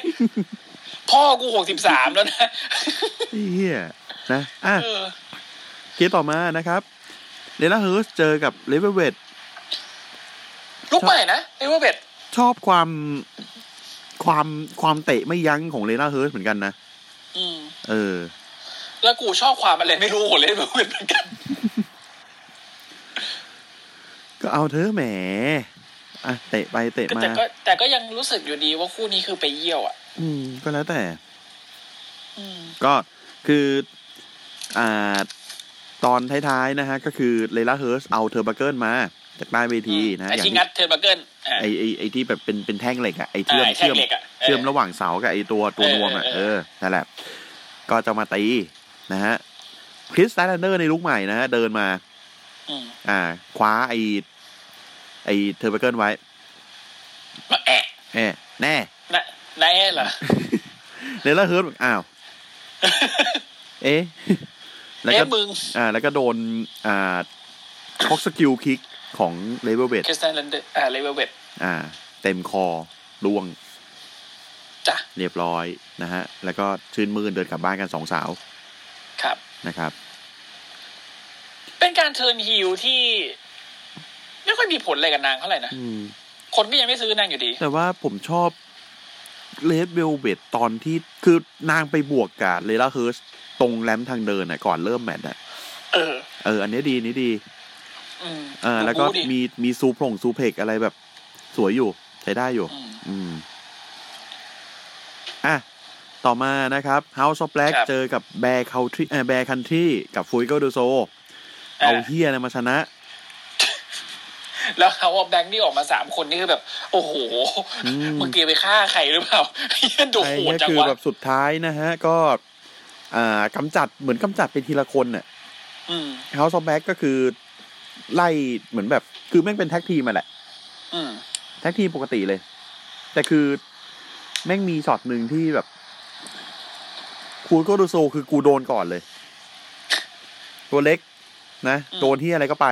Speaker 2: พ่อกูหกสิบสามแล้วนะ
Speaker 1: ไอ้เฮียนะอ่ะ
Speaker 2: เออ
Speaker 1: เคสต่อมานะครับเลล่าเฮิร์สเจอกับเลเวเวต
Speaker 2: ลูกใหม่นะไอ้เวอร์เบด
Speaker 1: ชอบความความความเตะไม่ยั้งของเลล่าเฮิร์สเหมือนกันนะ
Speaker 2: อืม
Speaker 1: เออ
Speaker 2: แล้วกูชอบความอะไรไม่รู้ของเลยเว อร์เบดเหมือนกัน
Speaker 1: ก็เอาเธอะแหมอ่ะเตะไปเตะมา
Speaker 2: แต่ก็แต่ก็ยังรู้สึกอยู่ดีว่าคู่นี้คือไปเยี่ยวอ่ะ
Speaker 1: อืม ก็แล้วแต่
Speaker 2: อืม
Speaker 1: ก็คือ อ่า ตอนท้ายๆนะฮะ ก็คือเลล่าเฮิร์สเอาเทอร์บัเกิลมา จากใต้เวทีนะ
Speaker 2: ไอ้
Speaker 1: อย่างที่
Speaker 2: ที่งัดเทอร์นบักเกิลอ่ะ
Speaker 1: ไอไอไอที่แบบเป็นเป็นแท่งเหล็กอะไอเชื่อม
Speaker 2: อ่าไอ้แท่
Speaker 1: เชื่อง ม
Speaker 2: เหล็กอะเออ
Speaker 1: เชื่อมระหว่างเสากับไอตัวตัวนวมอ่ะ เอ
Speaker 2: เออเออ
Speaker 1: อ นั่นแหละ ก็จะมาตีนะฮะ คริสไตแลนเดอร์ในลุกใหม่นะฮะ เดินมา
Speaker 2: อืม
Speaker 1: อ่า คว้าไอไอเทอร์เบเกิลไว้
Speaker 2: มาแอะ
Speaker 1: แน่แน่
Speaker 2: นะนายแอะเหรอ
Speaker 1: เลเลอร์เฮิร์ตบอกอ้าว เอ๊ะ แล้วก็
Speaker 2: เอ๊ะมึง
Speaker 1: อ่า แล้วก็โดน อ่าฮอกสกิลคิกของเลเวลเบด
Speaker 2: คริสตันเลนเดอร์อ่าเลเวเวต
Speaker 1: อ่า เต็มคอล่วง
Speaker 2: จ้ะ
Speaker 1: เรียบร้อยนะฮะ แล้วก็ชื่นมืนเดินกลับบ้านกันสองสาว
Speaker 2: ครับ
Speaker 1: นะครับ
Speaker 2: เป็นการเทิร์นฮิลที่ ไม่ค่อยมีผลอะไรกับนางเท่าไหร่นะ
Speaker 1: อืม
Speaker 2: คนก็ยังไม่ซื้อนางอยู่ดี
Speaker 1: แต่ว่าผมชอบเลดเวลเบตตอนที่คือนางไปบวกกับเลล่าเฮิร์สตรงแรมป์ทางเดินน่ะก่อนเริ่มแมตช์อ่ะ
Speaker 2: เออ
Speaker 1: เออ อันนี้ดีอันนี้ดี
Speaker 2: อืม
Speaker 1: เออแล้วก็
Speaker 2: ดูดิ
Speaker 1: มีมีซูโพรงซูเพกอะไรแบบ สวยอยู่ ใช้ได้อยู่
Speaker 2: อืม
Speaker 1: อืม อ่ะ ต่อมานะครับ House of Black
Speaker 2: ครับ
Speaker 1: เจอกับแบร์คันทรีแบร์คันทรีกับฟุยโกดูโซ เอาเฮียอะไรมาชนะ
Speaker 2: แล้วเขาเอาแบงค์นี่ออกมาสามคนนี่คือแบบ โอ้โห
Speaker 1: อืม
Speaker 2: มึงเตรียมไปฆ่าใครหรือเปล่า เหี้ยดู
Speaker 1: ไอ้
Speaker 2: โหด
Speaker 1: เนี่ย
Speaker 2: จัง
Speaker 1: คือ
Speaker 2: วะ
Speaker 1: แบบสุดท้ายนะฮะ ก็ อ่ากำจัดเหมือนกำจัดไปทีละคนน่ะ
Speaker 2: อืม
Speaker 1: House of Black ก็คือไล่เหมือนแบบ คือแม่งเป็นแท็กทีมมาแหละ
Speaker 2: อืม
Speaker 1: แท็กทีมปกติเลย แต่คือแม่งมีช็อตหนึ่งที่แบบคูโกดูโซคือกูโดนก่อนเลย ตัวเล็กนะ
Speaker 2: อืม
Speaker 1: โดนที่อะไรก็ไป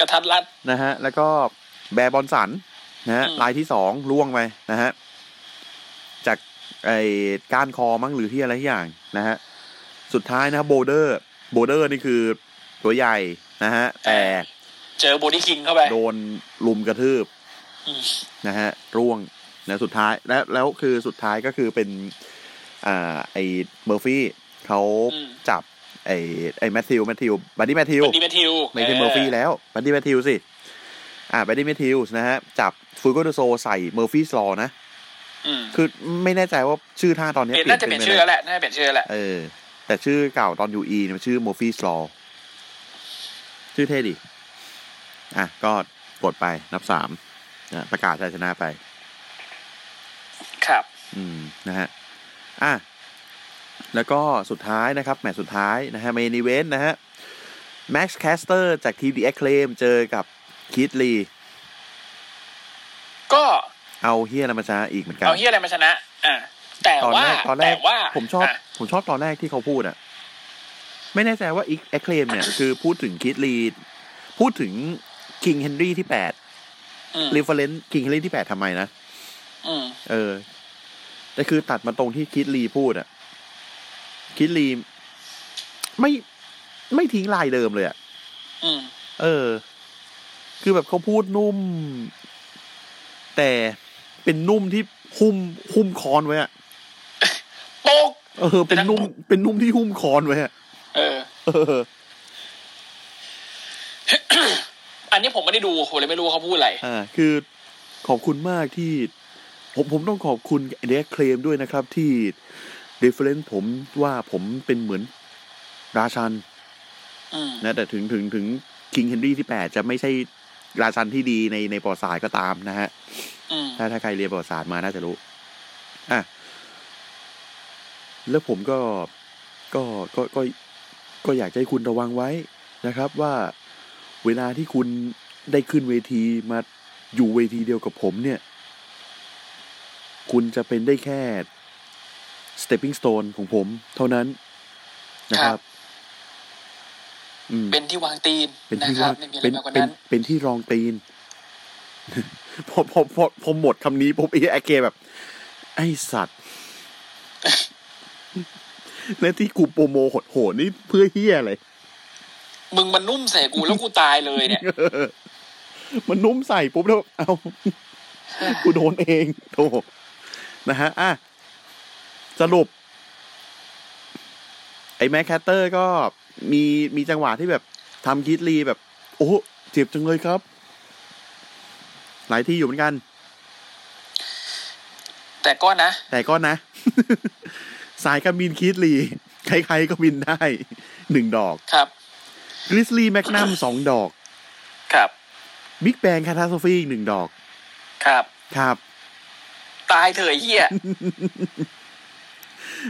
Speaker 2: กระทัดรัด
Speaker 1: นะฮะ แล้วก็แบร์บอลสันนะฮะ
Speaker 2: อืม
Speaker 1: ลายที่สองล่วงไปนะฮะ จากไอ้ก้านคอมั้งหรือที่อะไรที่อย่างนะฮะ สุดท้ายนะโบเดอร์ โบเดอร์นี่คือตัวใหญ่นะฮะ แต่
Speaker 2: เจอโบดี้คิงเข้าไป
Speaker 1: โดนลุมกระทืบ
Speaker 2: อืม
Speaker 1: นะฮะ ร่วงนะสุดท้ายและแล้วคือสุดท้ายก็คือเป็น อ่า ไอ้เมอร์ฟี่เขาจับ ไอ้ไอ้แมทธิวแมทธิวบัดดี้แมทธิว
Speaker 2: ดีเมทิว
Speaker 1: ไม่ใช่เมอร์ฟี่แล้วบัดดี้แมทธิวสิ อ่าบัดดี้แมทธิวส์นะฮะ จับฟูโกโดโซใส่เมอร์ฟี่สลอนะ
Speaker 2: อืม
Speaker 1: คือไม่แน่ใจว่าชื่อท่าตอนนี้
Speaker 2: เปลี่ยนน่าจะเปลี่ยนชื่อ
Speaker 1: ไห
Speaker 2: แล้วแหละน่าจะเปลี่ยนชื่อแล้วแหละ
Speaker 1: เออ แต่ชื่อเก่าตอนยูอีเนี่ยมันชื่อเมอร์ฟี่สลอชื่อเท่ดิ อ่ะ ก็กดไปนับสามนะประกาศชัยชนะไป
Speaker 2: ครับ
Speaker 1: อืม นะฮะ อ่ะ แล้วก็สุดท้ายนะครับ แมตช์สุดท้ายนะฮะเมนิเวนนะฮะ แม็กซ์แคสเตอร์จากทีมดีเอ็กเคลมเจอกับคิดลี
Speaker 2: ก็
Speaker 1: เอาเฮียอะไรมาชนะอีกเหมือนกัน
Speaker 2: เอาเฮียอะไรมาชนะ อ่าแต่
Speaker 1: ตอน
Speaker 2: ว่า
Speaker 1: แรกตอนแร
Speaker 2: แต่
Speaker 1: ก
Speaker 2: ว่า
Speaker 1: ผมชอบ
Speaker 2: ะ
Speaker 1: ผมชอบตอนแรกที่เขาพูดอ่ะ ไม่แน่ใจว่าอีกแอคเลมเนี่ย คือพูดถึงคิดลีพูดถึงคิงเฮนรี่ที่แปด
Speaker 2: อืม
Speaker 1: รีเฟรนซ์คิงเฮนรี่ที่แปดทำไมนะ
Speaker 2: อืม
Speaker 1: เออ แต่คือตัดมาตรงที่คิดลีพูดอ่ะ คิดลีไม่ไม่ทิ้งลายเดิมเลยอ่ะ
Speaker 2: อืม
Speaker 1: เออ คือแบบเขาพูดนุ่ม แต่เป็นนุ่มที่หุ้มหุ้มคอนไว้อ่ะ
Speaker 2: โตก
Speaker 1: เออเป็นนุ่มเป็นนุ่มที่หุ้มคอนไว้อะ
Speaker 2: เออ
Speaker 1: เออ
Speaker 2: อันนี้ผมไม่ได้ดูผมเลยไม่รู้ว่าเขาพูดอะไร
Speaker 1: อ่าคือขอบคุณมากที่ ผมผมต้องขอบคุณเดคเคลมด้วยนะครับที่ reference ผมว่าผมเป็นเหมือนราชัน
Speaker 2: อืม
Speaker 1: นะแต่ถึงถึงถึงคิงเฮนรี่ที่แปดจะไม่ใช่ราชันที่ดีในในประวัติศาสตร์ก็ตามนะฮะ
Speaker 2: อืม
Speaker 1: ถ้าถ้าใครเรียนประวัติศาสตร์มาน่าจะรู้ อ่ะ แล้วผมก็ ก็ ก็ ก็ ก็อยากจะให้คุณระวังไว้นะครับ ว่าเวลาที่คุณได้ขึ้นเวทีมาอยู่เวทีเดียวกับผมเนี่ย คุณจะเป็นได้แค่ stepping stone ของผม เท่านั้นนะครับ อืม
Speaker 2: เป็นที่วางตีน
Speaker 1: เป็น
Speaker 2: นะ
Speaker 1: ที่
Speaker 2: ครั
Speaker 1: ว่า
Speaker 2: บไม่มีอะไร
Speaker 1: เป็น
Speaker 2: มากกว่า
Speaker 1: เป็น
Speaker 2: นั้น
Speaker 1: เป็นที่รองตีน พอพอพอพอหมดคำนี้ปุ๊บไอ้ไอเกแบบ ไอ้สัตว์ และที่กูโปรโมโหดๆนี่เพื่อเฮียอะไร
Speaker 2: มึงมันนุ่มใส่กูแล้วกูตายเลยเนี่ย
Speaker 1: มันนุ่มใส่ปุ๊บแล้ว เอา กูโดนเองโถนะฮะ อ่ะ สรุป ไอ้แม็กแคตเตอร์ก็มีมีจังหวะที่แบบทำคิดรีแบบ โอ้เจ็บจังเลยครับ หลายที่อยู่เหมือนกัน
Speaker 2: แต่ก็นะ
Speaker 1: แต่ก็นะ สายการบินคิดรีใครๆก็บินได้ หนึ่งดอก
Speaker 2: ครับ
Speaker 1: กริสลีแมกนัมสองดอก
Speaker 2: ครับ
Speaker 1: บิ๊กแบงคาทาโซฟีอีกหนึ่งดอก
Speaker 2: ครับ
Speaker 1: ครับ
Speaker 2: ตายเถอะไอ้เหี้ย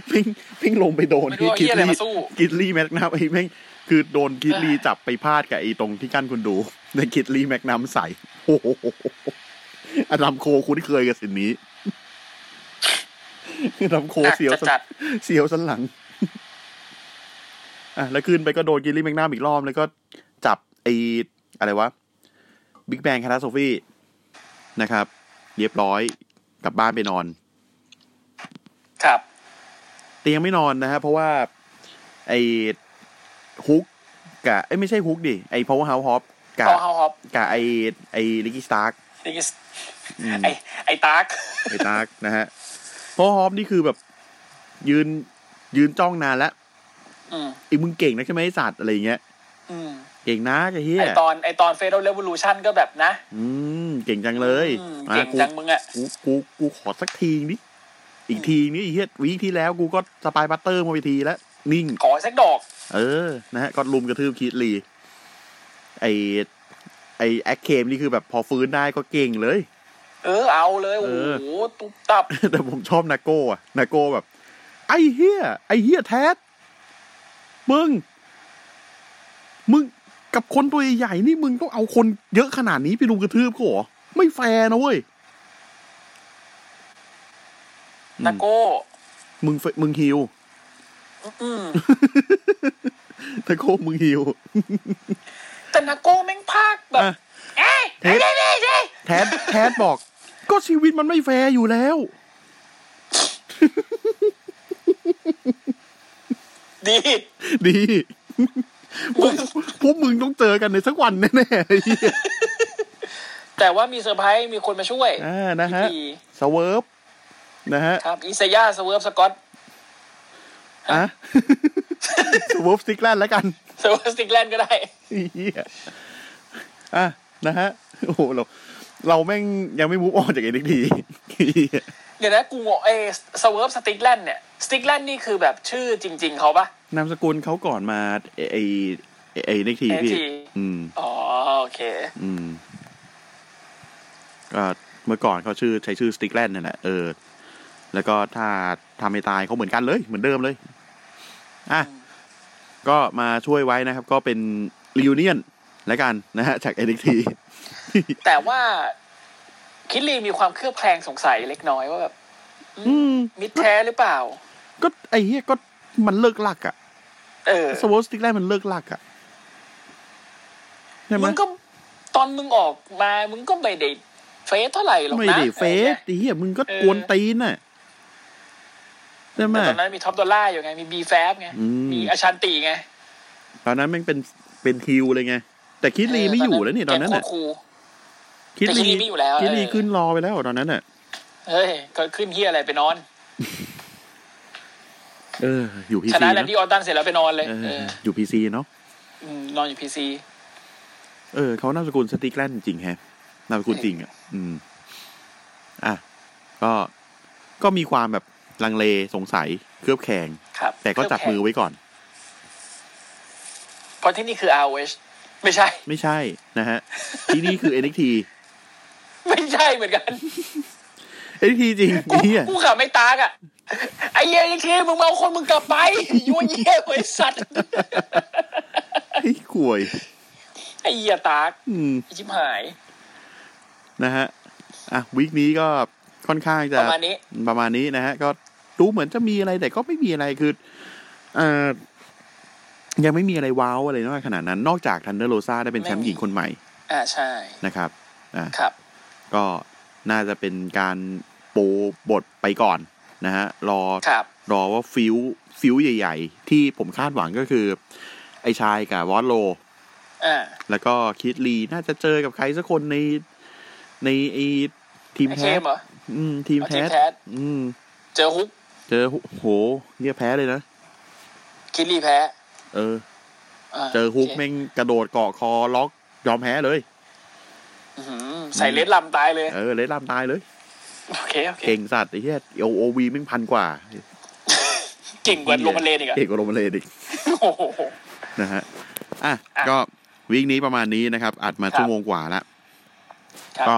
Speaker 1: เพิ่งเพิ่งลงไปโดน
Speaker 2: ไม่รู้
Speaker 1: ที่กิด
Speaker 2: เอาเหี้ยอะไร
Speaker 1: ลี่
Speaker 2: มาสู้
Speaker 1: กิดลี่แมกนัมไอ้แม่งคือโดนกิดลี่จับไปพาดกับไอ้ตรงที่กั้นคนดู ในกิดลี่แมกนัมใส่ โอ้โหอดัมโคคุ้นเคยกับสิ่งนี้ อดัมโค
Speaker 2: หนัก
Speaker 1: เสียว
Speaker 2: จะ
Speaker 1: สัน
Speaker 2: จัด
Speaker 1: เสียวสันหลัง อ่ะแล้วขึ้นไปก็โดนกิดลี่แมกนัมอีกรอบแล้วก็จับไอ้อะไรวะบิ๊กแบงคาราโซฟี่นะครับ เรียบร้อยกลับบ้านไปนอน
Speaker 2: ครับ
Speaker 1: เตียงไม่นอนนะฮะเพราะว่าไอ้ฮุกกะไอ้ยไม่ใช่ฮุกดิไอ้ power house hop กะ
Speaker 2: เอาเอาฮอป
Speaker 1: กะไอ้ไอ้ลิกกี้สตาร์ก
Speaker 2: นี่คือไอไอตาร์ก
Speaker 1: ไอ้สตาร์กนะฮะ power hop นี่คือแบบ ยืนยืนจ้องนานแล้ว
Speaker 2: อืม
Speaker 1: ไอ้มึงเก่งนะใช่ไหมไอ้สัตว์อะไรอย่างเงี้ย
Speaker 2: อืม
Speaker 1: เก่งนะไอ้เฮีย
Speaker 2: ไอตอนไอตอนเฟสเรเ v ว l u ชันก็แบบนะ
Speaker 1: อืมเก่งจังเลย
Speaker 2: อืม
Speaker 1: มา
Speaker 2: เก่ง
Speaker 1: กู
Speaker 2: จังมึงอะ
Speaker 1: กูกูกูขอสักทีนิไอ อีกทีนี่ไอ้เฮียวีคที่แล้วกูก็สปายบัตเตอร์มาไปทีแล้ว นิ่ง
Speaker 2: ขอสักดอก
Speaker 1: เออ นะฮะก็ลุมกระทืบคีดลี ไอไอแอคเคมนี่คือแบบพอฟื้นได้ก็เก่งเลย
Speaker 2: เออเอาเลยโอ้
Speaker 1: เออ
Speaker 2: โหตุบตับ
Speaker 1: แต่ผมชอบนาโก้อะนาโก้แบบ ไอเฮียไอเฮียแท้มึง มึงกับคนตัวใหญ่ๆนี่มึงต้องเอาคนเยอะขนาดนี้ไปรุมกระทืบเขาเหรอ ไม่แฟร์นะเว้ย อืม
Speaker 2: นาโก้
Speaker 1: มึงเฟมึงฮิว
Speaker 2: อืม
Speaker 1: นาโก้มึงฮิว
Speaker 2: แต่นาโก้แม่งภาคแบบ
Speaker 1: อ่ะ
Speaker 2: เอ้ย
Speaker 1: เทสแทสแทสบอก ก็ชีวิตมันไม่แฟร์อยู่แล้ว
Speaker 2: ดี ด
Speaker 1: ดีพวกพวกมึงต้องเจอกันในสักวันแน่ๆไอ้เหี้ย
Speaker 2: แต่ว่ามีเซอร์ไพรส์มีคนมาช่วย
Speaker 1: อ่านะฮะ
Speaker 2: ดี
Speaker 1: สเวิร์ฟนะฮะ
Speaker 2: ครับอิสยาสเวิร์ฟสกอต
Speaker 1: อ่ะ สเวิร์ฟสติกแลนด์แล้วกัน
Speaker 2: สเวิร์ฟสติกแลนด์ก็ได้
Speaker 1: ไอ้เหี้ยอ่ะนะฮะโอ้โหเรา เราแม่งยังไม่มูฟอ อนจากเอ็นดี
Speaker 2: เดี๋ยวนะกูงงเอยสเวิร์ฟสติกแลนด์เนี่ยสติกแลนด์นี่คือแบบชื่อจริง ๆ เขาปะ
Speaker 1: นามสกุลเขาก่อนมาไอไอไอเอ็กทีพี่
Speaker 2: NXT
Speaker 1: อืม
Speaker 2: อ๋อโอเค
Speaker 1: อืมก็เมื่อก่อนเขาชื่อใช้ชื่อสติกแลนด์นั่นแหละเออ แล้วก็ถ้าทำให้ตายเขาเหมือนกันเลย เหมือนเดิมเลย อ่ะ ก็มาช่วยไว้นะครับ ก็เป็นรีวิเนียนและกันนะฮะ จาก NXT
Speaker 2: แต่ว่าคิดลีมีความเครือบแคลงสงสัยเล็กน้อยว่าแบบ
Speaker 1: อืม
Speaker 2: มิดแท้หรือเปล่า
Speaker 1: ก็ไอ้เหี้ยก็มันเลิกลักอะ
Speaker 2: เออ
Speaker 1: สวอสติกแลนด์มันเลิกลักอะใช่ไหม
Speaker 2: มึงก็ตอนมึงออกมา มึงก็ไม่ได้เฟซเท่าไหร่หรอกนะ
Speaker 1: ไม่ได้เฟสไอ้เหี้ยมึงก็กวนตีนน่ะใช่ไหม
Speaker 2: แต่ตอนนั้นมีท็อปดอลล่าอยู่ไง มีบีแฟบไง
Speaker 1: อืม
Speaker 2: มีอาชันตีไง
Speaker 1: ตอนนั้นแม่งเป็นเป็นฮิวเลยไง แต่คิดลีไม่อยู่แล้วนี่ตอนนั้น
Speaker 2: แก
Speaker 1: น่ะ
Speaker 2: โคตรคูล
Speaker 1: คิด
Speaker 2: แต่คิดลีไม่อยู่แล้ว
Speaker 1: คิดลี
Speaker 2: เออ
Speaker 1: ขึ้นรอไปแล้วตอนนั้นน่ะ
Speaker 2: เฮ้ยก็ขึ้นเฮียอะไรไปนอน
Speaker 1: เออ อยู่พี
Speaker 2: ช
Speaker 1: ซี
Speaker 2: นะแลน
Speaker 1: เนาะ
Speaker 2: ดี้ออตตันเสร็จแล้วไปนอนเลย
Speaker 1: เอ
Speaker 2: เอ
Speaker 1: อ
Speaker 2: อ
Speaker 1: อยู่พีซีเนาะ
Speaker 2: มนอนอยู่พีซี
Speaker 1: เออเขานามสกุลสติกแลนด์จริงแฮะนามสกุลจริงอ่ะ อืม อ่ะ ก็ก็มีความแบบลังเลสงสัยเครือบแคลง
Speaker 2: ครับ
Speaker 1: แต่ก็จับมือไว้ก่อน
Speaker 2: เพราะที่นี่คือ ROH ไม่ใช่
Speaker 1: ไม่ใช่นะฮะ ที่นี่คือ NXT
Speaker 2: ไม่ใช่เหมือนกัน
Speaker 1: NXT จริง
Speaker 2: กู
Speaker 1: เนี่ย
Speaker 2: กูขับไม่ตากอ่ะ ไอ้เหี้ยไอ้เคมึงมาเอาคนมึงกลับไปยั่วเยี่ยไอ้สัตว์
Speaker 1: ไอ้ขวย
Speaker 2: ไอ้เหี้ยตาก
Speaker 1: อืม
Speaker 2: ไอ้ชิบหาย
Speaker 1: นะฮะ อ่ะวีคนี้ก็ค่อนข้างจะ
Speaker 2: ประมาณนี้
Speaker 1: ประมาณนี้นะฮะ ก็ดูเหมือนจะมีอะไรแต่ก็ไม่มีอะไรคือเอ่อยังไม่มีอะไรว้าวอะไรนอกขนาดนั้น นอกจากทันเดอร์โรซาได้เป็นแชมป์หญิงคนใหม่
Speaker 2: อ่าใช่
Speaker 1: นะครับ อ่ะ
Speaker 2: ครับ
Speaker 1: ก็น่าจะเป็นการโปรบทไปก่อนนะฮะ รอ
Speaker 2: ครับ
Speaker 1: รอว่าฟิวฟิวใหญ่ ๆ ที่ผมคาดหวังก็คือ ไอชายกับวอตโล
Speaker 2: อ่า
Speaker 1: แล้วก็คิดลีน่าจะเจอกับใครสักคนในในไอทีม
Speaker 2: ไอ้เค
Speaker 1: แพ้
Speaker 2: มเหรอ
Speaker 1: อืม ทีมแพ้
Speaker 2: เอาทีมแพท
Speaker 1: อืม
Speaker 2: เจอฮุก
Speaker 1: เจอโหเยี่ยแพ้เลยนะ
Speaker 2: คิดรีแพ้
Speaker 1: เออ
Speaker 2: า
Speaker 1: เจอฮุก
Speaker 2: โค
Speaker 1: แม่งกระโดดเกาะคอล็อกยอมแพ้เลย
Speaker 2: อื้อหือใส่เลสลำตายเลย
Speaker 1: เออ เลยล่ามตายเลย
Speaker 2: โอเค โอเค
Speaker 1: เก่งสัตว์ไอ้เหี้ยโอโอวีแม่งพันกว่า
Speaker 2: เก่งกว่าลงมาเลนอีกอ่ะ
Speaker 1: เก่งกว่าโรมาเลนอีก
Speaker 2: โอ้โห
Speaker 1: นะฮะ อ่ะ
Speaker 2: อ่ะ
Speaker 1: ก็วีคนี้ประมาณนี้นะครับ อัดมา
Speaker 2: ครับ
Speaker 1: ชั่วโมงกว่าละ
Speaker 2: ครับ
Speaker 1: ก็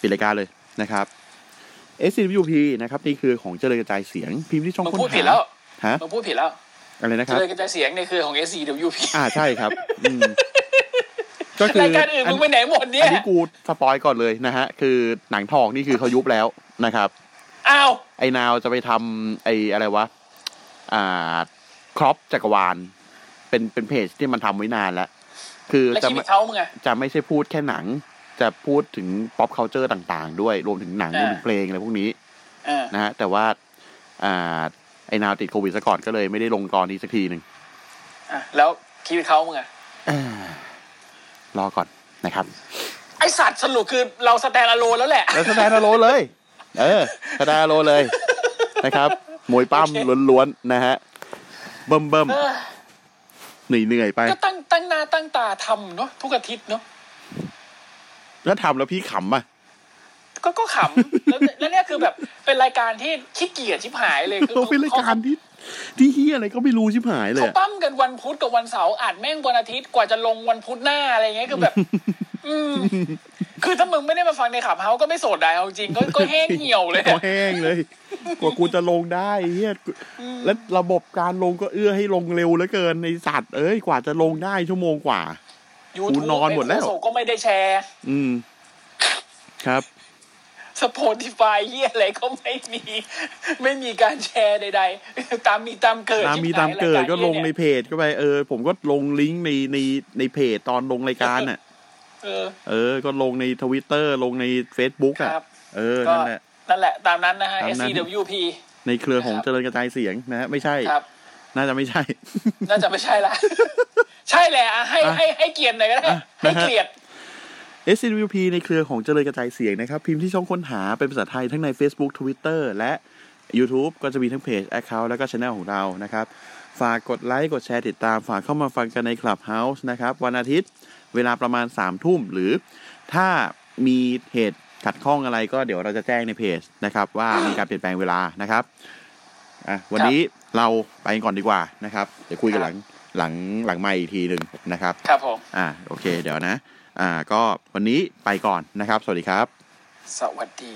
Speaker 1: ปิดรายการเลยนะครับ S C U P นะครับ นี่คือของเจริญกระจายเสียงพิมพ์ที่ช่อง
Speaker 2: มึง
Speaker 1: ค้น
Speaker 2: พูดผิด
Speaker 1: หา
Speaker 2: แล้ว
Speaker 1: ฮะ
Speaker 2: มึงพูดผิดแล้ว
Speaker 1: อะไรนะค
Speaker 2: เจ
Speaker 1: รับ
Speaker 2: ริญกระจายเสียงเนี่ยคือของ SCWP
Speaker 1: อ่าใช่ครับ อื มก็คือ
Speaker 2: รายการอื่น
Speaker 1: อั
Speaker 2: มึ
Speaker 1: น
Speaker 2: งไปไหนหมดเนี่
Speaker 1: อั
Speaker 2: ย
Speaker 1: นนี้กูสปอยก่อนเลยนะฮะ คือหนังทองนี่คือเขายุบแล้วนะครับ
Speaker 2: อ้าว
Speaker 1: ไอ้นาวจะไปทำไอ้อะไรวะ อ่าครอปจักรวาล เป็นเป็นเพจที่มันทำไว้นานแล้ว คือ
Speaker 2: แล้ว
Speaker 1: จะ
Speaker 2: คิด
Speaker 1: ไม่
Speaker 2: ว่าเขามึงอะ
Speaker 1: จะไม่ใช่พูดแค่หนัง จะพูดถึง pop culture ต่างๆ ด้วย รวมถึงหนังร
Speaker 2: อ่า
Speaker 1: วมถึงเพลงอะไรพวกนี้
Speaker 2: อ่า
Speaker 1: นะฮะ แต่ว่า อ่า ไอ้นาวติดโควิดซะก่อนก็เลยไม่ได้ลงตอนนี้สักทีหนึ่ง
Speaker 2: อ่ะแล้วคิดว่าเขามึงอะ
Speaker 1: อ่ารอก่อนนะครับ
Speaker 2: ไอสัตว์สรุปคือเราสแตนอะโลแล้วแหละ
Speaker 1: แล้วสแตนอะโลนเลย เออสแตนอะโลนเลยนะครับ มวยปั้ม
Speaker 2: โอเค
Speaker 1: ล้วนๆนะฮะ เบิ่มเบิ่ม
Speaker 2: เออ
Speaker 1: เหนื่อยเหนื่อยๆไป
Speaker 2: ก็ตั้งตั้งหน้าตั้งตาทำเนาะทุกอาทิตย์เนาะ
Speaker 1: แล้วทำแล้วพี่ขำอ่ะ
Speaker 2: ก็ก็ขำแล้วแล้วเนี่ยคือแบบเป็นรายการที่ขี้เกียจชิบหายเลยคือ
Speaker 1: เราเป็นรายการที่ที่เฮียอะไรก็ไม่รู้ชิบหายเลย
Speaker 2: เขา
Speaker 1: อะ
Speaker 2: ปั้มกันวันพุธกับวันเสาร์อัดแม่งวันอาทิตย์กว่าจะลงวันพุธหน้าอะไรเงี้ยคือแบบ อืมคือถ้ามึงไม่ได้มาฟังในขับเฮาก็ไม่โสดได้เอาจริงก็ก็แห้งเหี่ยวเลย
Speaker 1: ก็
Speaker 2: อะ
Speaker 1: แห้งเลย กว่ากูจะลงได้ไอ้เฮียแล้วระบบการลงก็เอื้อให้ลงเร็วเหลือเกินในสัตว์เอ้ยกว่าจะลงได้ชั่วโมงกว่า
Speaker 2: ยู
Speaker 1: กู
Speaker 2: ทูบ
Speaker 1: นอนหมดแล้ว
Speaker 2: ก็ไม่ได้แชร์
Speaker 1: อืม ครับ
Speaker 2: สปอติฟายเยี่ยอะไรก็ไม่มี ไม่มีการแชร์ใด ๆ ตามมีตามเกิด
Speaker 1: ตามมี
Speaker 2: ชิบหย
Speaker 1: ตามเกิด
Speaker 2: รยาร
Speaker 1: ก็ลงใน
Speaker 2: เหี้ยเย
Speaker 1: เพจก็ไปเออ ผมก็ลงลิงก์ในในในเพจตอนลงรายการน่ะ
Speaker 2: เออ
Speaker 1: เออ ก็ลงในทวิตเตอร์ลงใน Facebook อ่ะ
Speaker 2: ครับ
Speaker 1: เออ
Speaker 2: ก็
Speaker 1: นั่นแหละ
Speaker 2: นั่นแหละตามนั้นนะฮะ
Speaker 1: ตามนั้น
Speaker 2: SCWP
Speaker 1: ในเครือของ
Speaker 2: ครับ
Speaker 1: เจริญกระจายเสียงนะฮะไม่ใช่
Speaker 2: ครับ
Speaker 1: น่าจะไม่ใช่
Speaker 2: น่าจะไม่ใช่ ละ ใช่แหละอ่ะให้
Speaker 1: อ่ะ
Speaker 2: ให้ให้เกียรติหน่อยก็ได้
Speaker 1: อ่ะ
Speaker 2: ให้
Speaker 1: นะฮะ
Speaker 2: เกียรติ
Speaker 1: SCWP ในเครือของเจริญกระจายเสียงนะครับ พิมพ์ที่ช่องค้นหาเป็นภาษาไทยทั้งใน Facebook Twitter และ YouTube ก็จะมีทั้งเพจ Account แล้วก็ช anel ของเรานะครับ ฝากกดไลค์ กดแชร์ติดตาม ฝากเข้ามาฟังกันใน Clubhouse นะครับ วันอาทิตย์เวลาประมาณ 3 ทุ่ม หรือถ้ามีเหตุขัดข้องอะไรก็เดี๋ยวเราจะแจ้งในเพจนะครับ ว่ามีการเปลี่ยนแปลงเวลานะครับอ่ะวันนี้เราไปก่อนดีกว่านะครับเดี๋ยวคุยกันหลังหลังหลังไม่อีกทีหนึ่งนะครับ
Speaker 2: ครับผม
Speaker 1: อ่าโอเคเดี๋ยวนะ อ่า ก็วันนี้ไปก่อนนะครับ สวัสดีครับ
Speaker 2: สวัสดี